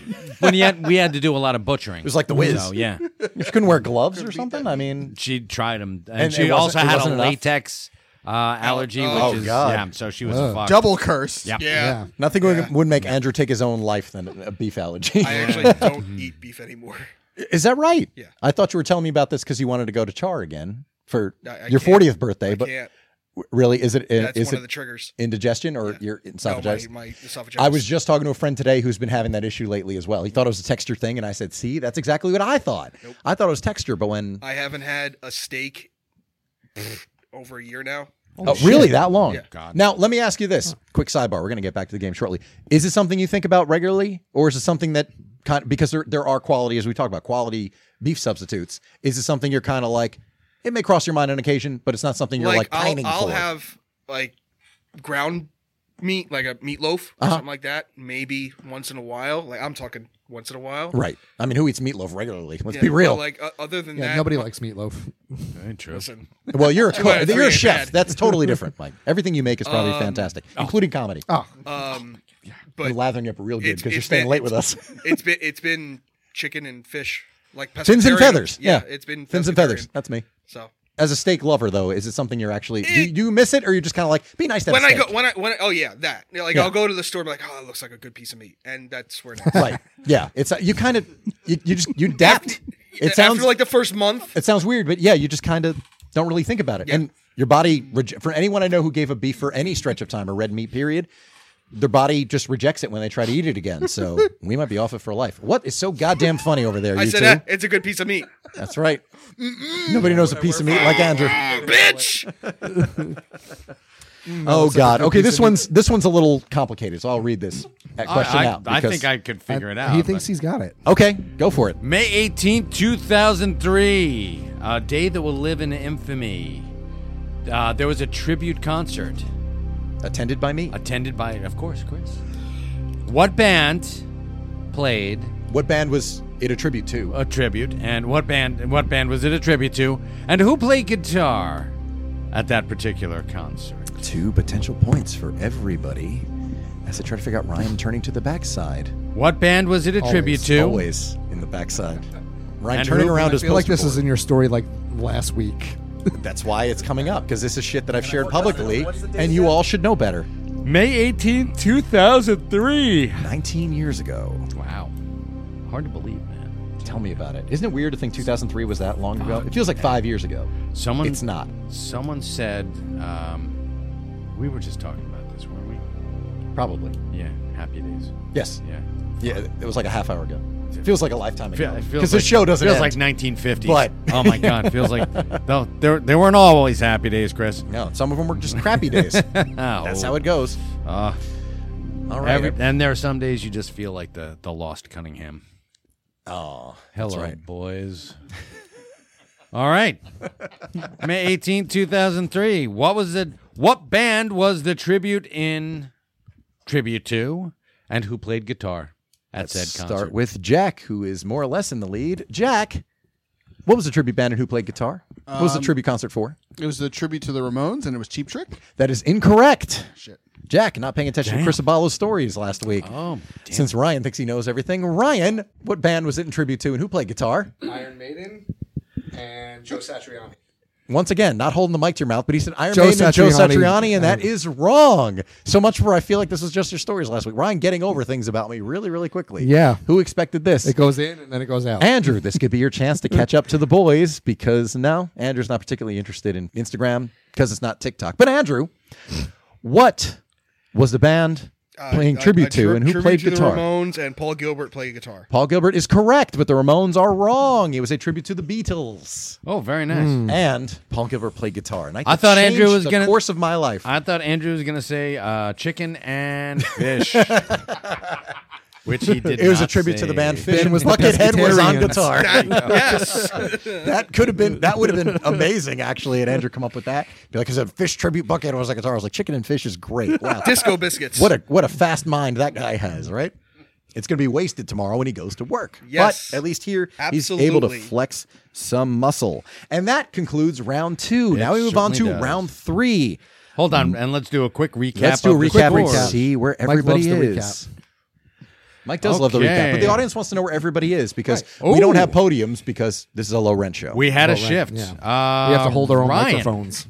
E: when he had, we had to do a lot of butchering. It
B: was like The Wiz.
E: So, yeah,
B: couldn't wear gloves or something. I mean,
E: she tried them, and,
B: And it
E: she
B: wasn't-
E: also
B: it
E: had a
B: wasn't enough?
E: latex uh, allergy,
B: Oh,
E: which is
B: God.
E: yeah. So she was a fuck.
H: Double curse.
E: Yeah.
G: Yeah.
B: nothing would would make Andrew take his own life than a beef allergy.
G: I actually don't eat beef anymore.
B: Is that right?
G: Yeah.
B: I thought you were telling me about this because you wanted to go to Char again for
G: I- I
B: your
G: can't.
B: 40th birthday. but
G: Can't.
B: w- really, is it
G: That's
B: is
G: one
B: it
G: of the triggers.
B: indigestion or
G: Yeah.
B: your
G: No, my,
B: esophagitis?
G: my esophagitis.
B: I was just talking to a friend today who's been having that issue lately as well. He thought it was a texture thing, and I said, "See, that's exactly what I thought. I thought it was texture, but when
G: I haven't had a steak pfft, over a year now.
B: Oh, really that long?
G: Yeah.
C: God.
B: Now, let me ask you this quick sidebar. We're going to get back to the game shortly. Is it something you think about regularly, or is it something that kind because there there are quality as we talk about quality beef substitutes? Is it something you're kind of like? It may cross your mind on occasion, but it's not something you're like, pining
G: I'll, I'll
B: for.
G: have like ground meat, like a meatloaf or
B: Uh-huh.
G: something like that, maybe once in a while. Like I'm talking once in a while.
B: right. I mean, who eats meatloaf regularly? Let's
G: Yeah,
B: be
G: but,
B: real.
G: Like o- other than
F: Yeah,
G: that,
F: nobody
G: uh,
F: likes meatloaf.
G: listen.
B: well, you're a
G: Two out
B: co-
G: of
B: you're a
G: three ain't
B: chef.
G: bad.
B: That's totally different, Mike. Everything you make is probably
G: Um,
B: fantastic, including comedy.
F: Oh,
G: Um,
B: You're
G: but
B: lathering up real good
G: it's-
B: because you're
G: it's
B: staying
G: that-
B: late with us.
G: it's been it's been chicken and fish, like
B: Fins and
G: pescatarian.
B: feathers, yeah.
G: it's been
B: Fins and feathers.
G: pescatarian.
B: That's me.
G: So
B: As a steak lover, though, is it something you're actually do,
G: It-
B: do you miss it, or you're just kind of like be nice to have
G: when
B: a
G: I
B: steak?
G: go when I when I, oh yeah that You know, like
B: Yeah.
G: I'll go to the store and be like oh it looks like a good piece of meat and that's where it ends.
B: right yeah it's uh, you kind of you, you just you adapt it sounds
G: after
B: like
G: like the first month.
B: it sounds weird but yeah you just kind of don't really think about it and your body reje- for anyone i know who gave up beef for any stretch of time or red meat period their body just rejects it when they try to eat it again so we might be off it for life what is so goddamn funny over there
G: I
B: you
G: said
B: two
G: that it's a good piece of meat,
B: that's right nobody knows a piece of meat like andrew
G: bitch.
B: oh god
F: good
B: okay
F: piece
B: this
F: of meat.
B: one's this one's a little complicated so i'll read this uh, question
C: I, I,
B: out
C: I
B: because-
C: think I could figure it out.
F: He
C: but-
F: thinks he's got it.
B: okay go for it
C: May 18th, 2003, a day that will live in infamy. Uh, there was a tribute concert
B: attended by me
C: attended by, of course, Chris. What band played
B: what band was it a tribute to
C: a tribute, and what band? What band was it a tribute to, and who played guitar at that particular concert?
B: Two potential points for everybody as I try to figure out Ryan turning to the backside.
C: What band was it a tribute to?
B: Always in the backside. Ryan
C: And
B: turning
C: who-
B: around
F: I
B: is
F: feel like this is in your story like last week.
B: That's why it's coming up because this is shit that I've shared
A: what's the-
B: publicly,
A: what's the date
B: and you
A: again?
B: all should know better.
C: May 18th, 2003.
B: 19 years ago.
C: Wow, hard to believe, man.
B: Tell me about it. Isn't it weird to think 2003 was that long ago? It feels like five years ago.
C: Someone
B: It's not.
C: Someone said, um, we were just talking about this, weren't we?
B: Probably.
C: Yeah, happy days.
B: Yes.
C: Yeah.
B: Yeah. It was like a half hour ago. Feels like a lifetime ago.
C: Feel- it feels
B: Because this
C: like-
B: show doesn't
C: feels
B: end.
C: like 1950s.
B: But-
C: oh my god, feels like no, there they weren't always happy days, Chris.
B: no, some of them were just crappy days. That's
C: That's
B: how it goes.
C: Uh,
B: All right.
C: every, and there are some days you just feel like the the lost Cunningham.
B: oh,
C: Hello,
B: right.
C: boys. All right, May eighteenth, two thousand three. What was it? What band was the tribute in tribute to, and who played guitar at said concert?
B: Start with Jack, who is more or less in the lead. Jack, what was the tribute band and who played guitar? what
C: Um,
B: was the tribute concert for?
H: It was the tribute to the Ramones, and it was Cheap Trick.
B: That is incorrect.
H: Shit.
B: Jack, not paying attention to Chris Abalo's stories last week.
C: Oh,
B: Since Ryan thinks he knows everything, Ryan, what band was it in tribute to and who played guitar?
F: Iron Maiden and Joe Satriani.
B: Once again, not holding the mic to your mouth, but he said Iron
F: Joe
B: Maiden and Joe
F: Satriani.
B: Satriani, and that is wrong. So much for I feel like this was just your stories last week. Ryan getting over things about me really, really quickly.
F: Yeah.
B: Who expected this?
F: It goes in and then it goes out.
B: Andrew, this could be your chance to catch up to the boys because now Andrew's not particularly interested in Instagram because it's not TikTok. But Andrew, what was the band playing
G: Uh, a-
B: tribute
G: a
B: to
G: tri-
B: and who
G: tribute
B: played
G: to
B: guitar?
G: The Ramones and Paul Gilbert played guitar.
B: Paul Gilbert is correct, but the Ramones are wrong. It was a tribute to the Beatles,
C: oh, very nice.
B: and Paul Gilbert played guitar. And I,
C: I thought
B: changed
C: Andrew was
B: the
C: gonna-
B: course of my life.
C: I thought Andrew was gonna say uh, chicken and fish, which he did.
B: it was a
C: not
B: tribute to the
C: say.
B: band Fish.
F: Ben
B: and
F: was the
B: Buckethead was on
F: pescatarians.
B: guitar.
G: yes,
B: that could have been that would have been amazing actually. Had Andrew come up with that, be like, "I said Fish tribute Buckethead was on guitar." I was like, "Chicken and Fish is great." Wow,
G: Disco Biscuits.
B: What a what a fast mind that guy has, right? It's going to be wasted tomorrow when he goes to work.
G: Yes.
B: But at least here he's able to
G: Absolutely.
B: flex some muscle. And that concludes round 2. now we move on to
C: certainly does.
B: round 3.
C: Hold on, and let's do a quick recap.
B: Let's do a
C: of the
B: recap and
C: scores.
B: see where
F: Mike
B: everybody
F: loves the
B: is. Mike does love the
C: Okay.
B: recap, but the audience wants to know where everybody is because
C: Right.
B: we don't
C: Ooh.
B: have podiums because this is a low rent show.
C: We had a
F: Well, right,
C: shift.
F: yeah.
C: Uh,
F: we have to hold our own
C: Ryan.
F: microphones.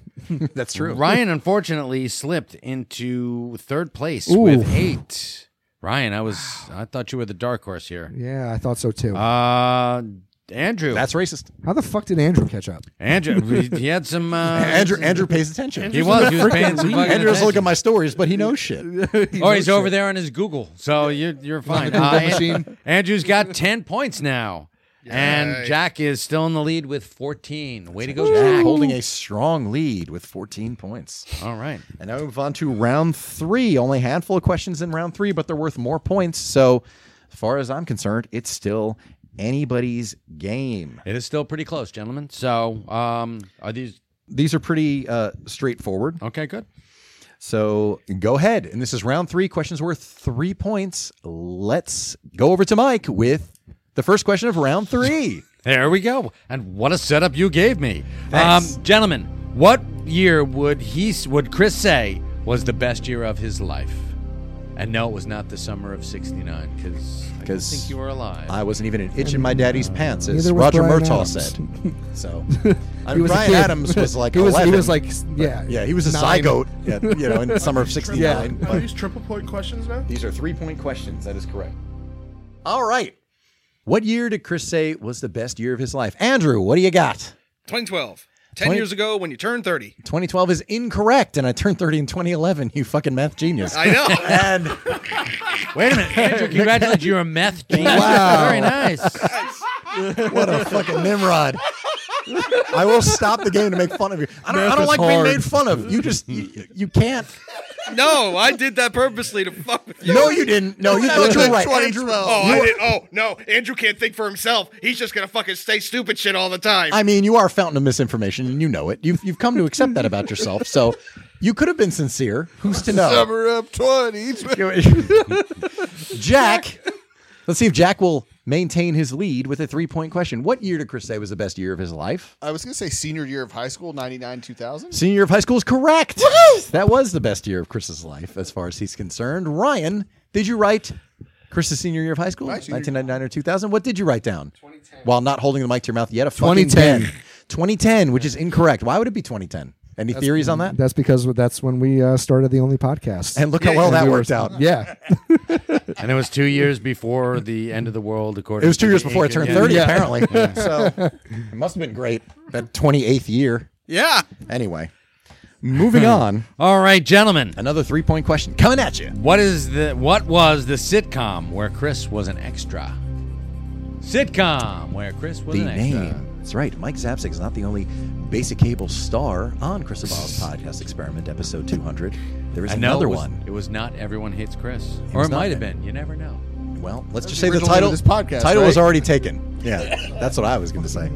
B: That's true.
C: Ryan unfortunately slipped into third place with eight. Ryan, I was I thought you were the dark horse here.
F: Yeah, I thought so too.
C: Uh Andrew.
B: That's racist.
F: How the fuck did Andrew catch up?
C: Andrew. he, he had some. Uh,
B: Andrew Andrew pays attention.
C: He was. He was paying some fucking
B: Andrew doesn't look at
C: attention.
B: my stories, but he knows shit.
C: Or oh, he's over there on his Google. So you're you're fine.
F: Google
C: Uh, An-
F: machine.
C: Andrew's got ten points now, and
G: Yikes.
C: Jack is still in the lead with fourteen. Way to go,
B: Jack
C: Jack!
B: holding a strong lead with 14 points.
C: All right.
B: And now we move on to round three. Only a handful of questions in round three, but they're worth more points. So, as far as I'm concerned, it's still anybody's game.
C: It is still pretty close, gentlemen. So, um, are these
B: These are pretty uh, straightforward.
C: okay? Good.
B: So go ahead. And this is round three. Questions worth three points. Let's go over to Mike with the first question of round three.
C: There we go. And what a setup you gave me, um, gentlemen. What year would he would Chris say was the best year of his life? And no, it was not the summer of '69 because I don't
B: 'Cause
C: think you were alive.
B: I wasn't even an itch in my daddy's pants, as
F: Neither was
B: Roger
F: Bryan
B: Murtaugh
F: Adams.
B: said. So I
F: He
B: mean,
F: was a
B: Brian
F: kid.
B: Adams was like
F: he was
B: 11,
F: he was like yeah
B: yeah, he was a
F: nine.
B: zygote, at, you know, in the summer of '69.
D: Are these triple point questions now?
B: These are three point questions. That is correct. All right. What year did Chris say was the best year of his life? Andrew, what do you got?
G: 2012. 10
B: Twenty-
G: years ago when you turned 30.
B: 2012 is incorrect, and I turned 30 in 2011. You fucking math genius.
G: I know.
B: and
C: Wait a minute, Andrew, congratulations! You're a meth genius.
B: Wow.
C: Very nice.
B: what a fucking Nimrod. I will stop the game to make fun of you. I don't, I
F: Math
B: don't
F: is
B: like being
F: hard.
B: made fun of. You just, you, you can't.
G: no, I did that purposely to fuck with you.
B: No, you didn't. No, you thought you were right. Andrew,
G: Oh,
B: you
G: I
B: are-
G: did. Oh, no. Andrew can't think for himself. He's just going to fucking say stupid shit all the time.
B: I mean, you are a fountain of misinformation, and you know it. You've, you've come to accept that about yourself. So you could have been sincere. Who's to know?
H: Summer up 20.
B: Jack. Let's see if Jack will maintain his lead with a three point question. What year did Chris say was the best year of his life?
H: I was going to say senior year of high school, 99, 2000.
B: Senior year of high school is correct. That was the best year of Chris's life as far as he's concerned. Ryan, did you write Chris's senior year of high school? 1999 or 2000? What did you write down? 2010. While not holding the mic to your mouth yet, a fucking
F: 2010.
B: 10. 2010, which is incorrect. Why would it be 2010? Any theories on that?
F: that's because that's when we uh, started the only podcast
B: And look how well
F: And
B: that
F: we were-
B: worked out.
F: yeah
C: And it was two years before the end of the world, according.
B: It was two
C: to
B: years
C: the
B: before I turned
C: ancient-
B: 30, apparently. So it must have been great. That 28th year.
H: Yeah.
B: Anyway, moving on.
C: All right, gentlemen.
B: Another three point question coming at you.
C: What is the what was the sitcom where Chris was an extra? Sitcom where Chris was
B: The
C: an extra.
B: name. That's right. Mike Zapsik is not the only basic cable star on Chris Abad's podcast experiment, episode 200. There is
C: I know
B: another
C: it was,
B: one.
C: It was not everyone hates Chris, or
B: was
C: it
B: not
C: might have
B: then.
C: been. You never know.
B: Well, let's just
H: the
B: say the
H: original
B: title.
H: name of this podcast,
B: title was
H: right?
B: already taken. Yeah, that's what I was going to say.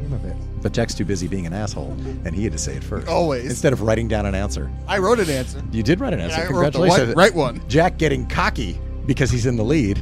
B: But Jack's too busy being an asshole, and he had to say it first.
H: Always.
B: Instead of writing down an answer.
H: I wrote an answer.
B: You did write an answer.
H: Yeah, I wrote the
B: Congratulations.
H: white- right one.
B: Jack getting cocky because he's in the lead.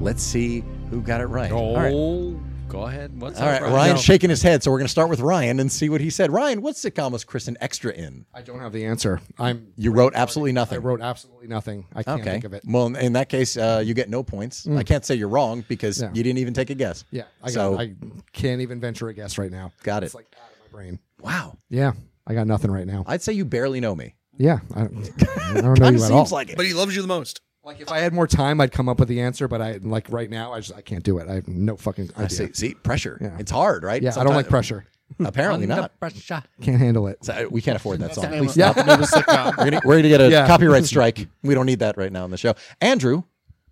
B: Let's see who got it right. All right.
C: Oh, go ahead. What's
B: All
C: up,
B: right, Ryan's shaking his head, so we're going to start with Ryan and see what he said. Ryan, what sitcom was Chris an extra in?
F: i don't have the answer i'm
B: You wrote absolutely nothing.
F: i wrote absolutely nothing i can't
B: Okay.
F: think of it Mm.
B: Well, in- in that case, uh, you get no points. I can't say you're wrong because
F: Yeah.
B: you didn't even take a guess.
F: yeah i
B: so
F: got, i can't even venture a guess right now
B: got it.
F: it's like out of my brain Uh,
B: wow,
F: yeah i got nothing right now
B: I'd say you barely know me.
F: yeah i don't, I don't know you
B: Kinda
F: at all
B: seems like it.
G: but he loves you the most.
F: like if i had more time i'd come up with the answer but i like right now i just i can't do it i have no fucking idea
B: I see. See, pressure.
F: Yeah.
B: It's hard, right?
F: yeah i don't like
B: Sometimes-
F: pressure
B: Apparently not.
C: Ryan.
F: can't handle it
B: So, uh, we can't afford that song. Please
F: Yeah.
B: stop. We're gonna, we're gonna get a
F: Yeah.
B: copyright strike. We don't need that right now on the show. Andrew,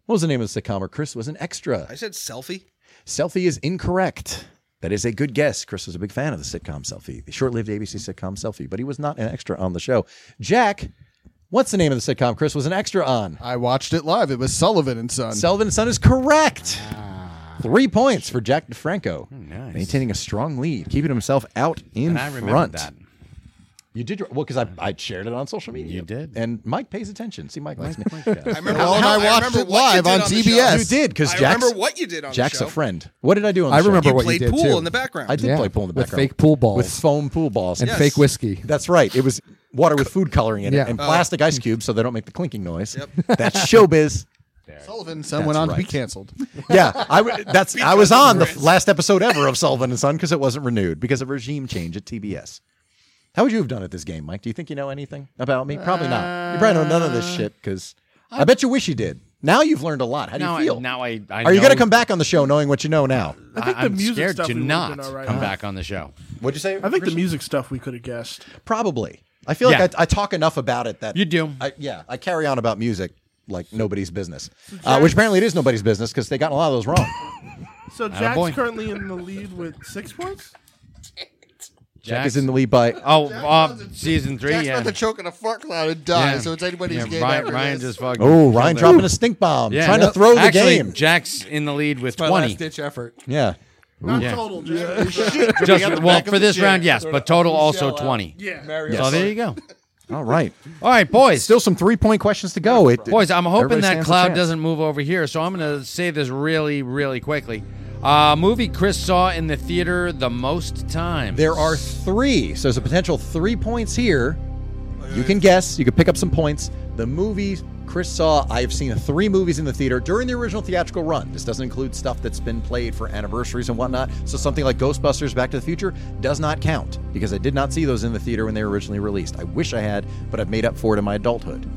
B: what was the name of the sitcom where Chris was an extra?
G: I said selfie.
B: Selfie is incorrect. That is a good guess. Chris was a big fan of the sitcom Selfie, the short-lived ABC sitcom Selfie, but he was not an extra on the show. Jack, what's the name of the sitcom Chris was an extra on?
H: I watched it live. It was Sullivan and Son.
B: Sullivan and Son is correct. Three points for Jack DeFranco,
C: nice.
B: maintaining a strong lead, keeping himself out in
C: I remember
B: front.
C: that.
B: You did well because I, I shared it on social media.
C: You did.
B: and Mike pays attention. See, Mike likes me.
G: I remember
H: Well,
G: how,
H: and I
G: how-
H: watched
G: remember
H: it
G: what you
H: live
G: did
H: on
G: the
H: TBS.
G: show.
B: You did because
G: I
B: Jack's
G: remember what you did on
B: Jack's
G: the
B: a
G: show.
B: friend. What did I do on? The
F: I
B: show?
F: remember
G: You
F: what
G: played
F: you did
G: pool
F: too.
G: in the background.
B: I did
F: Yeah,
B: play pool in the
F: with
B: background
F: fake pool balls.
B: with foam pool balls
F: and
G: Yes.
F: fake whiskey
B: That's right. It was water with food coloring in
F: Yeah.
B: it and
F: Oh.
B: plastic ice cubes so they don't make the clinking noise. That's showbiz.
H: Sullivan and Son went on to be canceled.
B: Yeah, I w- that's I was on the last episode ever of Sullivan and Son because it wasn't renewed because of regime change at TBS. How would you have done at this game, Mike? Do you think you know anything about me? Probably not. You probably know none of this shit because I bet you wish you did. Now you've learned a lot. How do
C: now
B: you feel?
C: I, now I, I
B: Are you
C: know-
B: going to come back on the show knowing what you know now?
D: I think
C: I-
D: the
C: I'm
D: music
C: scared
D: stuff
C: to
D: we would've
C: not
D: been all right
C: come
D: on.
C: back on the show.
B: What'd you say?
D: I think the music stuff we could have guessed.
B: Probably. I feel
C: Yeah.
B: like I, I talk enough about it that
C: You do.
B: I, yeah, I carry on about music like nobody's business, uh, which apparently it is nobody's business because they got a lot of those wrong.
D: So Jack's
C: boy.
D: currently in the lead with six points.
B: Jack is in the lead by.
C: Oh, uh, season three.
H: Jack's
C: yeah.
H: about to choke in a fart cloud and die,
C: Yeah.
H: so it's anybody's
C: Yeah,
H: game.
C: Ryan,
H: after
C: Ryan
H: this.
C: just fucking.
B: Oh, Ryan
C: killed it.
B: dropping a stink bomb,
C: Yeah.
B: trying to throw the
C: Actually,
B: game.
C: Jack's in the lead with
F: My
C: twenty.
F: last ditch effort.
B: yeah.
D: Not
C: Yeah.
D: total, Jack.
C: Just, well,
H: back of
C: for
H: the
C: this
H: chair.
C: round, yes, but total also
F: out.
C: twenty.
D: Yeah.
B: Yes.
C: So there you go.
B: All right.
C: All right, boys.
B: Still some three point questions to go. It,
C: Boys, I'm hoping
B: everybody
C: that
B: stands a
C: cloud
B: chance.
C: doesn't move over here, so I'm going to say this really, really quickly. Uh, movie Chris saw in the theater the most time.
B: There are three. So there's a potential three points here. You can guess. You can pick up some points. The movies Chris saw, I've seen three movies in the theater during the original theatrical run. This doesn't include stuff that's been played for anniversaries and whatnot. So something like Ghostbusters Back to the Future does not count because I did not see those in the theater when they were originally released. I wish I had, but I've made up for it in my adulthood.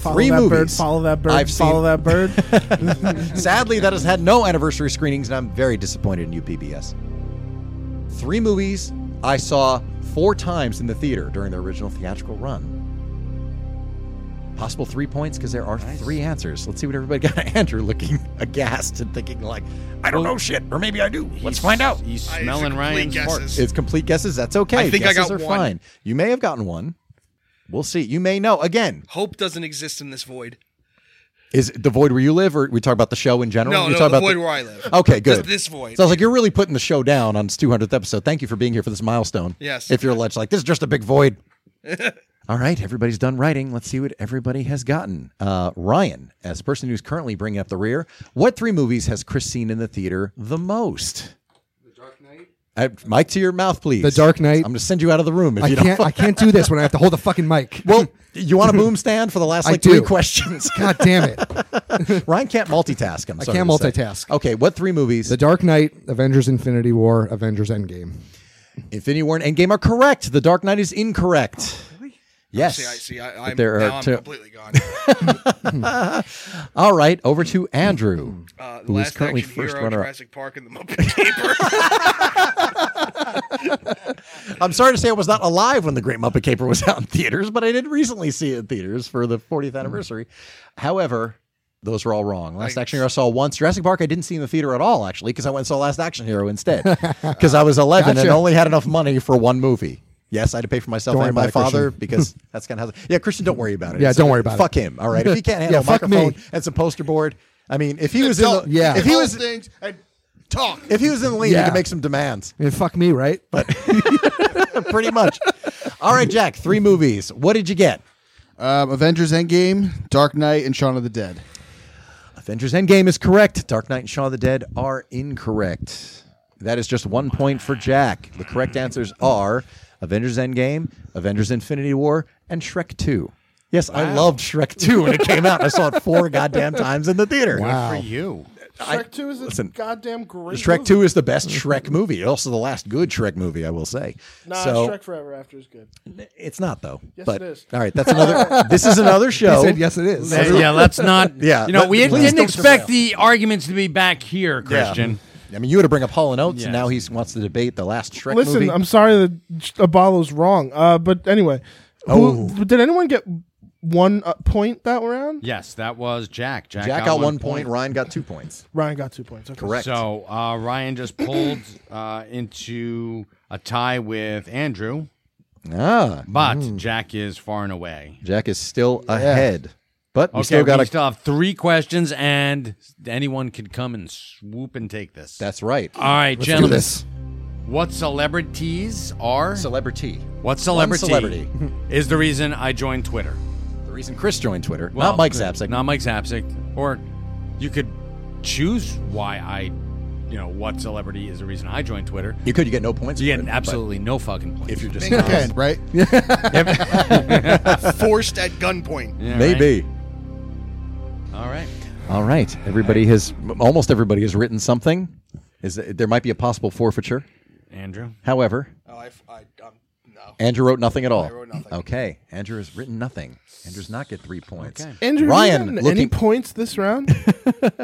D: Follow
B: three
D: that
B: movies.
D: bird. Follow that bird.
B: I've
D: follow that bird.
B: Sadly, that has had no anniversary screenings, and I'm very disappointed in you, PBS. Three movies I saw four times in the theater during the original theatrical run. Possible three points because there are three answers. Let's see what everybody got. Andrew looking aghast and thinking like, I don't know shit, or maybe I do. Let's find out.
C: He's
G: I- it's a
C: smelling
G: complete
C: Ryan's
G: guesses.
C: farts.
B: It's complete guesses. That's okay.
G: I think I
B: guesses
G: got
B: are
G: one.
B: fine. You may have gotten one. We'll see. You may know. Again,
G: Hope doesn't exist in this void.
B: is it the void where you live, or we talk about the show in general?
G: No,
B: you
G: no,
B: talk
G: the
B: about
G: void where I live.
B: Okay, good.
G: Just this void.
B: So I was like, you're really putting the show down on its 200th episode. Thank you for being here for this milestone.
G: Yes.
B: If you're alleged, like, this is just a big void. All right, everybody's done writing. Let's see what everybody has gotten. Uh, Ryan, as the person who's currently bringing up the rear, what three movies has Chris seen in the theater the most? The Dark Knight. mic to your mouth, please.
F: The Dark Knight.
B: I'm going to send you out of the room if
F: I
B: you don't.
F: can't. I can't do this when I have to hold the fucking mic.
B: Well, you want a boom stand for the last
F: I
B: like three
F: do.
B: questions?
F: God damn it!
B: Ryan can't multitask. I'm
F: I
B: sorry
F: can't
B: to say.
F: multitask.
B: Okay, what three movies?
F: The Dark Knight, Avengers: Infinity War, Avengers: Endgame.
B: Infinity War and Endgame are correct. The Dark Knight is incorrect. Yes.
G: See, Oh, I see. I, I'm,
B: there are
G: now I'm
B: two-
G: completely gone.
B: All right, over to Andrew.
G: Uh, the
B: Who is
G: last
B: currently
G: action
B: first
G: hero,
B: runner-up.
G: Jurassic Park, and the Muppet Caper.
B: I'm sorry to say I was not alive when The Great Muppet Caper was out in theaters, but I did recently see it in theaters for the
F: Mm-hmm.
B: 40th anniversary. However, those were all wrong. Last Action Hero I saw once. Jurassic Park I didn't see in the theater at all, actually, because I went and saw Last Action Hero instead. Because I was 11 and
F: Gotcha.
B: only had enough money for one movie. Yes, I had to pay for myself
F: Don't worry
B: and my
F: about it,
B: father because that's kind of how. Yeah, Christian, don't worry about it.
F: Yeah,
B: It's-
F: don't worry about it.
B: Fuck him. All right, if he can't handle
F: Yeah,
B: a
F: fuck me.
B: microphone and some poster board, I mean, if he was in the
H: Adult-
F: Yeah.
B: if he
H: adult
B: was
H: things and talk.
B: if he was in the league, he
F: Yeah.
B: could make some demands.
F: And fuck me, right? But
B: Pretty much. All right, Jack. Three movies. What did you get?
H: Um, Avengers Endgame, Dark Knight, and Shaun of the Dead.
B: Avengers Endgame is correct. Dark Knight and Shaun of the Dead are incorrect. That is just one point for Jack. The correct answers are Avengers Endgame, Avengers Infinity War, and Shrek 2. Yes, I loved Shrek 2 when it came out. I saw it four goddamn times in the theater.
C: for you.
D: Shrek Two is a
B: listen.
D: goddamn great.
B: Shrek
D: movie.
B: 2 is the best Shrek movie. Also, the last good Shrek movie, I will say.
D: Nah,
B: so,
D: Shrek Forever After is good.
B: It's not, though. Yes,
D: it is.
B: All right, that's another. this is another show.
F: said yes, it is.
C: Yeah, yeah, let's not.
B: Yeah,
C: you know,
B: let-
C: we
B: please
C: didn't
B: don't
C: expect the arguments to be back here,
B: Yeah.
C: Christian.
B: I mean, you had to bring up Hall and Oates, and
C: Yes.
B: now he wants to debate the last Shrek
D: Listen,
B: movie.
D: I'm sorry that Abalo's wrong. Uh, but anyway,
B: Oh.
D: who, did anyone get one uh, point that round?
C: Yes, that was Jack. Jack,
B: Jack got one point. Ryan got two points.
D: Ryan got two points. Okay.
B: Correct.
C: So uh, Ryan just pulled uh, into a tie with Andrew,
B: ah,
C: but Jack is far and away.
B: Jack is still ahead, but we
C: Okay,
B: still got
C: we
B: a.
C: still have three questions, and anyone could come and swoop and take this.
B: That's right.
C: All right,
F: Let's do
C: gentlemen.
F: this.
C: What celebrities are?
B: Celebrity.
C: what celebrity,
B: celebrity.
C: is the reason I joined Twitter?
B: The reason Chris joined Twitter,
C: Well,
B: not Mike Zapsik.
C: Not Mike Zapsik. Or you could choose why I, you know, what celebrity is the reason I joined Twitter.
B: you could. You get no points.
C: You
B: for it,
C: get
B: but
C: absolutely no fucking points.
B: if you're just
H: Think again, right?
G: Forced at gunpoint.
C: Yeah,
B: maybe.
C: right? All right.
B: All right. Everybody has almost everybody has written something. Is there might be a possible forfeiture?
C: Andrew.
B: However,
G: Oh, I, I, I'm, No.
B: Andrew wrote nothing at all.
A: wrote nothing.
B: Okay. Andrew has written nothing. Andrew does not get three points.
C: Okay.
D: Andrew,
B: Ryan,
D: Ryan, you gotten any
B: looking-
D: points this round?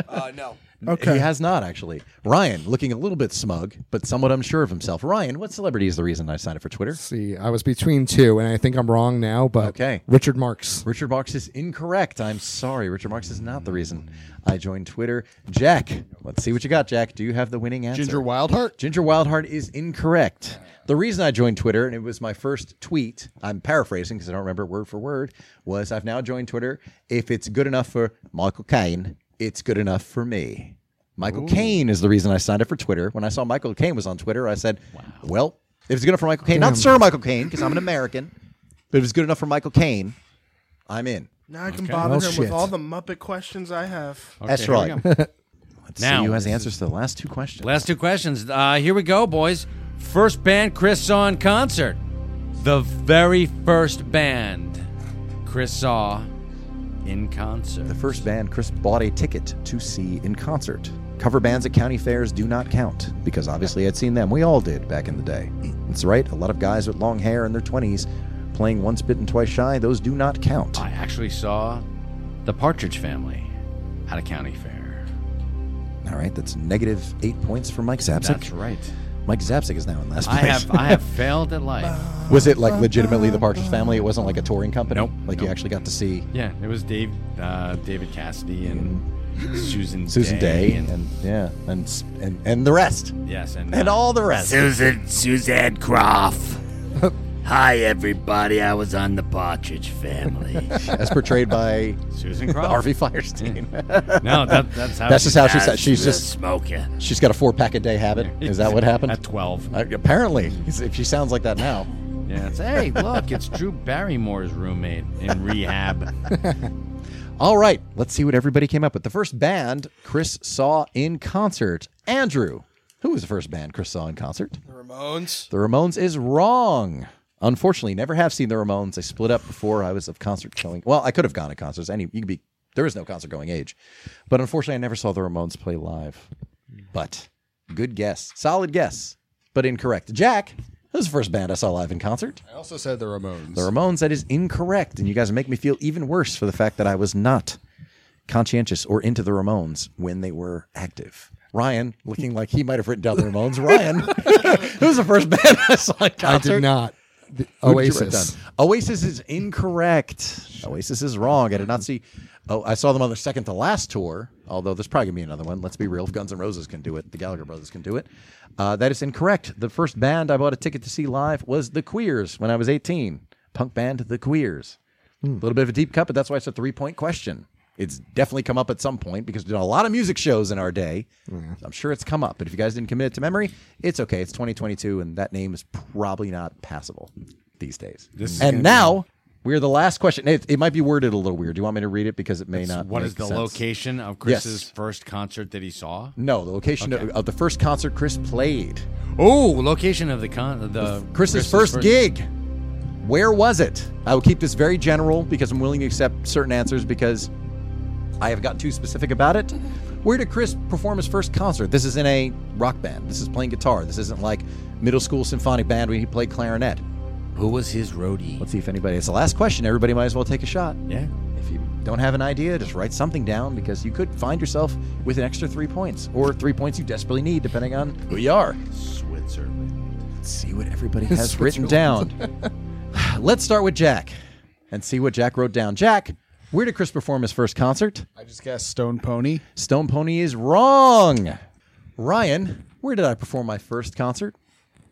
A: Uh, no.
D: Okay.
B: He has not actually. Ryan, looking a little bit smug, but somewhat unsure of himself. Ryan, what celebrity is the reason I signed up for Twitter?
F: See, I was between two, and I think I'm wrong now, but
B: Okay.
F: Richard Marks.
B: Richard Marx is incorrect. I'm sorry. Richard Marx is not the reason I joined Twitter. Jack, let's see what you got, Jack. Do you have the winning answer?
H: Ginger Wildheart.
B: Ginger Wildheart is incorrect. The reason I joined Twitter, and it was my first tweet, I'm paraphrasing because I don't remember word for word, was I've now joined Twitter. If it's good enough for Michael Caine, it's good enough for me. Michael Caine is the reason I signed up for Twitter. When I saw Michael Caine was on Twitter, I said, well, if it's good enough for Michael Caine, not Sir Michael Caine because I'm an American, but if it's good enough for Michael Caine, I'm in.
D: now I can bother
F: Well,
D: him
F: shit.
D: with all the Muppet questions I have.
B: That's
C: here we
B: right.
C: go.
B: Let's
C: Now-
B: see who has the answers to the last two questions.
C: Last two questions. Uh, here we go, boys. First band Chris saw in concert. The very first band Chris saw in concert.
B: The first band Chris bought a ticket to see in concert. Cover bands at county fairs do not count because obviously I'd seen them. We all did back in the day. That's right, a lot of guys with long hair in their 20s playing Once Bitten, Twice Shy, those do not count.
C: I actually saw the Partridge Family at a county fair.
B: All right, that's negative eight points for Mike Zapsik.
C: That's right.
B: Mike Zapsik is now in last
C: I
B: place.
C: have I have failed at life.
B: Was it like legitimately the Partridge Family? It wasn't like a touring company?
C: Nope,
B: Like you
C: nope.
B: actually got to see
C: Yeah, it was Dave, uh, David Cassidy, and Susan
B: Susan Day,
C: and,
B: and, yeah, and, and and the rest.
C: yes, and,
B: And
C: uh,
B: all the rest.
O: Susan, Suzanne Croft. Hi, everybody. I was on the Partridge Family.
B: As portrayed by
C: Susan Croft.
B: Harvey Firestein.
C: No, that, that's how.
B: That's
C: she-
B: just how she
O: That's
B: said. She's
O: the
B: just
O: smoker.
B: She's got a four pack a day habit. Is that what
C: at
B: happened?
C: twelve.
B: Uh, apparently, if she sounds like that now.
C: Yeah, it's, hey, look, it's Drew Barrymore's roommate in rehab.
B: All right, let's see what everybody came up with. The first band Chris saw in concert. Andrew, who was the first band Chris saw in concert?
A: The Ramones.
B: The Ramones is wrong. Unfortunately, never have seen the Ramones. They split up before I was of concert going. Well, I could have gone to concerts. Any you could be there is no concert going age. But unfortunately, I never saw the Ramones play live. But good guess. Solid guess, but incorrect. Jack, this is the first band I saw live in concert.
H: I also said the Ramones.
B: The Ramones, that is incorrect. And you guys make me feel even worse for the fact that I was not conscientious or into the Ramones when they were active. Ryan, looking like he might have written down the Ramones. Ryan, who's the first band I saw in concert?
F: I did not.
B: Who
F: The
B: did you write
F: Oasis.
B: down? Oasis is incorrect. Oasis is wrong. I did not see. Oh, I saw them on their second to last tour. Although there's probably gonna be another one. Let's be real. If Guns N' Roses can do it, the Gallagher brothers can do it. Uh, that is incorrect. The first band I bought a ticket to see live was The Queers when I was 18. Punk band The Queers. A little bit of a deep cut, but that's why it's a three point question. It's definitely come up at some point because we did a lot of music shows in our day. I'm sure it's come up, but if you guys didn't commit it to memory, it's okay. It's 2022, and that name is probably not passable these days. and now we're the last question. It, it might be worded a little weird. Do you want me to read it because it may not?
C: What is
B: make
C: the
B: sense.
C: location of Chris's
B: Yes.
C: first concert that he saw?
B: No, the location of, of the first concert Chris played.
C: Oh, location of the con the,
B: Chris's, first, gig. Where was it? I will keep this very general because I'm willing to accept certain answers because I have got too specific about it. Where did Chris perform his first concert? This is in a rock band. This is playing guitar. This isn't like middle school symphonic band when he played clarinet.
C: Who was his roadie?
B: Let's see if anybody. It's the last question. Everybody might as well take a shot.
C: Yeah.
B: If you don't have an idea, just write something down because you could find yourself with an extra three points or three points you desperately need, depending on who you are.
C: Switzerland.
B: Let's see what everybody has written down. Let's start with Jack and see what Jack wrote down. Jack, where did Chris perform his first concert?
H: I just guessed Stone Pony.
B: Stone Pony is wrong. Ryan, where did I perform my first concert?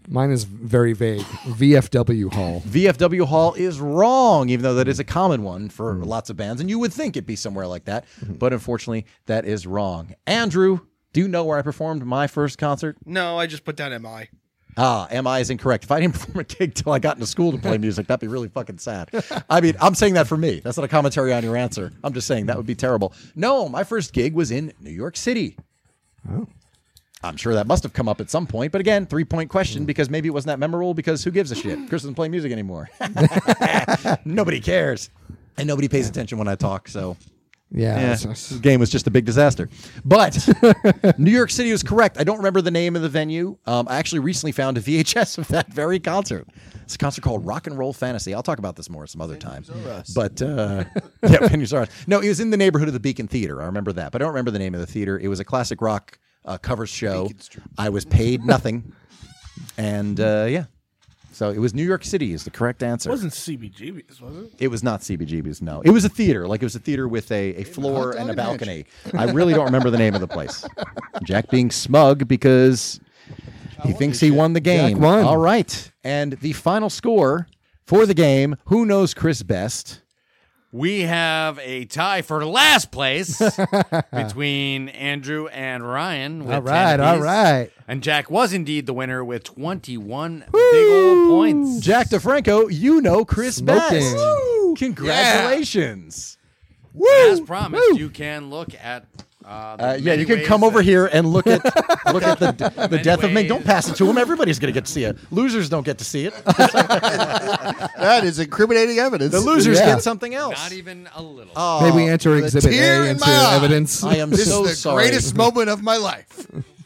F: Mine is very vague. VFW Hall.
B: VFW Hall is wrong, even though that is a common one for lots of bands, and you would think it'd be somewhere like that, but unfortunately, that is wrong. Andrew, do you know where I performed my first concert?
G: No, I just put down MI.
B: Ah, MI is incorrect. If I didn't perform a gig till I got into school to play music, that'd be really fucking sad. I mean, I'm saying that for me. That's not a commentary on your answer. I'm just saying that would be terrible. No, my first gig was in New York City. I'm sure that must have come up at some point, but again, three point question because maybe it wasn't that memorable because who gives a shit? Chris doesn't play music anymore. nobody cares. And nobody pays attention when I talk, so
F: Yeah.
B: Yeah,
F: it's- it's-
B: this game was just a big disaster. But New York City was correct. I don't remember the name of the venue. Um, I actually recently found a VHS of that very concert. It's a concert called Rock and Roll Fantasy. I'll talk about this more some other time. But uh, yeah, venues are us. No, it was in the neighborhood of the Beacon Theater. I remember that, but I don't remember the name of the theater. It was a classic rock uh, cover show. I was paid nothing, and uh, yeah, so it was New York City is the correct answer.
D: It wasn't CBGB's, was it?
B: It was not CBGB's. No, it was a theater. Like it was a theater with a, a floor and a balcony. I really don't remember the name of the place. Jack being smug because he thinks he won the game.
F: won.
B: All right, and the final score for the game. Who knows Chris best?
C: We have a tie for last place between Andrew and Ryan. With
F: All right,
C: 10
F: all
C: apiece.
F: right.
C: And Jack was indeed the winner with 21 big old points.
B: Jack DeFranco. You know Chris best.
F: Smoking. Woo!
B: Congratulations.
C: As promised, you can look at. Uh, the
B: Uh, yeah,
C: many
B: you can
C: ways
B: come over
C: that-
B: here and look at look at the, the death of Ming.
C: ways.
B: Don't pass it to him. Everybody's gonna get to see it. Losers don't get to see it.
H: That is incriminating evidence.
B: The losers
F: Yeah.
B: get something else.
C: Not even a little.
B: Oh,
F: May we enter Exhibit
H: tear
F: A
H: in
F: into
H: my eye.
F: evidence?
B: I am
H: This
B: so
H: is the
B: sorry.
H: greatest moment of my life.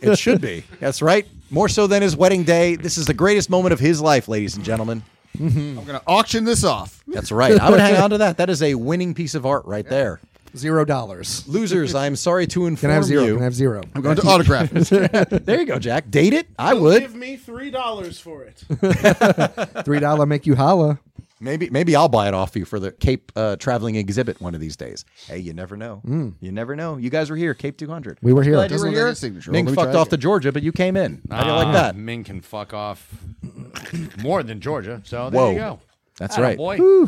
B: It should be. That's right. More so than his wedding day. This is the greatest moment of his life, ladies and gentlemen.
H: I'm going to auction this off.
B: That's right. I would hang on to that. That is a winning piece of art right there.
F: Zero dollars.
B: Losers, I'm sorry to inform
F: Can I have zero?
B: you.
F: Can I have zero?
H: I'm going to autograph it.
B: there you go, Jack. Date it. I would.
D: Give me three dollars for it.
F: Three dollar make you holla.
B: Maybe maybe I'll buy it off you for the Cape uh, traveling exhibit one of these days. Hey, you never know. You never know. You guys were here, Cape 200.
F: We were here.
B: Glad you
H: Doesn't
B: were
H: look like
B: here.
H: a signature.
B: Ming
H: Let me
B: fucked
H: try
B: off to
H: again.
B: Georgia, but you came in. How do you like
C: Ah,
B: that?
C: Ming can fuck off more than Georgia. So there
B: Whoa.
C: you go.
B: That's
C: Atta
B: right.
C: Boy.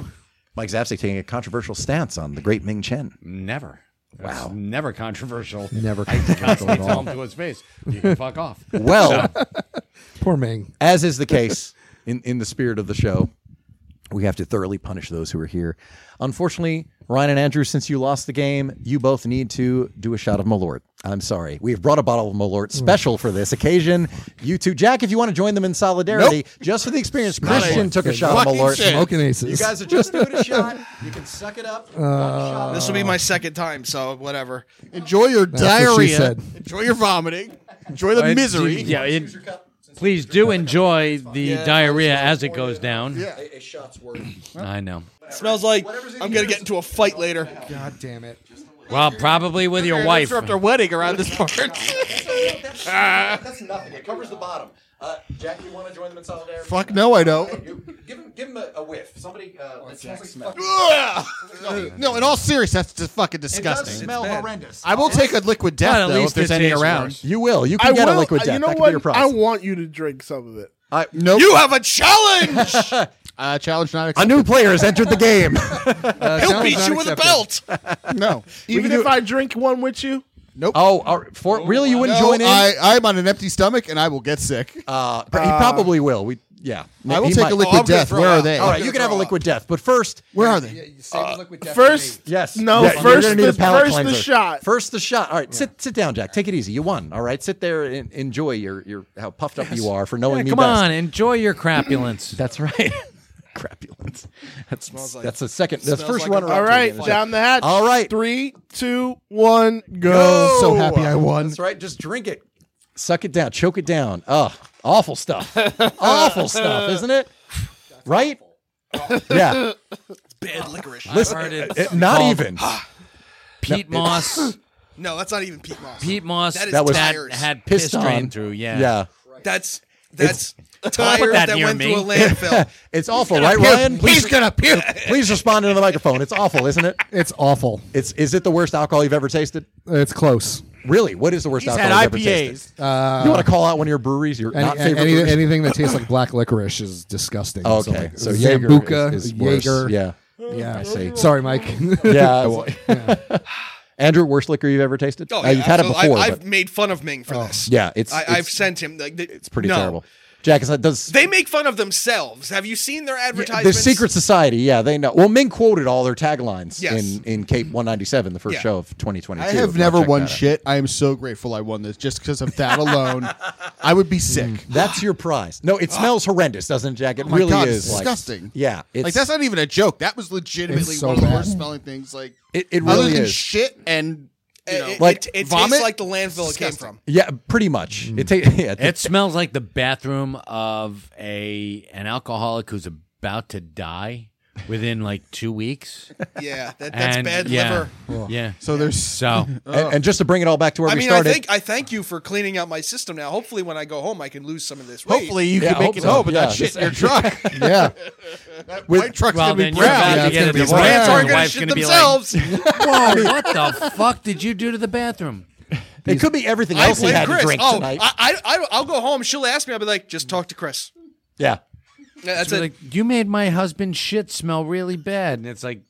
B: Mike Zapsik taking a controversial stance on the great Ming Chen.
C: Never. Wow. never controversial.
F: Never
C: I
F: controversial
C: constantly
F: at
C: tell
F: all.
C: him to his face. You can fuck off.
B: Well,
F: Poor Ming.
B: as is the case in, in the spirit of the show, we have to thoroughly punish those who are here. Unfortunately, Ryan and Andrew, since you lost the game, you both need to do a shot of Malort. I'm sorry. We have brought a bottle of Malort special for this occasion. You two, Jack, if you want to join them in solidarity, just for the experience, Christian took a shot of
H: fucking
B: Malort.
H: shit.
F: Smoking aces.
B: You guys are just doing a shot. You can suck it up. One shot.
G: This will be my second time, so whatever.
H: Enjoy your
F: That's what she
H: diarrhea.
F: said.
H: Enjoy your vomiting. Enjoy the misery.
E: Yeah, it- please do enjoy the diarrhea as it goes down.
B: A, a shot's worth.
E: I know.
G: Smells like I'm gonna get into a fight later.
F: God damn it.
E: Well, probably with your wife.
G: Interrupt our wedding around this part.
B: That's, that's nothing. It covers the bottom. Uh, Jack, you want to join them in solidarity?
H: Fuck no, I don't.
B: You, give him, give him a, a whiff. Somebody. Uh, it smells like fucking-
H: Ugh. no, in all seriousness, that's just fucking disgusting.
B: smell horrendous.
H: I will take a liquid death
E: But at
H: though if
E: least
H: there's
E: it
H: any
E: tastes
H: around.
E: worse.
B: You will. You can
D: I
B: get
D: will.
B: a liquid
D: uh,
B: death.
D: You know
B: that could
D: what?
B: be your prize.
D: I want you to drink some of it.
B: I-
H: Nope.
G: You have a challenge.
H: uh, challenge not
B: a
H: accepted.
B: new player has entered the game. Uh,
G: He'll beat you with a belt.
H: No,
D: Even if I drink one with you,
B: oh, all right, for, really? You wouldn't
H: no,
B: join in?
H: I, I'm on an empty stomach and I will get sick.
B: uh, but he probably will. We, yeah.
H: I will
B: He
H: take
B: might-
H: a
G: Oh,
H: liquid
G: I'm gonna
H: death.
G: throw
H: Where
G: up.
H: are they?
B: All right, you can have a liquid death, but first.
H: Where are they?
D: first
B: Yes.
D: No,
B: Yeah, you're
D: first
B: gonna need a
D: the-
B: palate
D: first the
B: cleanser.
D: shot.
B: First the shot. All right, sit sit down, Jack. Take it easy. You won. All right, sit there and enjoy your your how puffed up you are for knowing me
E: Come
B: best.
E: on, enjoy your crapulence.
B: That's right. Crapulence. That's that's the second. That's first one.
D: all right, down the hatch.
B: All right.
D: three, two, one, go.
B: Go.
F: So happy I won.
B: That's right. Just drink it. Suck it down. Choke it down. Ugh. Awful stuff. awful stuff, isn't it? Right? yeah.
G: Bad licorice.
B: Listen,
E: heard it's
B: it- not
E: called-
B: even.
E: Pete Moss.
G: No, that's not even Pete Moss.
E: Pete Moss
G: That is
E: that
B: was-
E: had piss
B: Pissed
E: drain
B: on.
E: through. Yeah.
B: Yeah.
G: That's that's tire
E: that
G: that,
E: near
G: went
E: me.
G: through a landfill.
B: It's awful, right, Ryan? Please,
H: He's gonna puke.
B: please respond into the microphone. It's awful, isn't it?
F: It's awful.
B: It's is it the worst alcohol you've ever tasted?
F: It's close.
B: Really? What is the worst alcohol you've ever tasted?
E: Uh,
B: you want to call out one of your breweries? Your
F: Uh, Any,
B: not favorite
F: any-
B: breweries?
F: anything that tastes like black licorice is disgusting.
B: Okay, so,
F: so, like,
B: Jaeger
F: Zambuca,
B: is, is worse.
F: Jaeger.
B: Yeah,
F: yeah. I
B: see.
F: Sorry, Mike.
B: yeah. well- Andrew, worst liquor you've ever tasted?
G: Oh,
B: Uh,
G: yeah,
B: you've had it
G: absolutely.
B: before.
G: I,
B: but- Oh,
G: have made fun of Ming for this.
B: yeah, it's-
G: I,
B: it's-
G: I've sent him. Like, it's
B: pretty terrible. Jack is like, does
G: They make fun of themselves. Have you seen their advertisements?
B: the secret society? Yeah, they know. Well, Ming quoted all their taglines
G: Yes.
B: in in Cape
H: Mm-hmm.
B: 197, the first
G: Yeah.
B: show of 2022.
H: I have
B: Go
H: never
B: check
H: won
B: that out.
H: shit. I am so grateful I won this just because of that alone. I would be
B: Mm.
H: sick.
B: That's your prize. No,
H: Ah.
B: it smells horrendous, doesn't it, Jack? It
H: Oh my
B: really
H: God,
B: is
H: it's
B: like-
H: disgusting.
B: yeah, it's,
H: like that's not even a joke. That was legitimately
F: It's so
H: one of the
F: bad.
H: worst smelling things. Like
B: it, it
H: other
B: really
H: than
B: is.
H: shit and you know,
G: Uh, It,
B: Like,
G: it, it
H: vomit?
G: tastes like the landfill it came
H: Disgusting.
G: from.
B: yeah, pretty much.
H: Mm.
B: It takes. Yeah, it
E: It smells like the bathroom of a an alcoholic who's about to die within like two weeks.
G: Yeah, that, that's
E: And,
G: bad
E: yeah.
G: liver.
E: Yeah.
H: so there's
E: So
H: uh,
B: and, and just to bring it all back to where
G: I
B: we
G: mean,
B: started.
G: I think I thank you for cleaning out my system now. Hopefully, when I go home, I can lose some of this. Weight.
H: hopefully you
B: Yeah, I
H: can make
B: hope
H: it
B: so.
H: home with
B: Yeah,
H: that shit in your
B: just-
H: truck.
F: Yeah.
H: My truck's
E: well,
H: gonna
E: then
H: be
E: you're about to
H: brown. Yeah,
E: get a
H: it's gonna be
E: divorce.
H: brown.
G: Rats
E: and
G: are
E: your
G: going to
E: wife's
G: shit
E: gonna be Like,
G: themselves.
E: Whoa! What the fuck did you do to the bathroom?
B: it could be everything
G: I
B: else he
G: blame
B: had
G: Chris.
B: to drink
G: Oh,
B: tonight.
G: I, I, I, will go home. She'll ask me. I'll be like, just talk to Chris.
B: yeah,
G: Yeah, That's
E: Be
G: it.
E: like, you made my husband's shit smell really bad, and it's like,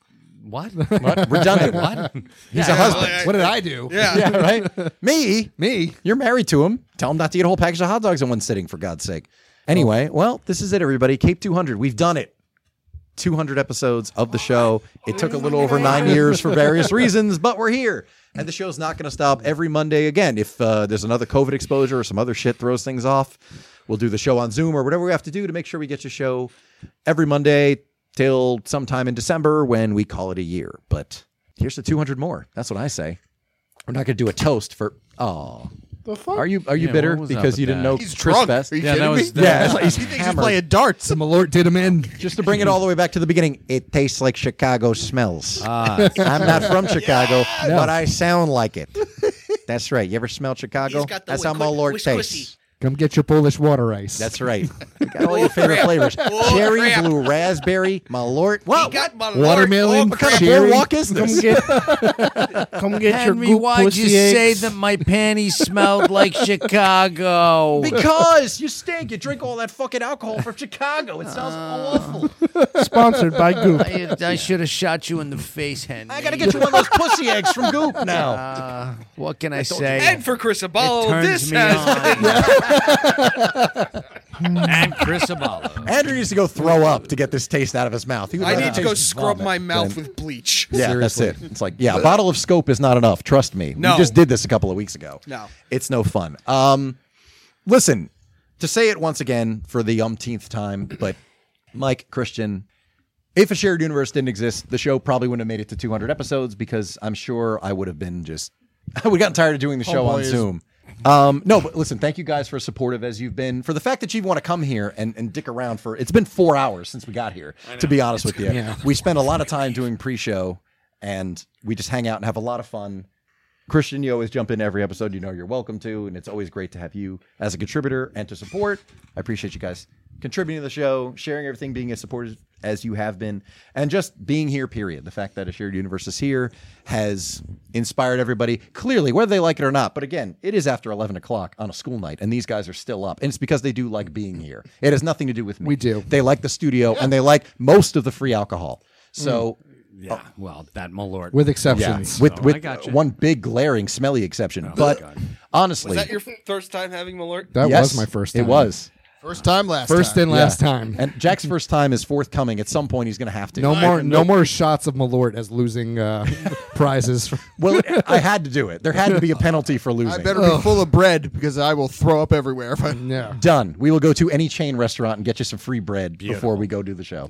E: what?
B: what? redundant.
E: what?
B: He's
G: Yeah,
B: a husband.
G: like,
F: What did I do?
G: yeah.
B: yeah, right. Me,
F: Me.
B: You're married to him. Tell him not to eat a whole package of hot dogs in one sitting, for God's sake. Anyway, well, this is it, everybody. Cape 200. We've done it. 200 episodes of the show. It took a little over nine years for various reasons, but we're here. And the show's not going to stop every Monday again. If uh, there's another COVID exposure or some other shit throws things off, we'll do the show on Zoom or whatever we have to do to make sure we get your show every Monday till sometime in December when we call it a year. But here's the 200 more. That's what I say. I'm not going to do a toast for. Oh,
D: The fuck?
B: are you are you
E: Yeah,
B: bitter
E: what was up
B: because
E: with
B: you didn't
E: that?
B: know
H: He's
B: Chris
H: drunk.
B: Best?
H: Are you
E: Yeah,
H: kidding
E: that
H: me?
E: was that.
B: Yeah, it's like he's
H: He thinks he's
B: hammered.
H: playing darts.
F: Some alert did him in.
B: Just to bring it all the way back to the beginning, it tastes like Chicago smells. I'm not from Chicago, but I sound like it. That's right. You ever smell Chicago?
G: He's got the
B: That's how
G: wick-
B: my Lord
G: wick-
B: tastes.
F: Come get your Polish water ice.
B: That's right. You got all your favorite flavors: cherry,
G: crap.
B: blue raspberry, my Lord.
G: He
B: Wow,
G: got my
F: Watermelon,
G: Lord, oh,
B: kind
G: crap.
B: of
F: Cherry.
B: boardwalk is
D: Come
B: this?
D: get, come get
E: Henry,
D: your goop
E: why'd you
D: pussy
E: say
D: eggs.
E: that my panties smelled like Chicago?
B: Because you stink. You drink all that fucking alcohol from Chicago. It sounds awful.
D: Sponsored by Goop.
E: I, I should have shot you in the face, Henry.
B: I gotta get you one of those pussy eggs from Goop now.
E: Uh, what can I
G: And
E: say?
G: for Chris
E: It
G: Abalo,
E: turns
G: this
E: me
G: has
E: on. and Chris Abalo.
B: Andrew used to go throw up to get this taste out of his mouth. He would
G: Ah. I
B: rather
G: need to
B: taste
G: go
B: his
G: scrub
B: vomit
G: my mouth
B: than-
G: with bleach.
B: Yeah, that's it. It's like, yeah, a bottle of scope is not enough. Trust me.
G: No.
B: We just did this a couple of weeks ago.
G: No.
B: It's no fun. Um, listen, to say it once again for the umpteenth time, but Mike, Christian, if a shared universe didn't exist, the show probably wouldn't have made it to 200 episodes because I'm sure I would have been just, I would have gotten tired of doing the show on
H: Homeboy is-
B: Zoom. Um, no, but listen, thank you guys for supportive as you've been, for the fact that you want to come here and, and dick around for, it's been four hours since we got here, to be honest with you. We spent a lot of time doing pre-show and we just hang out and have a lot of fun. Christian, you always jump in every episode. You know you're welcome to, and it's always great to have you as a contributor and to support. I appreciate you guys contributing to the show, sharing everything, being as supportive as you have been, and just being here. Period. The fact that a shared universe is here has inspired everybody. Clearly, whether they like it or not. But again, it is after 11 o'clock on a school night, and these guys are still up, and it's because they do like being here. It has nothing to do with me.
F: We do.
B: They like the studio, and they like most of the free alcohol. So
F: Mm.
E: Yeah, well, that malort.
F: With
B: yeah,
F: exceptions.
B: with
E: Oh, I
B: with
E: gotcha. Oh,
B: one big glaring smelly exception. but honestly,
G: Is that your first time having Malort?
F: that
B: yes,
F: was my first time.
B: It was.
H: First time, last
F: First
H: time.
F: and last time.
B: And Jack's first time is forthcoming. At some point, he's going to have to.
F: no more no more shots of Malort as losing uh, prizes. For,
B: Well, I had to do it. There had to be a penalty for losing.
H: I better be full of bread because I will throw up everywhere. If I,
F: no.
B: Done. We will go to any chain restaurant and get you some free bread before we go do the show.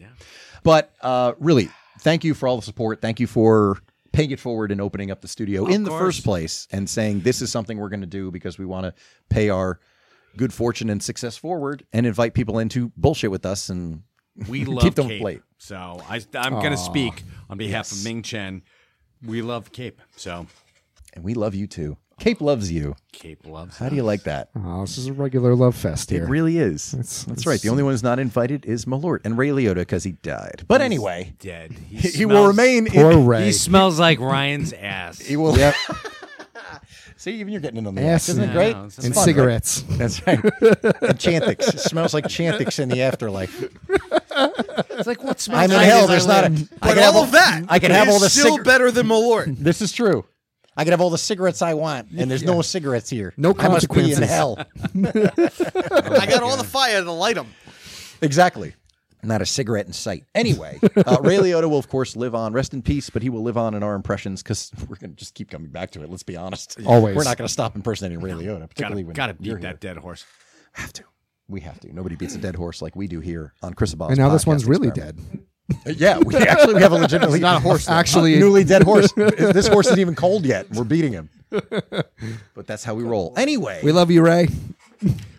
B: But uh, really, thank you for all the support. Thank you for paying it forward and opening up the studio in the first place and saying this is something we're going to do because we want to pay our good fortune and success forward and invite people into bullshit with us and
E: we love
B: Keep them
E: Cape.
B: plate.
E: So I, I'm going to speak on behalf of Ming Chen. We love Cape. So
B: and we love you too. Cape loves you.
E: Cape loves.
B: How do you like that?
F: Oh, this is a regular love fest here.
B: It really is.
F: It's-
B: That's
F: it's-
B: right. The only one who's not invited is Malort and Ray Liotta because he died. But anyway,
E: Dead. He,
B: he, he will
E: smells-
B: remain.
F: Poor
B: in,
F: Ray.
E: He smells like Ryan's ass.
B: he will. See, even you're getting in on the ass.
F: Yes,
B: Isn't it
F: no,
B: great?
E: no, it's
B: It's
F: and
B: fun,
F: cigarettes.
B: right? That's right. and Chantix. It smells like Chantix in the afterlife.
E: it's like what smells?
B: I'm in
E: like
B: hell. There's not. A, I
G: But
B: can have
G: all of that
B: I can have
G: is
B: all the
G: still
B: cig-
G: better than Malort.
B: This is true.
P: I could have all the cigarettes I want, and there's no cigarettes here.
F: No
P: I must be in
F: consequences.
P: hell.
G: I got all the fire to light them.
B: Exactly. Not a cigarette in sight. Anyway, uh, Ray Liotta will, of course, live on. Rest in peace, but he will live on in our impressions because we're going to just keep coming back to it. Let's be honest.
F: Always.
B: We're not going to stop impersonating Ray Liotta, particularly
C: Gotta,
B: when
C: gotta beat
B: you're
C: that
B: here.
C: dead horse.
B: Have to. We have to. Nobody beats a dead horse like we do here on Chris Abad's
F: And now this
B: podcast
F: one's really
B: experiment.
F: dead.
B: Yeah, we actually we have a legitimately
H: It's not a horse, though.
F: Actually-
B: a newly dead horse. this horse isn't even cold yet. and We're beating him. But that's how we roll. Anyway,
F: We love you, Ray.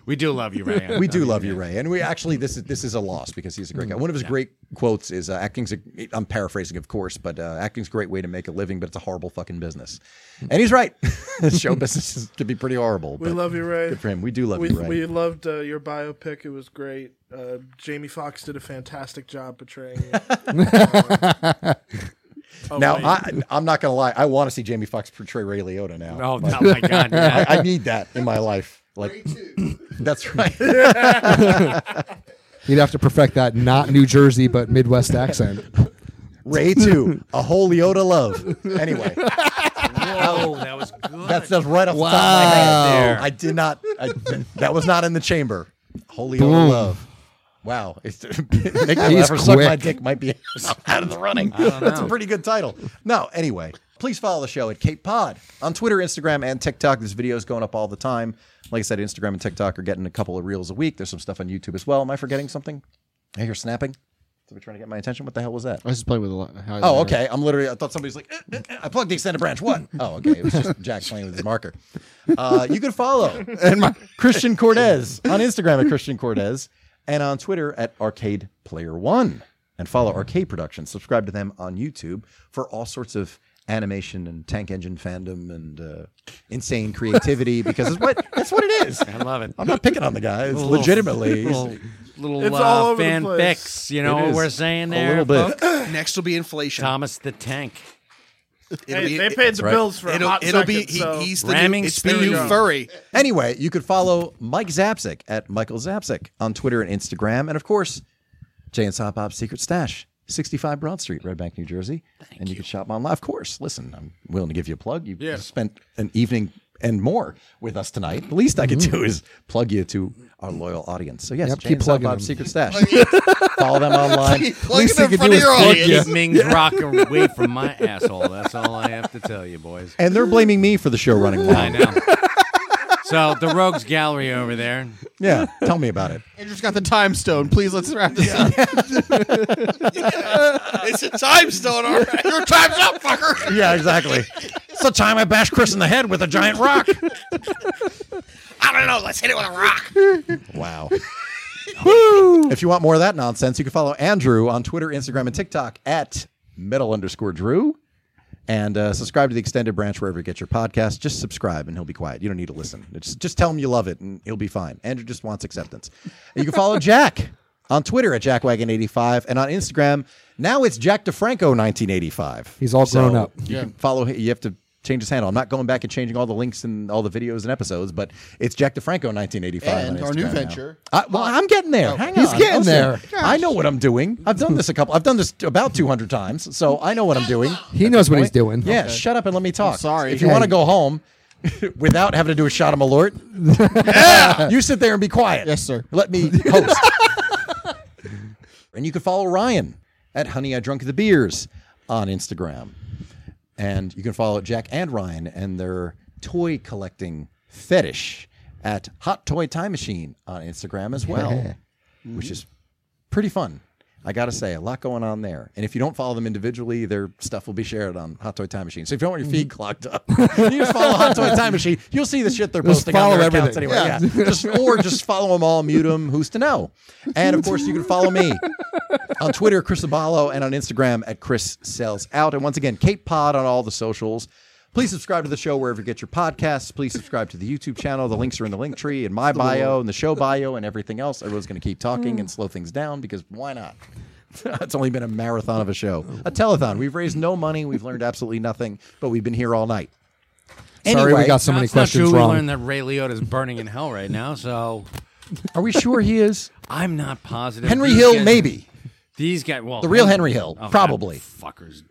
C: We do love you, Ray.
B: we do love you, Ray, and we actually this is this is a loss because he's a
F: Mm-hmm.
B: great guy. One of his great quotes is uh, "acting's." A, I'm paraphrasing, of course, but uh, acting's a great way to make a living, but it's a horrible fucking business. And he's right. Show business is, can be pretty horrible.
D: We
B: but
D: love you, Ray.
B: Good for him. We do love
D: we,
B: you, Ray.
D: we loved uh, your biopic. It was great. Uh, Jamie Foxx did a fantastic job portraying you. oh,
B: now
D: wait.
B: I, I'm not gonna lie. I want to see Jamie Fox portray Ray Liotta now.
C: Oh, no, my God. yeah.
B: I, I need that in my life. Like that's right.
F: You'd have to perfect that not New Jersey but Midwest accent.
B: Ray two, a whole Liotta love. Anyway,
C: Whoa, that was good.
B: that's just right off the top of my head. I did not. I, that was not in the chamber. Holy Liotta love. Wow, it's, make me
F: He's
B: laugh or suck my
F: quick.
B: dick might be out of the running. That's a pretty good title. No, anyway, please follow the show at Cape Pod on Twitter, Instagram, and TikTok. This video is going up all the time. Like I said, Instagram and TikTok are getting a couple of reels a week. There's some stuff on YouTube as well. Am I forgetting something? I hear snapping. Somebody trying to get my attention. What the hell was that?
H: I was just playing with a lot.
B: Oh, okay. I'm literally. I thought somebody's like, eh, eh, eh, I plugged the extended branch. What? Oh, okay. It was just Jack playing with his marker. Uh, you can follow and Christian Cortez on Instagram at Christian Cortez and on Twitter at Arcade Player One. And follow Arcade Productions. Subscribe to them on YouTube for all sorts of animation and tank engine fandom and uh, insane creativity because it's what that's what it is.
C: I love it.
B: I'm not picking on the guy. It's legitimately he's
C: Little, little
D: It's
C: uh,
D: all over the
C: fanfics.
D: place.
C: You know
B: It
C: what
B: is.
C: we're saying
B: a
C: there?
B: little bit.
G: Next will be inflation.
C: Thomas the Tank.
G: It'll
D: Hey,
G: be-
D: they paid the
B: right.
D: bills for a
G: It'll,
D: hot
G: it'll
D: second,
G: be he,
D: so-
G: he's the
C: Ramming
G: new, it's the
C: speed.
G: new furry.
B: Anyway, you could follow Mike Zapsik at Michael Zapsik on Twitter and Instagram. And of course, Jay and Sob Bob's Secret Stash, 65 Broad Street, Red Bank, New Jersey. and you, can shop online. Of course, listen, I'm willing to give you a plug. You've spent an evening and more with us tonight. The least I could do is plug you to our loyal audience. So, yes,
F: Mm-hmm. Yep,
B: Jay
F: keep
B: and Silent
F: plugging
B: Bob's
F: them.
B: Secret Stash. follow them online.
G: Least
F: you
G: in
F: could
G: front
F: do
G: of your
F: is plug
G: audience.
C: Give Ming's rock away from my asshole. That's all I have to tell you, boys.
B: And they're blaming me for the show running
C: I
B: long.
C: know. So the Rogues Gallery over there.
B: Yeah, tell me about it.
H: Andrew's got the time stone. Please let's wrap this up.
G: It's a time stone. All right. Your time's up, fucker.
B: Yeah, exactly. It's the time I bashed Chris in the head with a giant rock.
G: I don't know. Let's hit it with a rock.
B: Wow. if you want more of that nonsense, you can follow Andrew on Twitter, Instagram, and TikTok at metal underscore Drew. And uh, subscribe to the extended branch wherever you get your podcast. Just subscribe and he'll be quiet. You don't need to listen. Just, just tell him you love it and he'll be fine. Andrew just wants acceptance. And you can follow Jack on Twitter at JackWagon85 and on Instagram. Now it's Jack DeFranco1985.
F: He's all grown up.
B: You can follow. You have to change his handle. I'm not going back and changing all the links and all the videos and episodes, but it's Jack DeFranco 1985.
H: And
B: on
H: our new
B: Instagram now.
H: venture. Oh,
B: I, well, I'm getting there. Hang
F: He's
B: on.
F: getting
B: Listen,
F: there.
B: I know what I'm doing. I've done this a couple. I've done this about 200 times, so I know what I'm doing.
F: He knows what he's doing.
B: Yeah, shut up and let me talk.
H: sorry.
B: If you
F: Hey.
B: want to go home without having to do a shot of alert, you sit there and be quiet.
H: Yes, sir.
B: Let me host. and you can follow Ryan at Honey I Drunk the Beers on Instagram. And you can follow Jack and Ryan and their toy collecting fetish at Hot Toy Time Machine on Instagram as well, which is pretty fun. I got to say, a lot going on there. And if you don't follow them individually, their stuff will be shared on Hot Toy Time Machine. So if you don't want your feed clogged up, you just follow Hot Toy Time Machine. You'll see the shit they're
F: Just
B: posting on
F: follow
B: their accounts
F: everything.
B: anyway. Yeah. Just, or just follow them all, mute them. Who's to know? And of course, you can follow me on Twitter, Chris Abalo, and on Instagram at Chris Sells Out. And once again, Cape Pod on all the socials. Please subscribe to the show wherever you get your podcasts. Please subscribe to the YouTube channel. The links are in the link tree and my bio and the show bio and everything else. Everyone's going to keep talking
F: Mm.
B: and slow things down because why not? it's only been a marathon of a show, a telethon. We've raised no money. We've learned absolutely nothing, but we've been here all night.
F: Sorry, we
B: Anyway,
F: got so many
C: That's not true.
F: questions
C: We
F: wrong.
C: learned that Ray Liotta's burning in hell right now, so
B: Are we sure he is
C: I'm not positive.
B: Henry
C: These
B: Hill?
C: guys-
B: Maybe.
C: These guys, well, Oh,
B: The real Henry Hill,
C: that
B: probably.
C: Fuckers.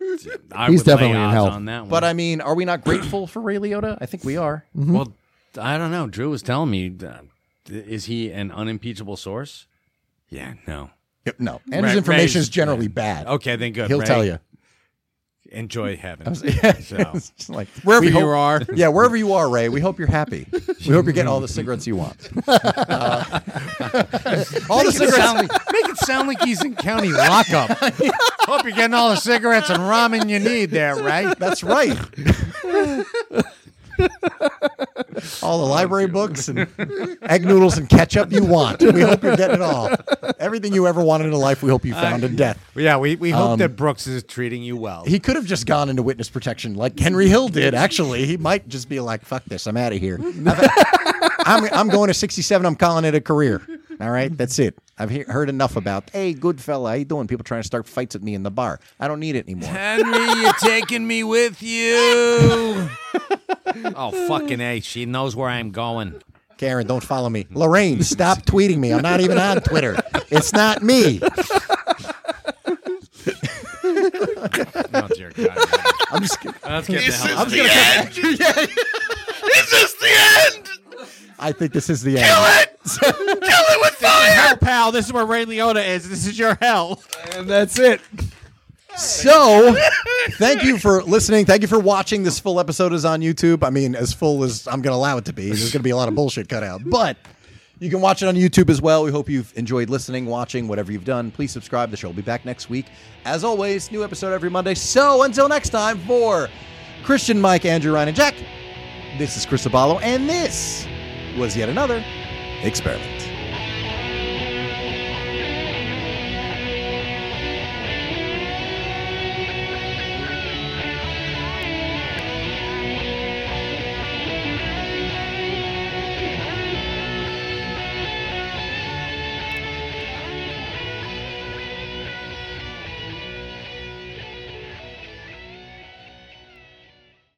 C: I
F: He's
C: would lay
F: definitely in
C: odds
F: hell.
C: on that one.
B: But I mean, are we not grateful for Ray Liotta? I think we are.
C: well, I don't know. Drew was telling me, uh, is he an unimpeachable source? Yeah, no.
B: Yep, No, Andrew's
C: Ray-
B: information
C: Ray's-
B: is generally bad.
C: Okay, then good.
B: He'll
C: Ray.
B: tell Oh, you.
C: Enjoy heaven. so.
B: It's just like
H: Wherever
B: we
H: you
B: hope-
H: are.
B: Yeah, wherever you are, Ray. We hope you're happy. We hope you're getting all the cigarettes you want.
C: All the cigarettes. make it sound like he's in county lockup. Hope you're getting all the cigarettes and ramen you need there, right?
B: That's right. all the library books and egg noodles and ketchup you want. We hope you're getting it all. Everything you ever wanted in life, we hope you found in death.
C: Yeah, we, we hope that Brooks is treating you well.
B: Um, He could have just gone into witness protection like Henry Hill did, actually. He might just be like, fuck this, I'm out of here. I've- I'm, I'm going to 67, I'm calling it a career. All right, that's it. I've he- heard enough about, hey, good fella, how you doing? People trying to start fights at me in the bar. I don't need it anymore.
C: Henry, you're taking me with you. oh, fucking A. She knows where I'm going.
B: Karen, don't follow me. Lorraine, stop tweeting me. I'm not even on Twitter. It's not me.
C: Oh, dear God.
B: I'm just kidding.
C: Let's get
G: This
C: the hell
G: is
C: out of
G: the end. Is this the end?
B: I think this is the end.
G: Kill it with fire!
E: Hell, pal, this is where Ray Liotta is. This is your hell.
F: And that's it.
B: So, thank you for listening. Thank you for watching. This full episode is on YouTube. I mean, as full as I'm going to allow it to be. There's going to be a lot of bullshit cut out. But you can watch it on YouTube as well. We hope you've enjoyed listening, watching, whatever you've done. Please subscribe. The show will be back next week. As always, new episode every Monday. So, until next time, for Christian, Mike, Andrew, Ryan, and Jack, this is Chris Abalo, and this was yet another experiment.